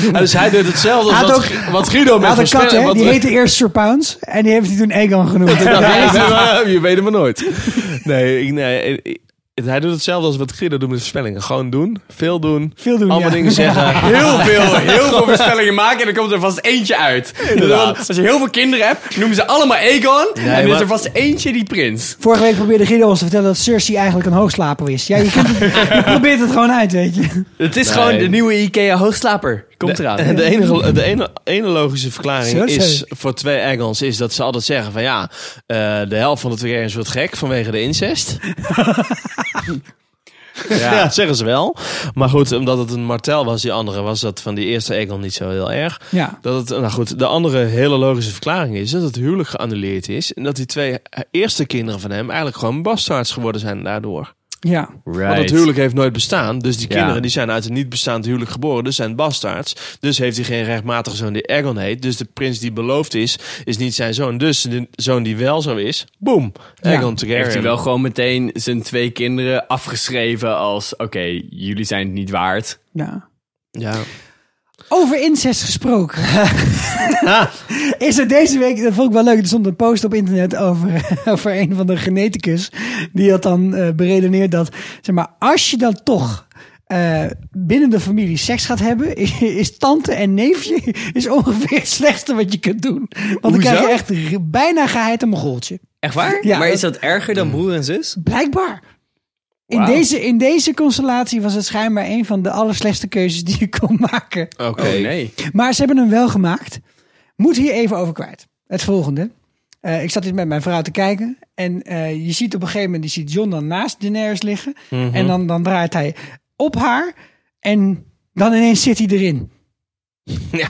doen.
Ja, dus (laughs) hij deed hetzelfde als
Hij had
wat, wat Guido
Hij
met
had een kat,
voorspellen-
hè?
wat-
Die heette eerst Sir Pounds. En die heeft hij toen Egon genoemd.
(laughs) Ja, maar Je weet het maar nooit. Nee, ik- nee ik- hij doet hetzelfde als wat Guido doet met voorspellingen. Gewoon doen, veel doen,
Veel doen,
allemaal
ja.
dingen
(laughs)
zeggen.
(laughs) Heel veel, heel veel voorspellingen maken en dan komt er vast eentje uit. Dus als je heel veel kinderen hebt, noemen ze allemaal Aegon. en dan is
maar-
er vast eentje die prins.
Vorige week probeerde Guido ons te vertellen dat Cersei eigenlijk een hoogslaper is. Ja, je, kunt
(laughs)
het- je probeert het gewoon uit, weet je.
Het is gewoon de nieuwe Ikea hoogslaper. Komt
En
(laughs) eraan.
de enige, de ene, ene logische verklaring
Zo, zo.
is voor twee Engels is dat ze altijd zeggen van ja, eh, de helft van de Targaryens wordt gek vanwege de
(laughs)
incest. ja. dat zeggen ze wel. Maar goed, omdat het een martel was, die andere, was dat van die eerste Engel niet zo heel erg.
Ja.
Dat het, nou goed, de andere hele logische verklaring is dat het huwelijk geannuleerd is. En dat die twee eerste kinderen van hem eigenlijk gewoon bastards geworden zijn daardoor.
Ja.
Want het huwelijk heeft nooit bestaan. Dus die
Ja.
kinderen die zijn uit een niet bestaand huwelijk geboren. Dus zijn bastards. Dus heeft hij geen rechtmatige zoon die Aegon heet. Dus de prins die beloofd is, is niet zijn zoon. Dus de zoon die wel zo is, boem.
Ja.
Aegon Targaryen.
Heeft hij wel gewoon meteen zijn twee kinderen afgeschreven als... Oké, jullie zijn het niet waard.
ja.
Ja.
Over incest gesproken. is er deze week, dat vond ik wel leuk, er stond een post op internet over, (laughs) over een van de geneticus. Die had dan eh, beredeneerd dat, zeg maar, als je dan toch eh, binnen de familie seks gaat hebben, (laughs) is tante en neefje (laughs) is ongeveer het slechtste wat je kunt doen. Want dan krijg je echt re- bijna geheid een mogoltje.
Echt waar?
Ja,
maar is
dat-
dat erger dan broer en zus?
Blijkbaar. In,
Wauw.
deze, in deze constellatie was het schijnbaar een van de allerslechtste keuzes die je kon maken.
Oké.
Oh nee.
Maar ze hebben hem wel gemaakt. Moet hier even over kwijt. Het volgende. Eh, ik zat dit met mijn vrouw te kijken. En eh, je ziet op een gegeven moment, je ziet John dan naast Daenerys liggen.
Mhm.
En dan, dan draait hij op haar. En dan ineens zit hij erin.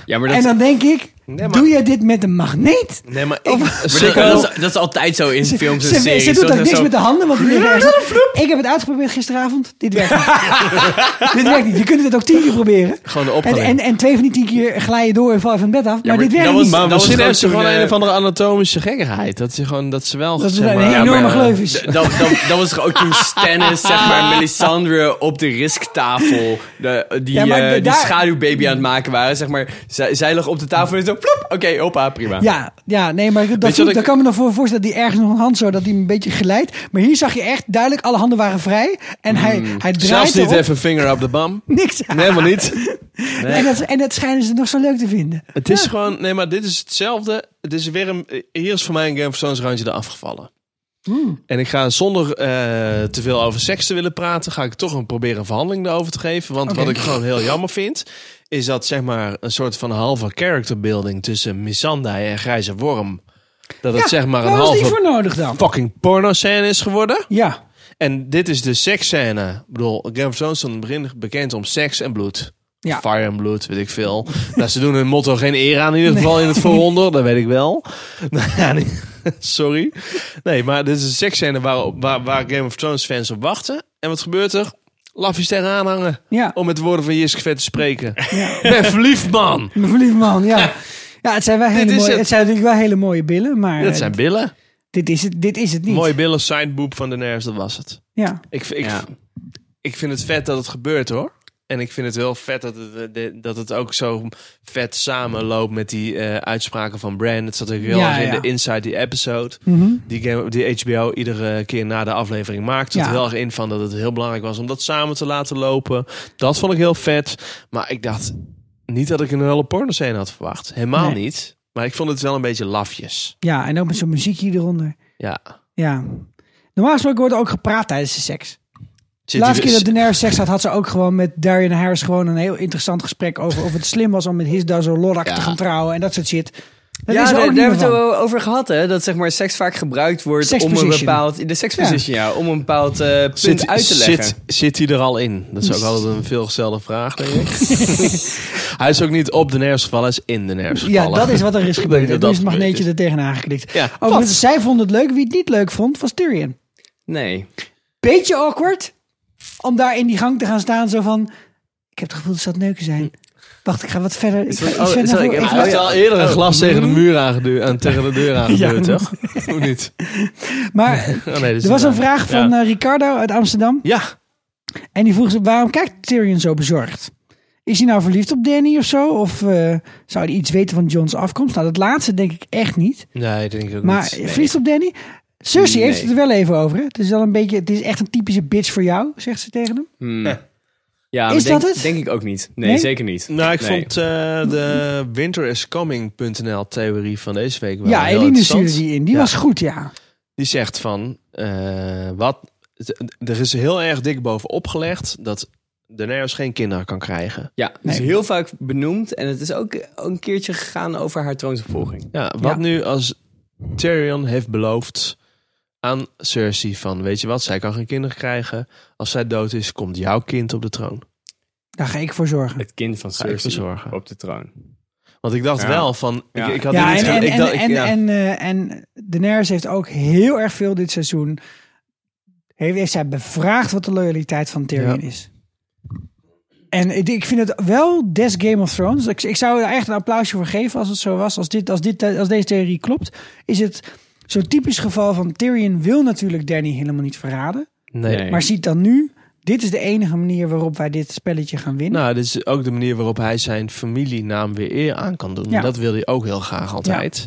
Ja, maar dat,
En dan denk ik,
Nee, maar-
doe je dit met een magneet?
Nee, maar ik...
maar
Sicko-
dat, dat is, dat is altijd zo in films en
Ze,
series.
ze doet
Dat
ook
is
niks
zo-
met de handen. Want die liggen ergens- ik heb het uitgeprobeerd gisteravond. Dit werkt niet.
(laughs)
dit werkt niet. Je kunt het ook tien keer proberen.
Gewoon de
En,
opgave.
en, en twee van die tien keer glij je door en val je van het bed af. maar,
maar
dit werkt
dat was-
niet.
maar
Maar
Dat
misschien
was
heeft ze
gewoon
gewoon
toen,
een
eh,
of andere anatomische gekkigheid. Dat ze gewoon, dat ze wel...
Dat is
zeg
een
maar- eh,
enorme
maar,
gleuf is.
d- Dat, dat, dat was ook
(laughs)
toen Stannis, zeg
Ah.
maar, Melisandre op de risktafel. De, die,
Ja, maar
eh,
de-
die
daar-
schaduwbaby aan het maken waren. Zeg maar, zij, zij lag op de tafel en zo, plop, oké, opa, prima.
Ja, ja, nee, maar dat,
wat
voelt-
ik-
daar kan me nog voor voorstellen dat hij ergens nog een hand zo, dat hij hem een beetje glijdt. Maar hier zag je echt duidelijk, alle handen waren vrij. En hij, hij draait
Hmm. Zelfs niet
erop.
even vinger op de bam.
Niks aan.
Nee, maar niet.
En, dat, en dat schijnen ze nog zo leuk te vinden.
Het is gewoon, nee, maar dit is hetzelfde. Het is weer een, hier is voor mij een Game of Thrones randje eraf gevallen.
Hmm.
En ik ga zonder eh, te veel over seks te willen praten, ga ik toch een proberen een verhandeling daarover te geven. Want wat ik gewoon heel jammer vind, is dat zeg maar een soort van halve character building tussen Missandei en Grijze Worm. Dat het zeg maar een
waar was die voor
halve
nodig dan?
fucking porno scène is geworden.
Ja,
En dit is de seksscène. Ik bedoel, Game of Thrones stond in het begin bekend om seks en bloed.
Ja.
Fire en bloed, weet ik veel. (laughs) nou, ze doen hun motto geen eer aan in ieder geval in het vooronder. Dat weet ik wel.
(laughs)
Nou ja, nee, (laughs) Sorry. Nee, maar dit is een seksscène waar, waar, waar Game of Thrones fans op wachten. En wat gebeurt er? Lafjes tegenaan hangen.
Ja.
Om met woorden van Jiske vet te spreken.
Ja.
(laughs) Ben verliefd, man.
mijn verliefde man,
(laughs)
ja. Ja, het zijn, wel hele
is
mooie, het.
het.
zijn natuurlijk wel hele mooie billen, maar
Dat zijn billen.
dit, is het, dit is het niet.
Mooie billen, sideboob van Daenerys, dat was het.
Ja.
Ik, ik,
Ja.
ik vind het vet dat het gebeurt hoor. En ik vind het wel vet dat het, eh, dat het ook zo vet samenloopt met die eh, uitspraken van Bran. Het zat ook heel
Ja,
erg in
ja.
de Inside the Episode.
Mhm.
Die, game, die HBO iedere keer na de aflevering maakt. Het
Ja.
heel erg in van dat het heel belangrijk was om dat samen te laten lopen. Dat vond ik heel vet. Maar ik dacht niet dat ik een hele porno scène had verwacht. Helemaal
Nee.
niet. Maar ik vond het wel een beetje lafjes.
ja, en ook met zo'n muziekje eronder.
Ja.
Ja. Normaal gesproken wordt er ook gepraat tijdens de seks.
Zit
de laatste
die-
keer dat Daenerys seks had, had ze ook gewoon met Darian Harris gewoon een heel interessant gesprek over of het slim was om met His Dazzle Lorak te gaan trouwen en dat soort shit. Dat is er
daar,
ook
daar
niet meer
hebben we het
van.
wel over gehad, hè? Dat zeg maar seks vaak gebruikt wordt
Sex
om een
position.
bepaald. De seksposition, ja. Om een bepaald eh, punt
Zit,
uit te leggen.
Zit, zit hij er al in? Dat is ook altijd een veelgestelde vraag, denk (laughs) ik. hij is ook niet op de nerves gevallen, hij is in de nerves
Ja,
gevallen.
dat
(laughs)
is wat er is gebeurd.
dat
Dat is het
dat
magneetje
gebeurd
er tegenaan geklikt.
Ja,
Overigens, zij vond het leuk. Wie het niet leuk vond, was Tyrion.
Nee.
Beetje awkward om daar in die gang te gaan staan zo van... Ik heb het gevoel dat ze aan het neuken zijn. Wacht, ik ga wat verder. Ik ga iets verder
oh,
naar
sorry, ik heb-
voren.
Hij
Even-
heeft al eerder een glas tegen de muur aangeduwd en tegen de (laughs) deur aangeduwd,
Ja.
toch? Of niet?
Maar
Oh, nee, dat is
er was
niet
een
waar.
vraag van
Ja.
eh, Ricardo uit Amsterdam.
Ja,
En die vroeg ze, waarom kijkt Tyrion zo bezorgd? Is hij nou verliefd op Danny of zo? Of eh, zou hij iets weten van Johns afkomst? Nou, dat laatste denk ik echt niet.
nee, denk ik ook
Maar
niet.
verliefd op Danny? Cersei heeft
Nee.
het er wel even over. Hè? Het is wel een beetje, het is echt een typische bitch voor jou, zegt ze tegen hem.
Hmm. Ja, maar
Is
denk,
dat het?
Denk ik ook niet. Nee,
Nee?
zeker niet.
Nou, ik
Nee.
vond eh, de winteriscoming.nl theorie van deze week wel
ja,
heel
Eline
interessant.
stuurde die in. Die
Ja.
was goed, ja.
Die zegt van, eh, wat, het- er is heel erg dik bovenop gelegd dat Daenerys geen kinderen kan krijgen.
Ja, het is heel vaak benoemd. En het is ook eh, een keertje gegaan over haar troonsopvolging.
Ja, wat
Ja.
nu als Tyrion heeft beloofd aan Cersei van... weet je wat, zij kan geen kinderen krijgen. Als zij dood is, komt jouw kind op de troon.
Daar ga ik voor zorgen.
Het kind van
Ga ik
Cersei
verzorgen.
op de troon.
Want ik dacht
Ja.
wel van...
Ja.
Ik, ik had dit
Ja,
niet
en,
ge-
en,
ik dacht-
en,
ik-
en,
ja.
en, eh, en Daenerys heeft ook heel erg veel dit seizoen Heeft, heeft zij bevraagd wat de loyaliteit van Tyrion is. En ik- ik vind het wel des Game of Thrones. Ik, ik zou er echt een applausje voor geven als het zo was. Als, dit, als, dit, als deze theorie klopt, is het zo'n typisch geval van Tyrion wil natuurlijk Danny helemaal niet verraden.
Nee.
Maar ziet dan nu, dit is de enige manier waarop wij dit spelletje gaan winnen.
Nou, dit is ook de manier waarop hij zijn familienaam weer eer aan kan doen.
Ja.
Dat wil hij ook heel graag altijd.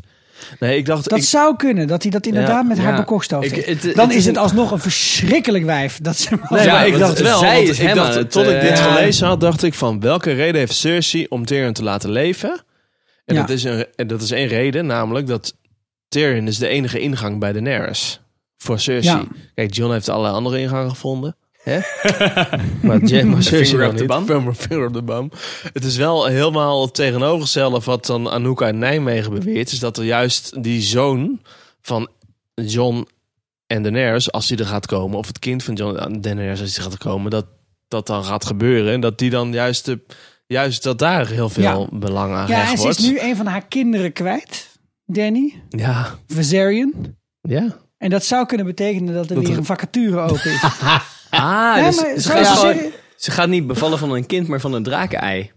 Nee, ik dacht...
dat
Nou, ik,
zou kunnen, dat hij dat inderdaad met haar
ja.
bekokstoofd
Ik-
heeft.
het-
Dan
het
is,
is
het
een-
alsnog een verschrikkelijk wijf. Dat ze
Nee,
Ja,
maar ik
want
dacht wel,
zij
want
is
ik
hem
dacht,
aan het,
tot ik dit
eh,
gelezen had, dacht ik van welke reden heeft Cersei om Tyrion te laten leven? En,
Ja.
dat, is een, en dat is één reden, namelijk dat Tyrion is de enige ingang bij Daenerys voor Cersei.
Ja.
Kijk, John heeft alle andere ingangen gevonden. Hè? (laughs) maar Jem maar Cersei
Finger
nog
up the
niet.
bum.
Finger- Finger up the bum. Het is wel helemaal het tegenovergestelde wat dan Anouk uit Nijmegen beweert, is dat er juist die zoon van John en Daenerys, als die er gaat komen, of het kind van John en Daenerys, als die gaat komen, dat dat dan gaat gebeuren. En dat die dan juist, de, juist dat daar heel veel belang aan
Ja,
gehecht
en ze is
wordt.
nu een van haar kinderen kwijt. Danny,
Ja,
Viserion.
ja.
En dat zou kunnen betekenen dat er
Dat
weer
er-
een vacature
(laughs)
open is.
Ah,
Nee,
dus
maar
ze,
zo
gaat
is het
gewoon-
serieus.
ze gaat niet bevallen van een kind, maar van een drakenei.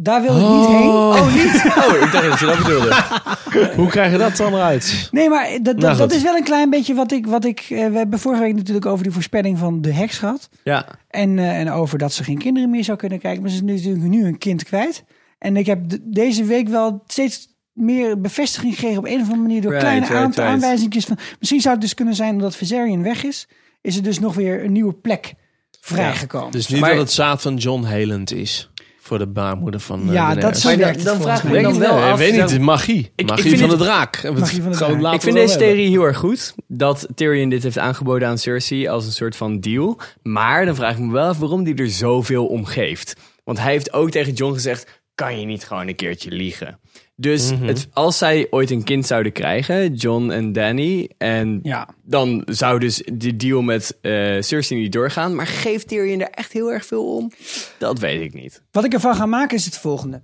Daar wil ik niet heen.
(laughs)
Oh, niet?
Oh, ik dacht dat je dat bedoelde.
(laughs)
Hoe krijg je dat dan uit?
Nee, maar dat, dat,
Nou,
dat
goed.
is wel een klein beetje wat ik... Wat ik eh, we hebben vorige week natuurlijk over die voorspelling van de heks gehad.
Ja.
En, eh, en over dat ze geen kinderen meer zou kunnen kijken. Maar ze is nu natuurlijk nu een kind kwijt. En ik heb de- deze week wel steeds meer bevestiging gekregen op een of andere manier door
Right,
kleine
right,
aant-
right.
aanwijzingjes van misschien zou het dus kunnen zijn omdat Viserion weg is, is er dus nog weer een nieuwe plek vrijgekomen.
Dus niet
Maar-
dat het zaad van John helend is voor de baarmoeder van eh,
ja, dat
Daenerys.
zou
Maar dan-
werkt het
dan
volgens
vraag
mij.
ik me
Ik
dan wel
eh,
af-
weet niet,
dan-
magie.
ik
Magie
vind
van de
het-
draak.
Magie van de draak.
Ik vind deze theorie heel erg goed. Dat Tyrion dit heeft aangeboden aan Cersei als een soort van deal. Maar dan vraag ik me wel af waarom die er zoveel om geeft. Want hij heeft ook tegen John gezegd: kan je niet gewoon een keertje liegen? Dus het, als zij ooit een kind zouden krijgen, John en Danny, en
Ja.
dan zou dus die deal met eh, Cersei niet doorgaan. Maar geeft Tyrion er echt heel erg veel om? Dat weet ik niet.
Wat ik ervan ga maken is het volgende.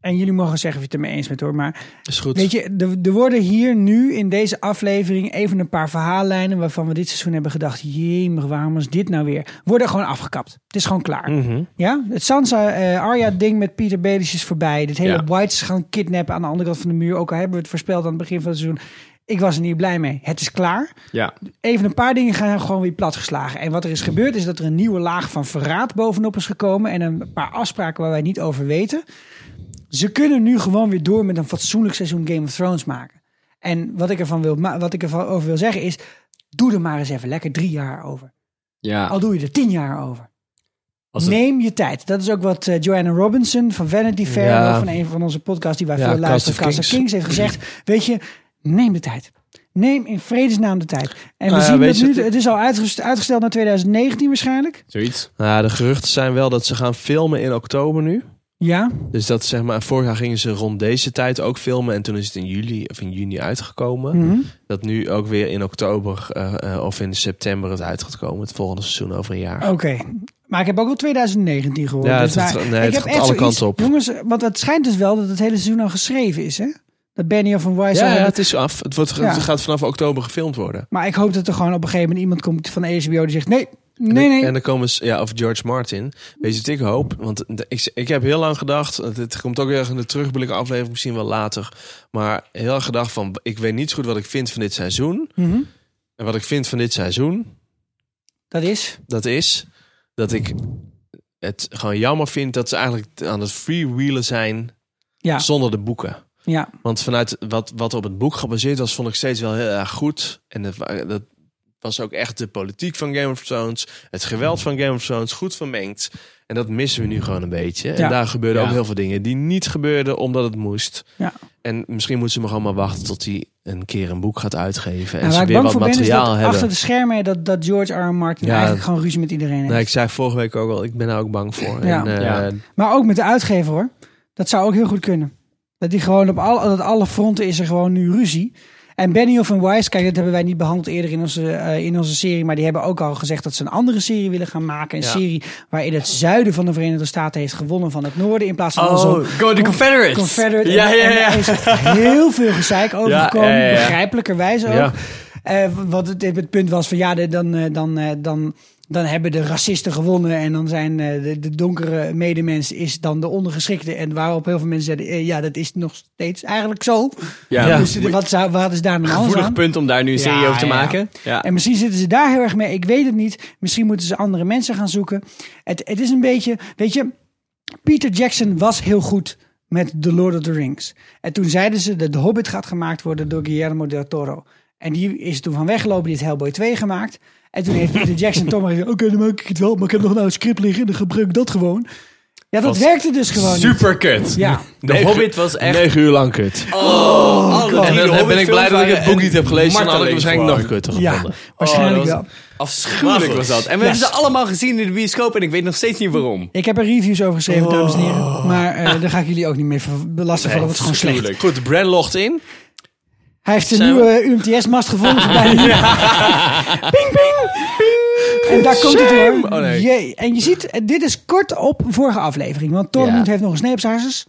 En jullie mogen zeggen of je het ermee eens bent hoor, maar
Is goed.
weet je, er- er worden hier nu in deze aflevering even een paar verhaallijnen waarvan we dit seizoen hebben gedacht, jemig, waarom is dit nou weer? Worden gewoon afgekapt. Het is gewoon klaar. Ja, het Sansa eh, Arya ding met Peter Baelish is voorbij. Dit hele
Ja.
Whites gaan kidnappen aan de andere kant van de muur, ook al hebben we het voorspeld aan het begin van het seizoen. Ik was er niet blij mee. Het is klaar
Ja.
even een paar dingen gaan gewoon weer platgeslagen. En wat er is gebeurd is dat er een nieuwe laag van verraad bovenop is gekomen. En een paar afspraken waar wij niet over weten. Ze kunnen nu gewoon weer door met een fatsoenlijk seizoen Game of Thrones maken. En wat ik ervan, wil, ma- wat ik ervan over wil zeggen is... Doe er maar eens even lekker drie jaar over.
ja.
Al doe je er tien jaar over.
Als het-
Neem je tijd. Dat is ook wat eh, Joanna Robinson van Vanity Fair...
Ja.
wel van een van onze podcasts die wij
Ja,
veel
Cast
luisteren...
of
Cast of
Kings.
Kings heeft
(clears throat)
gezegd... Weet je, neem de tijd. Neem in vredesnaam de tijd. En we
Nou ja,
zien
weet
dat
je,
nu...
het-
Het is al uitgesteld, uitgesteld naar 2019 waarschijnlijk.
Zoiets.
Nou, de geruchten zijn wel dat ze gaan filmen in oktober nu.
Ja.
Dus dat zeg maar, vorig jaar gingen ze rond deze tijd ook filmen. En toen is het in juli of in juni uitgekomen.
Mhm.
Dat nu ook weer in oktober eh, eh, of in september het uit gaat komen. Het volgende seizoen over een jaar.
Oké. Maar ik heb ook al 2019 gehoord.
Ja, het
dus
gaat-
daar-
nee, het
ik heb
gaat
echt
alle
zoiets-
kanten op.
Jongens, want het schijnt dus wel dat het hele seizoen al geschreven is, hè? Dat Benny of van Wise
ja, ja, het is af. Het, wordt, ge-
Ja.
het gaat vanaf oktober gefilmd worden.
Maar ik hoop dat er gewoon op een gegeven moment iemand komt van de HBO die zegt... Nee, nee, nee.
En dan komen ze, ja, of George Martin. Weet je wat ik hoop? Want de- ik, ik heb heel lang gedacht, het- het komt ook heel erg in de terugblik aflevering, misschien wel later. Maar heel erg gedacht van, ik weet niet zo goed wat ik vind van dit seizoen.
Mhm.
En wat ik vind van dit seizoen,
Dat is...
dat is dat ik het gewoon jammer vind dat ze eigenlijk aan het freewheelen zijn
Ja,
zonder de boeken.
ja. Nou,
Want vanuit wat, wat op het boek gebaseerd was, vond ik steeds wel heel erg goed. En dat, wa- dat was ook echt de politiek van Game of Thrones. Het geweld van Game of Thrones goed vermengd. En dat missen we nu gewoon een beetje.
Ja.
En daar gebeurden
Ja.
ook heel veel dingen die niet gebeurden omdat het moest.
Ja.
En misschien moeten ze maar gewoon maar wachten tot hij een keer een boek gaat uitgeven. En ze
Nou, waar ik
weer
bang
wat
voor ben is dat
materiaal hebben.
achter de schermen dat, dat George R. R. Martin
Ja.
eigenlijk gewoon ruzie met iedereen heeft.
Nou, ik zei vorige week ook al, ik ben daar ook bang voor.
Ja.
En, eh,
Ja.
Maar ook met de uitgever hoor. Dat zou ook heel goed kunnen. Dat die gewoon op al, dat alle fronten is er gewoon nu ruzie. En Benioff en Wise, kijk, dat hebben wij niet behandeld eerder in onze, eh, in onze serie. Maar die hebben ook al gezegd dat ze een andere serie willen gaan maken. Een
Ja.
serie waarin het zuiden van de Verenigde Staten heeft gewonnen van het noorden. In plaats van andersom.
Oh, go the Confederates.
Confederate.
Ja,
En-
ja,
en
ja.
er is heel veel gezeik overgekomen.
ja, ja.
Begrijpelijkerwijs ook.
Ja.
Eh, wat het, het punt was van ja, de- dan, eh, dan, eh, dan, dan hebben de racisten gewonnen. En dan zijn eh, de, de donkere medemens is dan de ondergeschikte. En waarop heel veel mensen zeiden, eh, ja, dat is nog steeds eigenlijk zo.
Ja,
Dus wat, zou, wat is daar nou anders
gevoelig
aan?
punt om daar nu een serie
Ja,
over te
ja.
maken. Ja.
En misschien zitten ze daar heel erg mee. Ik weet het niet. Misschien moeten ze andere mensen gaan zoeken. Het, het is een beetje, weet je, Peter Jackson was heel goed met The Lord of the Rings. En toen zeiden ze dat The Hobbit gaat gemaakt worden door Guillermo del Toro. En die is toen van weggelopen, die heeft Hellboy 2 gemaakt. En toen heeft Peter
(laughs)
Jackson toch maar gezegd... Oké, dan maak ik het wel, maar ik heb nog nou een script liggen... dan gebruik ik dat gewoon. Ja, dat
Was
werkte dus gewoon niet.
Super kut. (laughs)
Ja.
De
Negen-
Hobbit was echt...
Negen uur lang kut.
Oh,
alle drie
en
de
dan- dan ben Oh, ik
Hobbit-films
blij dat ik het
waren
boek
een
niet heb gelezen. Dan had ik
marteling
waarschijnlijk
gewoon.
nog kutter
Ja,
gevonden.
waarschijnlijk
Oh, dat
wel.
was- Afschuwelijk was dat. En we
Ja.
hebben ze allemaal gezien in de bioscoop en ik weet nog steeds niet waarom.
Ik heb er reviews over geschreven,
Oh.
dames en heren. Maar eh, daar ga ik jullie ook niet meer ver- belasten van. want het is gewoon slecht.
Goed, Bran logt in.
Hij heeft een
Zijn we-
nieuwe UMTS-mast
(laughs)
gevonden. voorbij hier. Ping, ping, ping. En daar komt het door.
Oh, nee.
Jee. En je ziet, eh, dit is kort op vorige aflevering. Want Tormund
Ja.
heeft nog een sneepsaarsers.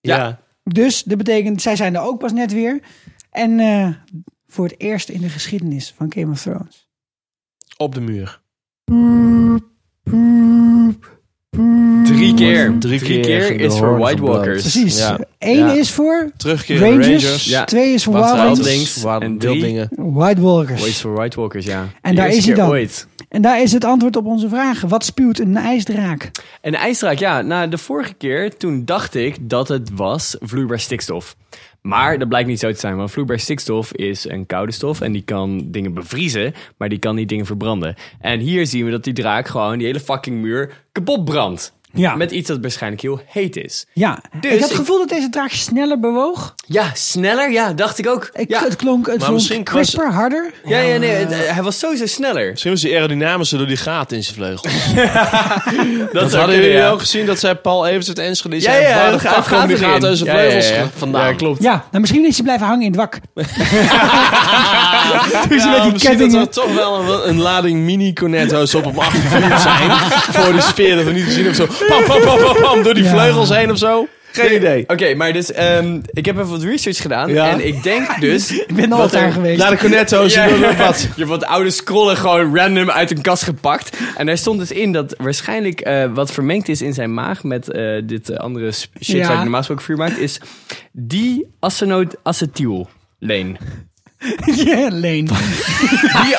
Ja.
Dus dat betekent, zij zijn er ook pas net weer. En eh, voor het eerst in de geschiedenis van Game of Thrones.
Op de muur.
Drie keer.
Drie keer de
is voor
Hoorn
White
van Blood.
Walkers.
Precies.
Ja.
Eén
Ja.
is voor
Terugkeer naar
Rangers.
Rangers.
Ja.
Twee is voor
Wat
Wild
Wild
Wildlings.
Wildlings. en drie.
dingen.
White Walkers.
Waits for White Walkers, ja.
En
De
daar
eerste
is hij
keer
dan.
ooit.
En daar is het antwoord op onze vragen. Wat spuwt een ijsdraak?
En ijsdraak, ja. Na de vorige keer, toen dacht ik dat het was vloeibaar stikstof. Maar dat blijkt niet zo te zijn, want vloeibaar stikstof is een koude stof en die kan dingen bevriezen, maar die kan niet dingen verbranden. En hier zien we dat die draak gewoon die hele fucking muur kapot brandt.
Ja.
Met iets dat waarschijnlijk heel heet is.
Ja, ik
Dus
had het
ik-
gevoel dat deze draak sneller bewoog.
Ja, sneller, ja, dacht ik ook.
Ik,
ja.
Het klonk, het
Maar
klonk
misschien
crisper, harder.
ja, ja, nee, het- eh, hij was sowieso sneller.
Misschien was die aerodynamische door die gaten in zijn vleugels. (laughs) dat
Dat, zou
hadden
kunnen,
jullie
ja.
ook gezien dat zij Paul Evans uit Enschede
Ja,
zei...
ja,
waar
dat
de
gaat-
fuck komen die
gaat erin.
gaten uit zijn
Ja, ja,
vleugels eh,
ja.
vandaan?
Ja, klopt.
Ja, nou misschien is hij blijven hangen in het wak.
Dus
met die
misschien dat
kettingen.
er toch wel een, een lading mini cornetto's op hem afgevuurd
(laughs)
zijn. voor die sfeer dat we niet gezien hebben. Zo pam, pam, pam, pam, pam, door die
Ja.
vleugels heen of zo. Geen idee.
Oké, maar dus ehm, ik heb even wat research gedaan
Ja.
en ik denk dus... ik
ben altijd daar geweest.
Naar de cornetto's
Ja.
en door wat.
Je wordt oude scrollen gewoon random uit een kast gepakt. En daar stond dus in dat waarschijnlijk eh, wat vermengd is in zijn maag met eh, dit eh, andere s- shit
Ja.
waar je normaal gesproken vuur maakt, is die acenoot acetyleen.
(laughs) ja, Leen.
Die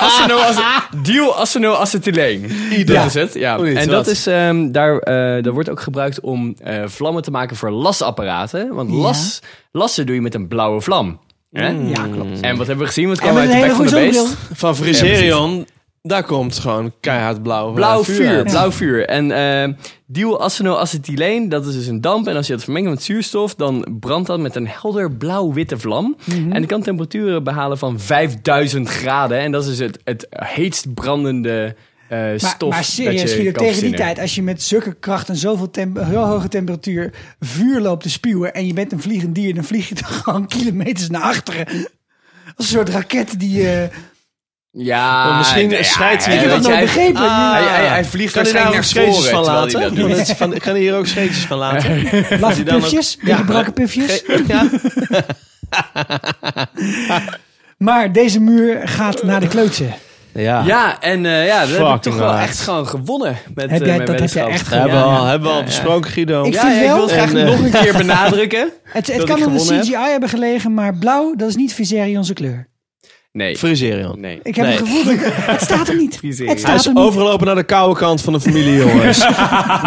acenoacetyleen. Dat
Ja.
is het, ja.
Hoe is
en
dat?
dat, is, ehm, daar, eh, dat wordt ook gebruikt om eh, vlammen te maken voor lasapparaten. Want las, lassen doe je met een blauwe vlam. Hè?
Mm. Ja, klopt.
En wat hebben we gezien? Wat
En
kwam
met
uit
een
de
hele
bek van
goede
de
zonnebril.
beest?
Van Friserion, daar komt gewoon keihard blauw, eh,
Blauw vuur,
uit.
blauw vuur. En eh dielacenoacetyleen, dat is dus een damp. En als je dat vermengt met zuurstof, dan brandt dat met een helder blauw-witte vlam.
Mhm.
En die kan temperaturen behalen van 5000 graden. En dat is dus het, het heetst brandende eh,
Maar,
stof
maar
dat
serieus,
je
Guido,
kan
tegen die
verzinnen.
tijd, als je met zulke kracht en zoveel temp- heel hoge temperatuur vuur loopt te spuwen en je bent een vliegend dier, dan vlieg je (laughs) toch gewoon kilometers naar achteren. Als een soort raket die... eh,
Ja,
Maar misschien scheidt hij-
ja,
Ik heb
weet
dat
je,
nooit begrepen.
Hij, hij, hij, hij
Vliegt
vliegt
kan hij daar ook
waarschijnlijk naar
scheetjes
voren
van
terwijl hij
laten?
dat doet.
Want het is van- Kan hij hier ook scheetjes van laten?
Laffe
dan ook-
pufjes,
Ja.
gebrakken pufjes.
Ja.
(laughs) Maar deze muur gaat naar de klootje.
ja.
Ja, en eh, ja, dat heb ik
Fucking
toch wel
hard.
echt gewoon gewonnen. Met,
Heb
eh,
jij-
mijn
dat heb jij
weddenschap.
echt
Hebben we
Ja,
al,
ja.
hebben we al besproken, Guido.
Ik
Ja,
vind
ja, ik
wel-
wil het graag
En, eh,
nog een
(laughs)
keer benadrukken.
Het, het
Dat
kan
ik
in de
gewonnen heb.
CGI hebben gelegen, maar blauw, dat is niet Viserie onze kleur.
Nee.
Friserion.
Nee.
Ik heb
Nee.
het gevoel dat ik- het staat er niet.
Friserie.
Het
Hij
staat er
is
niet.
overgelopen naar de koude kant van de familie, jongens.
(laughs)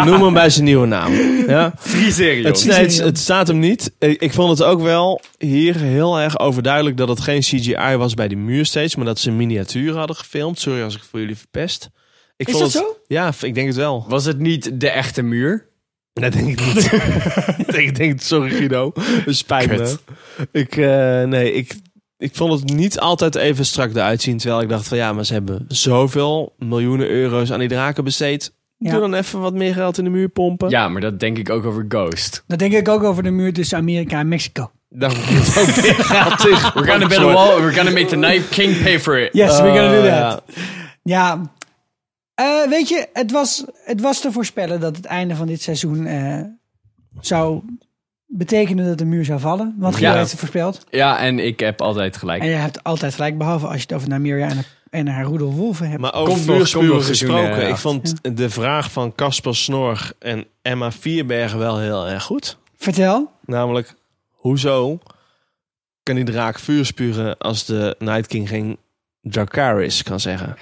Noem hem bij zijn nieuwe naam. Ja?
Friserie.
Het, nee, het, het staat hem niet. Ik, ik vond het ook wel hier heel erg overduidelijk dat het geen CGI was bij die muur steeds, maar dat ze miniaturen hadden gefilmd. Sorry als ik voor jullie verpest. Ik
Is
vond
dat
het- Ja, ik denk het (laughs) wel.
Was het niet de echte muur?
Dat denk ik niet. (laughs) ik denk, sorry (laughs) Guido, het spijt me.
Kut.
Ik, eh, nee, ik, ik vond het niet altijd even strak eruit zien. Terwijl ik dacht van ja, maar ze hebben zoveel miljoenen euro's aan die draken besteed.
Ja.
Doe dan even wat meer geld in de muur pompen. (laughs)
Ja, maar dat denk ik ook over Ghost.
Dat denk ik ook over de muur tussen Amerika en Mexico.
Dan moet ook weer geld terug. We're gonna build a wall. We're gonna make the night king pay for it.
Ah, Yes, we're gonna do
ja.
that. Ja. Eh, weet je, het was, het was te voorspellen dat het einde van dit seizoen eh, zou betekende dat de muur zou vallen. Want
Ja.
Guido heeft het voorspeld.
Ja, en ik heb altijd gelijk.
En je hebt altijd gelijk, behalve als je het over Namiria en, en haar roedel wolven hebt.
Maar over
Komt nog, komt
vuurspuwen
nog seizoen,
gesproken.
eh,
ik
acht.
vond de vraag van Casper Snorg en Emma Vierbergen wel heel erg goed.
Vertel.
Namelijk, hoezo kan die draak vuur spugen als de Night King geen Dracarys kan zeggen?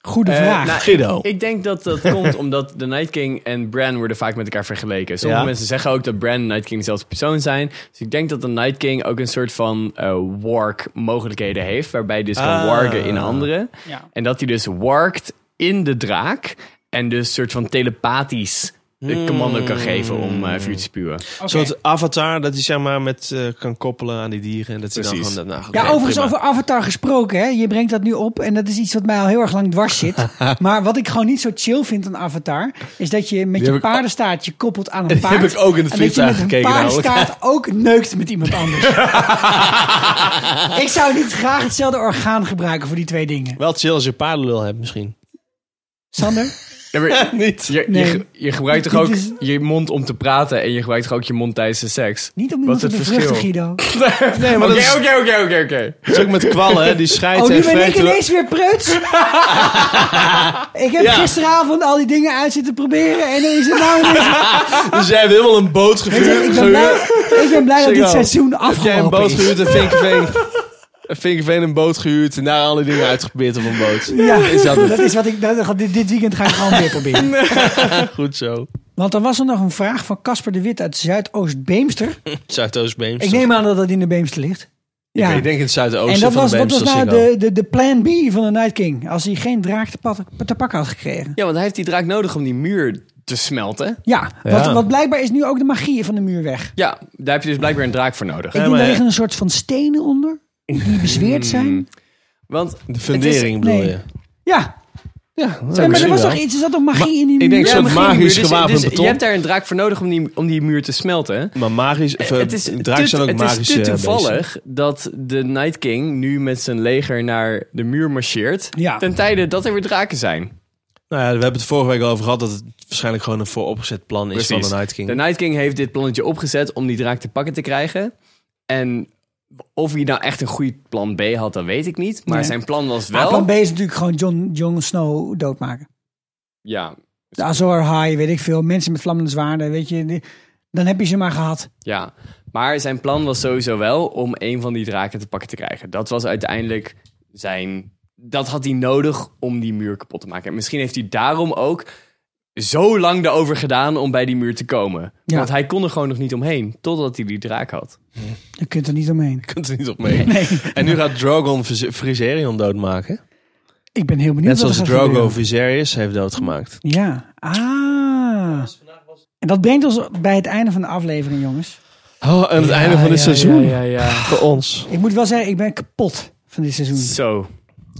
Goede
Eh,
vraag.
nou,
Guido.
Ik denk dat dat komt omdat de Night King en Bran worden vaak met elkaar vergeleken. Sommige
Ja.
mensen zeggen ook dat Bran en Night King dezelfde persoon zijn. Dus ik denk dat de Night King ook een soort van eh wark mogelijkheden heeft. Waarbij hij dus
Ah.
kan wargen in anderen.
Ja.
En dat hij dus warkt in de draak. En dus soort van telepathisch de
Hmm.
commando kan geven om eh, vuur te spuwen.
Oh.
Een soort avatar dat hij zeg maar met eh, kan koppelen aan die dieren. En dat hij dan
Precies.
gewoon... Nou, goed,
Ja,
oké,
overigens
prima.
over Avatar gesproken. Hè? Je brengt dat nu op en dat is iets wat mij al heel erg lang
(laughs)
dwars zit. maar wat ik gewoon niet zo chill vind aan Avatar... is dat je met
heb
je
ik-
paardenstaart je
(laughs)
koppelt aan een paard.
heb ik ook in het
en dat je
vliegtuig
met een
gekeken, (laughs)
paardenstaart ook neukt met iemand anders. ik zou niet graag hetzelfde orgaan gebruiken voor die twee dingen.
Wel chill als je paardenlul hebt misschien.
Sander?
Ja, maar
(laughs) Niet.
Je,
Nee.
je, ge- je gebruikt toch
(laughs) Dit
ook
is-
je mond om te praten en je gebruikt toch ook je mond tijdens de seks?
Niet om
Wat
iemand te
is het
bevruchten,
verschil?
Guido.
Oh, Nee, maar dat is,
Oké, oké, oké, oké, oké.
dat is ook met kwallen, hè.
(laughs)
Die schijten
Oh, nu
en
ben ik
vreten.
ineens weer
(laughs)
preuts. ik heb gisteravond al die dingen uit zitten proberen en dan is het nou ineens
(laughs) Dus jij hebt helemaal een boot gevuurd.
Ik ben blij, ik ben blij dat dit seizoen
Heb jij een
afgelopen
boot
is.
gehuurd en Vinkerveen... en Vinkerveen een boot gehuurd en daar alle dingen uitgeprobeerd op een boot.
Ja,
(laughs) Is dat het?
dat is wat ik. dat- dit, dit weekend ga ik gewoon weer
(laughs)
proberen.
Goed zo.
Want dan was er nog een vraag van Casper de Wit uit Zuidoost-Beemster.
Zuidoost-Beemster.
Ik neem aan dat dat in de Beemster ligt. Ja.
Ik denk in het Zuidoosten
en dat
van
was,
de
dat was
Beemster,
nou
Sikko.
de, de, de plan B van de Night King. Als hij geen draak te, pat- te pakken had gekregen.
Ja, want hij heeft die draak nodig om die muur te smelten.
Ja,
Ja.
Wat, wat blijkbaar is nu ook de magie van de muur weg.
Ja, daar heb je dus blijkbaar een draak voor nodig.
Ik
Ja,
denk,
maar-
daar liggen een soort van stenen onder. Die bezweerd zijn.
Want
De fundering
het is-
bedoel
nee.
je?
Ja,
ja,
nee, maar er
misschien
was
wel.
toch iets, er zat toch magie in die
ik
muur?
denk zo- soort magisch gewapend
dus,
beton.
Je hebt daar een draak voor nodig om die, om die muur te smelten. Eh,
Maar magisch...
Eh,
Of, eh,
Het is,
draak
te,
zijn ook eh,
het
magische
is te
beesten.
toevallig dat de Night King nu met zijn leger naar de muur marcheert.
Ja.
Ten tijde dat er weer draken zijn.
Nou ja, we hebben het vorige week al over gehad dat het waarschijnlijk gewoon een vooropgezet plan is van de Night King.
De Night King heeft dit plannetje opgezet om die draak te pakken te krijgen. En of hij nou echt een goed plan B had, dat weet ik niet. Maar
Nee.
zijn plan was
Maar
wel...
plan B is natuurlijk gewoon Jon Jon Snow doodmaken.
Ja,
De Azor High, weet ik veel. Mensen met vlammende zwaarden, weet je. die- Dan heb je ze maar gehad.
Ja, maar zijn plan was sowieso wel om een van die draken te pakken te krijgen. Dat was uiteindelijk zijn. Dat had hij nodig om die muur kapot te maken. En misschien heeft hij daarom ook zo lang erover gedaan om bij die muur te komen.
Ja.
Want hij kon er gewoon nog niet omheen, totdat hij die draak had.
Je kunt er niet omheen.
Je kunt er niet op mee.
(laughs)
En nu gaat Drogon Vis- Viserion doodmaken.
Ik ben heel benieuwd
Net
wat
zoals
er gaat
Drogo
gebeuren.
Viserys heeft doodgemaakt.
Ja. Ah. En dat brengt ons bij het einde van de aflevering, jongens.
Oh, aan het einde van dit seizoen. Voor ons.
Ik moet wel zeggen, ik ben kapot van dit seizoen.
Zo.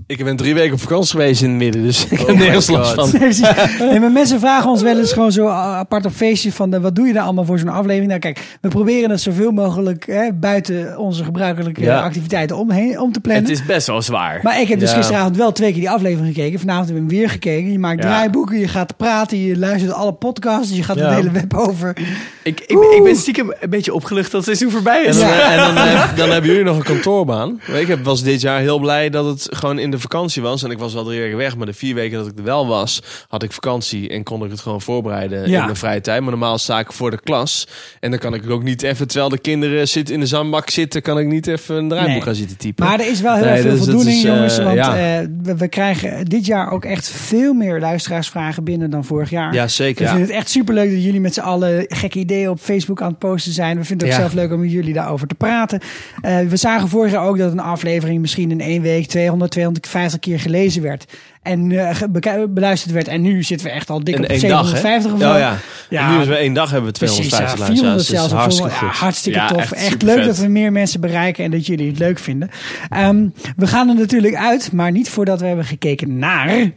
Ik ben drie weken op vakantie geweest in het midden, dus (laughs) ik
Oh
heb nergens last van.
(laughs)
God.
Nee, precies. Nee, maar mensen vragen ons wel eens gewoon zo a- apart op feestjes van eh, wat doe je daar allemaal voor zo'n aflevering? Nou kijk, we proberen het zoveel mogelijk hè, buiten onze gebruikelijke
Ja.
eh, activiteiten omheen, om te plannen.
Het is best wel zwaar.
Maar ik heb dus
Ja.
gisteravond wel twee keer die aflevering gekeken. Vanavond hebben we hem weer gekeken. Je maakt
Ja.
draaiboeken, je gaat praten, je luistert alle podcasts, je gaat
Ja.
het hele web over.
ik, ik, ik ben stiekem een beetje opgelucht dat het seizoen voorbij
En
is.
dan, eh, en dan, heb- dan hebben jullie nog een kantoorbaan. Ik heb, was dit jaar heel blij dat het gewoon in de vakantie was. En ik was wel drie weken weg, maar de vier weken dat ik er wel was, had ik vakantie en kon ik het gewoon voorbereiden
Ja.
in mijn vrije tijd. Maar normaal sta ik voor de klas. En dan kan ik ook niet even, terwijl de kinderen zit, in de zandbak zitten, kan ik niet even een draaiboek
Nee.
gaan zitten typen.
Maar er is wel heel
Nee,
erg veel
dus dat
voldoening,
is, eh,
jongens. Want
ja.
eh, we, we krijgen dit jaar ook echt veel meer luisteraarsvragen binnen dan vorig jaar.
ja, zeker.
We vinden het echt superleuk dat jullie met z'n allen gekke ideeën op Facebook aan het posten zijn. We vinden het ook
Ja.
zelf leuk om met jullie daarover te praten. Eh, we zagen vorig jaar ook dat een aflevering misschien in één week 200, 250 keer gelezen werd. En eh, ge- beka- beluisterd werd. En nu zitten we echt al dik
In
op
één dag, hè?
750 of zo.
ja, ja.
Ja.
En nu is we één dag hebben we
Precies, ja,
250
400
luisteraars. Dat
zelfs.
is hartstikke
of zo. Ja,
goed.
dus hartstikke
Ja,
tof.
echt
Echt,
supervet.
leuk dat we meer mensen bereiken en dat jullie het leuk vinden. Ehm, we gaan er natuurlijk uit, maar niet voordat we hebben gekeken
Eh.
naar...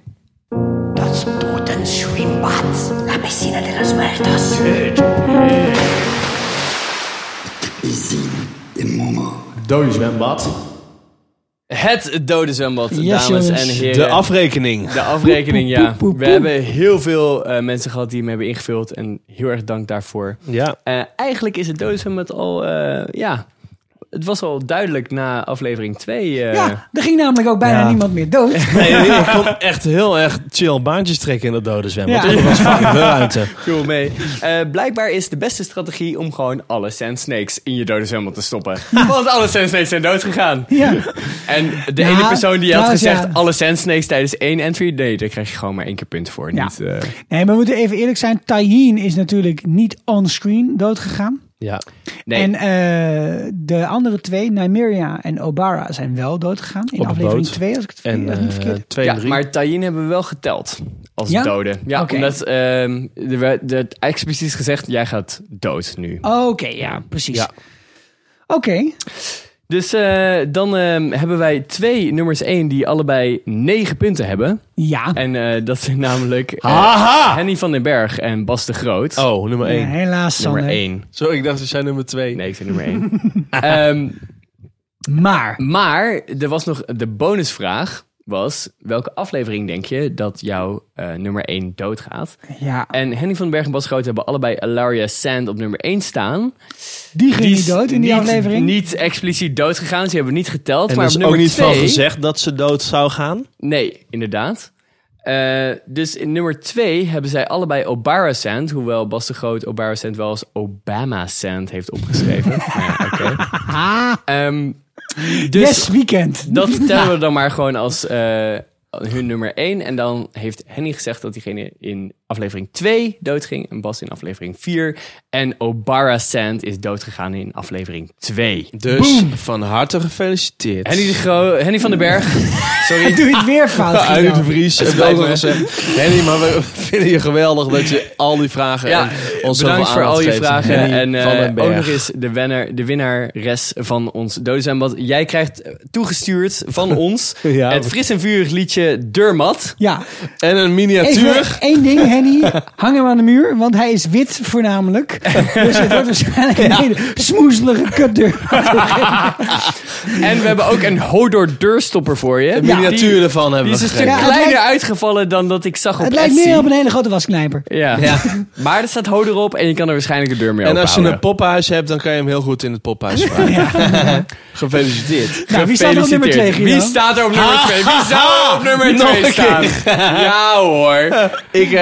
Los putos swimbots. La piscina de los muertos.
Dode zwembad.
Het dode zwembad,
Yes,
dames
jongens.
en heren.
De afrekening.
De afrekening, ja.
poep, poep,
We
poep.
hebben heel veel eh, mensen gehad die hem hebben ingevuld. En heel erg dank daarvoor.
Ja.
Eh, eigenlijk is het dode zwembad al... eh, ja, het was al duidelijk na aflevering eh, 2.
ja, er ging namelijk ook bijna
Ja.
niemand meer
(laughs)
dood. (laughs)
Nee, ik kon echt heel erg chill baantjes trekken in dat dode zwembad.
Ja.
Er
(laughs)
was fucking veel ruimte.
Cool mee. Eh, blijkbaar is de beste strategie om gewoon alle Sand Snakes in je dode zwembad te
(laughs)
stoppen. Want alle Sand Snakes zijn dood gegaan.
ja.
En de
Ja,
ene persoon die had
trouwens,
gezegd
ja.
alle Sand Snakes tijdens één entry, nee, daar krijg je gewoon maar één keer punt voor.
Ja.
Niet, eh,
Nee, maar we moeten even eerlijk zijn. Tahin is natuurlijk niet onscreen doodgegaan.
Ja.
nee.
En eh, de andere twee, Nymeria en Obara, zijn wel doodgegaan. In
Op een
aflevering
boot.
2, als ik het
En
als ik niet
eh,
verkeerd heb.
twee
ja,
en drie.
maar Tayin hebben we wel geteld als
Ja?
dode. Ja,
Oké.
omdat ehm, er werd er werd expliciet gezegd, jij gaat dood nu.
Oké, ja, precies.
Ja.
Oké,
Dus eh, dan ehm, hebben wij twee nummers één die allebei negen punten hebben.
ja.
En eh, dat zijn namelijk eh,
Haha!
Henny van den Berg en Bas de Groot.
Oh, nummer
Nee,
één.
helaas, Sander.
nummer één.
Zo, ik dacht, ze zijn nummer twee.
Nee, ik zei nummer één. (laughs) Ehm,
Maar,
maar er was nog de bonusvraag. Was, welke aflevering denk je dat jouw eh, nummer 1 doodgaat?
ja,
En Henny van den Berg en Bas Groot hebben allebei Alaria Sand op nummer 1 staan.
die ging
is
niet dood in die
niet-
aflevering.
Niet expliciet doodgegaan, ze hebben niet geteld.
En
maar
er is
op
ook
nummer
niet van
twee-
gezegd dat ze dood zou gaan.
Nee, inderdaad. Eh, dus in nummer 2 hebben zij allebei Obara Sand. Hoewel Bas de Groot Obara Sand wel als Obama Sand
(laughs)
heeft opgeschreven. Maar ja, oké. Ehm, dus
yes, weekend.
(laughs)
dat tellen we dan maar gewoon als eh, hun nummer 1. En dan heeft Henny gezegd dat diegene in aflevering 2 doodging. En Bas in aflevering 4. En Obara Sand is doodgegaan in aflevering 2.
Dus van harte gefeliciteerd.
Henny,
(laughs)
de Gro- Henny van den Berg. Sorry.
Doe je het
(laughs)
weer fout,
Uit de
Guido.
Vries
Het
heeft ook nog
spijt
gezegd. Henny, maar we (laughs) vinden je geweldig dat je al die vragen
Ja,
en ons zoveel
Bedankt voor
aandacht
al je
geeft.
vragen.
Henny
en eh,
van den Berg.
ook nog eens de, winnaar, de winnares van ons dodenzwembad. Jij krijgt eh, toegestuurd
(laughs)
van ons
Ja.
het fris en vurig liedje Durmat.
Ja,
En een miniatuur.
even één ding,
(laughs)
Henny. Hang hem aan de muur, want hij is wit voornamelijk. Dus het wordt waarschijnlijk
(laughs)
een hele smoezelige kutdeur.
En we hebben ook een Hodor deurstopper voor je.
Een
Die-
miniatuur ervan
Die
hebben
is
we
een stuk
gekregen.
Ja, het
kleiner
lijkt-
uitgevallen dan dat ik zag op
Het lijkt
Etsy.
meer op een hele grote wasknijper.
Ja. Maar er staat Hodor op en je kan er waarschijnlijk een deur mee
En als je
openhouden.
een poppenhuis hebt, dan kan je hem heel goed in het poppenhuis vragen. Gefeliciteerd.
Nou, wie staat er op nummer 2, Guido?
Wie staat er op nummer
(laughs)
2? Wie zou er op nummer 2 staan? (laughs) Ja hoor.
(laughs) Ik, eh,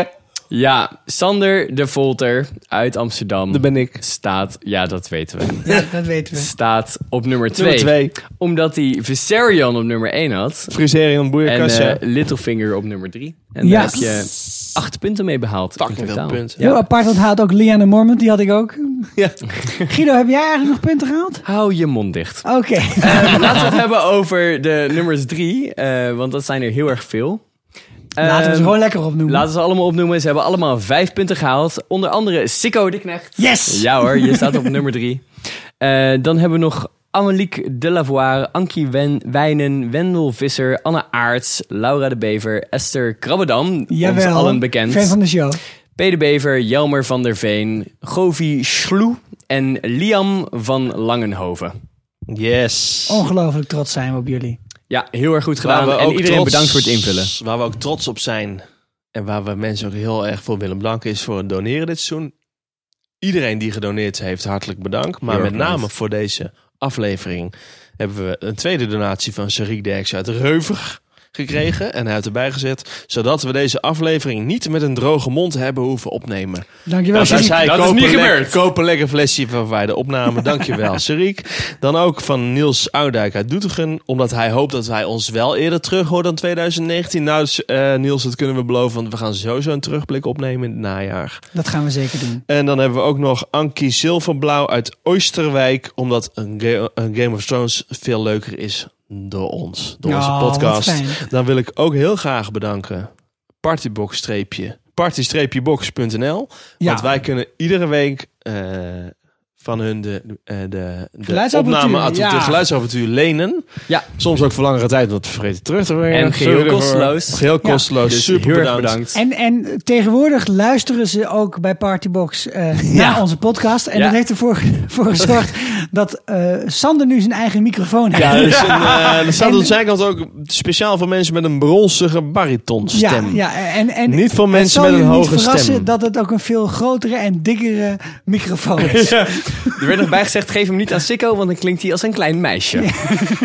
Ja, Sander de Volter uit Amsterdam.
dat ben ik.
staat, (laughs) ja,
(laughs)
dat weten we.
Ja, dat weten we.
Staat op nummer 2.
Nummer twee.
Omdat hij Viserion op nummer 1 had.
Friserion
En
Boeierkassa.
eh, Littlefinger op nummer 3. En
Ja.
daar heb je 8 punten mee behaald. in
Fucking veel
totaal.
punten.
Heel apart, want hij had ook Liana Mormont, die had ik ook.
Ja.
Guido, heb jij eigenlijk nog punten gehaald?
Hou je mond dicht.
Oké.
Eh, (laughs) laten we het hebben over de nummers 3. want dat zijn er heel erg veel.
Laten we
Ehm,
ze gewoon lekker opnoemen.
Laten we ze allemaal opnoemen. Ze hebben allemaal vijf punten gehaald. Onder andere Sikko de Knecht.
Yes!
Ja hoor, je staat op nummer drie. Eh, dan hebben we nog Amelique Delavoir, Ankie Wen, Wijnen, Wendel Visser, Anne Aarts, Laura de Bever, Esther Krabbedam. Ons
Jawel.
allen bekend.
Fan van de show.
P. de Bever, Jelmer van der Veen, Govi Schloe en Liam van Langenhoven.
Yes.
Ongelooflijk trots zijn we op jullie.
Ja, heel erg goed gedaan. En iedereen
trots-
bedankt voor het invullen.
Waar we ook trots op zijn. En waar we mensen ook heel erg voor willen bedanken is voor het doneren dit seizoen. Iedereen die gedoneerd heeft, hartelijk bedankt. Maar
Heel erg
met name
bedankt.
voor deze aflevering hebben we een tweede donatie van Sarik Derks uit Reuver gekregen. En hij heeft erbij gezet, zodat we deze aflevering niet met een droge mond hebben hoeven opnemen.
Dankjewel.
Nou,
Sjoerd.
daar zei
Dat
ik,
is
koop
niet
een
gebeurd.
lekker- Koop een lekker flesje van bij de
(laughs)
opname. Dankjewel, Serik. Dan ook van Niels Oudijk uit Doetinchem. Omdat hij hoopt dat wij ons wel eerder terug horen dan 2019. Nou, eh, Niels, dat kunnen we beloven. Want we gaan sowieso een terugblik opnemen in het najaar.
Dat gaan we zeker doen.
En dan hebben we ook nog Ankie Zilverblauw uit Oosterwijk. Omdat een, Ga- een Game of Thrones veel leuker is door ons. Door onze
Oh, wat
podcast.
fijn.
Dan wil ik ook heel graag bedanken. Partybox-streepje. Party-box.nl.
Ja.
Want wij kunnen iedere week eh, van hun de, eh, de, de
Geluidsapparatuur,
opname at-
ja.
de geluidsapparatuur lenen.
Ja.
Soms ook voor langere tijd, want vergeten terug te brengen.
En geheel
Sorry daarvoor.
kosteloos.
Geheel
Ja.
kosteloos.
Dus
Super
heel erg
bedankt.
bedankt.
En, en tegenwoordig luisteren ze ook bij
(laughs)
Partybox eh naar onze podcast. En
Ja.
dat heeft ervoor (laughs) voor gezorgd dat eh, Sander nu zijn eigen microfoon heeft.
Ja, er, is een, eh, er staat
En-
op de zijkant ook speciaal voor mensen met een bronzige baritonstem.
Ja, ja, en, en
Niet voor
het
mensen
zal
met een
jullie niet
hoge
verrassen
stem.
dat het ook een veel grotere en dikkere microfoon
(laughs)
is.
Er werd nog bij gezegd, geef hem niet aan Sikko, want dan klinkt hij als een klein meisje.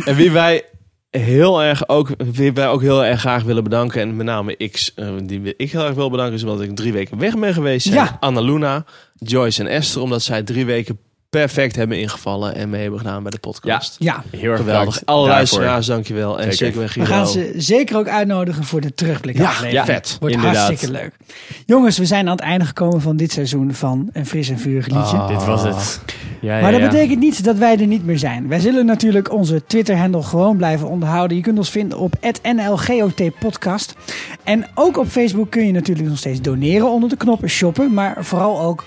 En wie wij heel erg ook, wie wij ook heel erg graag willen bedanken. En met name ik, eh, die ik heel erg wil bedanken, is omdat ik drie weken weg ben geweest. zijn.
Ja.
Anna Luna, Joyce en Esther, omdat zij drie weken perfect hebben ingevallen en mee hebben gedaan bij de podcast.
Ja,
Heel erg
Geweldig.
bedankt
Alle
daarvoor.
luisteraars, dankjewel. En
Zeker.
zeker weer
we
Guido.
gaan ze zeker ook uitnodigen voor de terugblik.
Ja,
aflevering.
ja, vet.
Wordt
Inderdaad.
hartstikke leuk. Jongens, we zijn aan het einde gekomen van dit seizoen van Een Fris en Vurig Liedje.
Ah.
Dit was het. Ja,
Maar
ja,
dat
ja.
betekent niet dat wij er niet meer zijn. Wij zullen natuurlijk onze Twitter-handle gewoon blijven onderhouden. Je kunt ons vinden op @nlgotpodcast. En ook op Facebook kun je natuurlijk nog steeds doneren onder de knop shoppen. Maar vooral ook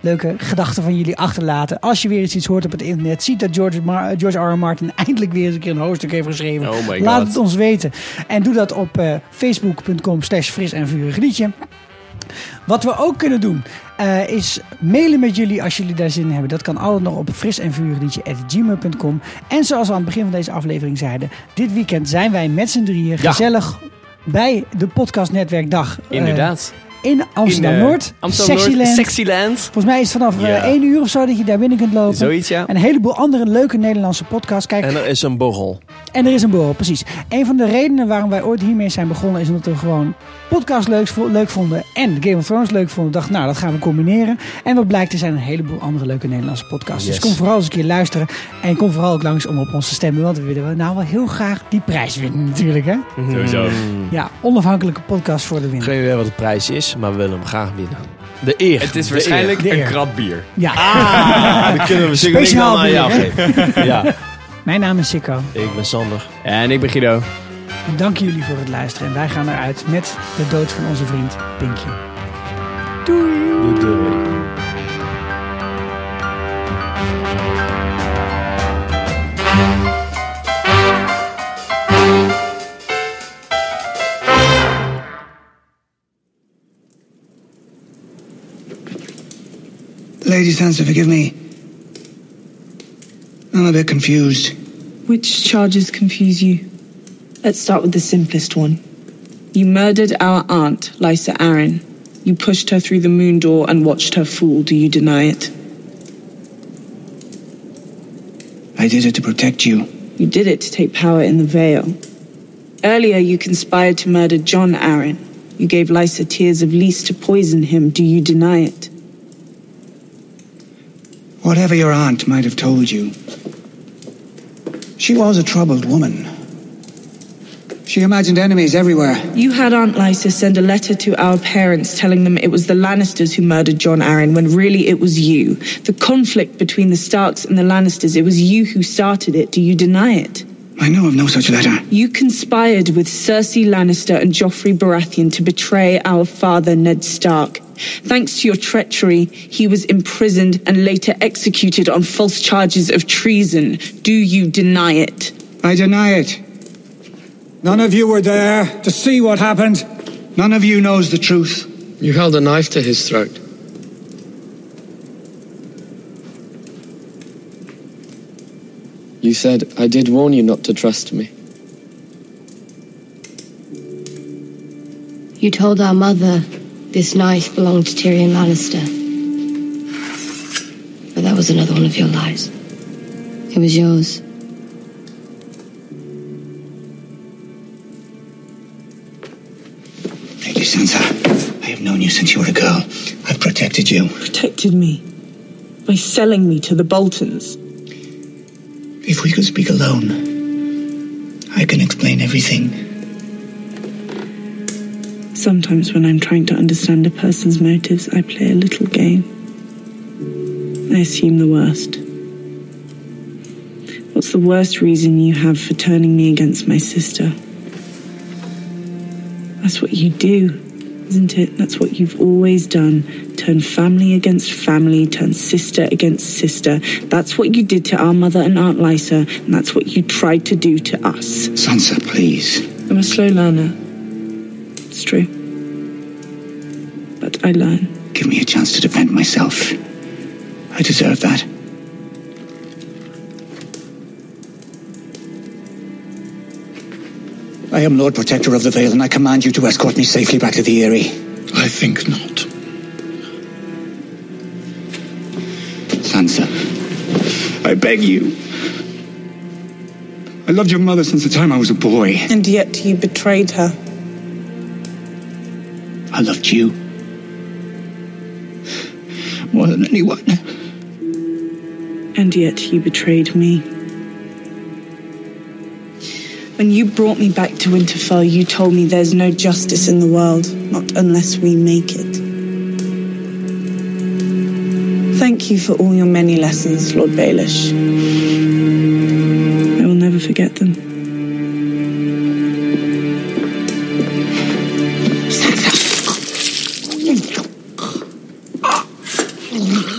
leuke gedachten van jullie achterlaten. Als je weer eens iets hoort op het internet, ziet dat George, Ma- George R. R. Martin eindelijk weer eens een keer een hoofdstuk heeft geschreven.
Oh my
Laat
God.
het ons weten. En doe dat op eh, facebook.com slash fris en vurig liedje. Wat we ook kunnen doen eh, is mailen met jullie als jullie daar zin in hebben. Dat kan altijd nog op frisenvuurliedje.gmail.com. En zoals we aan het begin van deze aflevering zeiden, dit weekend zijn wij met z'n drieën
Ja.
gezellig bij de Podcast Netwerkdag eh,
Inderdaad. eh,
in Amsterdam Noord.
Amsterdam Noord.
Sexyland.
Sexyland.
Volgens mij is het vanaf eh,
Ja.
1 uur of zo dat je daar binnen kunt lopen.
Zoiets, ja.
En een heleboel andere leuke Nederlandse podcasts. Kijk,
En er is een borrel.
en er is een borrel, precies. Een van de redenen waarom wij ooit hiermee zijn begonnen is omdat we gewoon podcast leuk, leuk vonden en Game of Thrones leuk vonden. Dacht, nou, dat gaan we combineren. En wat blijkt, er zijn een heleboel andere leuke Nederlandse podcasts. Dus
Yes.
kom vooral eens een keer luisteren en kom vooral ook langs om op ons te stemmen, want we willen nou wel heel graag die prijs winnen natuurlijk, hè?
Mhm.
Sowieso.
Ja, onafhankelijke podcast voor de winnaar.
Geen idee wat de prijs is, maar we willen hem graag winnen. De eer.
Het is
De
waarschijnlijk
eer.
een
De eer.
krat bier.
Ja,
eer. Ah, dat kunnen we zeker niet
Speciaal
aan aan jou
bier,
geven. Ja,
mijn naam is Sikko.
ik ben Sander.
En ik ben Guido.
En dank jullie voor het luisteren. En wij gaan eruit met de dood van onze vriend Pinkje.
Doei doei.
Lady Sansa, forgive me. I'm a bit confused.
Which charges confuse you? Let's start with the simplest one. You murdered our aunt, Lysa Aaron. You pushed her through the moon door and watched her fall. Do you deny it?
I did it to protect you.
You did it to take power in the Vale. Earlier, you conspired to murder John Aaron. You gave Lysa tears of lease to poison him. Do you deny it?
Whatever your aunt might have told you, she was a troubled woman. She imagined enemies everywhere.
You had Aunt Lysa send a letter to our parents telling them it was the Lannisters who murdered John Arryn when really it was you. The conflict between the Starks and the Lannisters, it was you who started it. Do you deny it?
I know of no such letter.
You conspired with Cersei Lannister and Joffrey Baratheon to betray our father Ned Stark. Thanks to your treachery, he was imprisoned and later executed on false charges of treason. Do you deny it?
I deny it. None of you were there to see what happened. None of you knows the truth.
You held a knife to his throat. You said, I did warn you not to trust me.
You told our mother this knife belonged to Tyrion Lannister. But that was another one of your lies. It was yours.
Lady Sansa, I have known you since you were a girl. I've protected you.
Protected me by selling me to the Boltons.
If we could speak alone, I can explain everything.
Sometimes, when I'm trying to understand a person's motives, I play a little game. I assume the worst. What's the worst reason you have for turning me against my sister? That's what you do, isn't it? That's what you've always done turn family against family, turn sister against sister. That's what you did to our mother and Aunt Lysa, and that's what you tried to do to us.
Sansa, please.
I'm a slow learner. It's true. But I learn.
Give me a chance to defend myself. I deserve that. I am Lord Protector of the Vale, and I command you to escort me safely back to the Eyrie.
I think not.
Sansa, I beg you. I loved your mother since the time I was a boy.
And yet you betrayed her.
I loved you. More than anyone.
And yet you betrayed me. When you brought me back to Winterfell, you told me there's no justice in the world, not unless we make it. Thank you for all your many lessons, Lord Baelish. I will never forget them.
Sansa!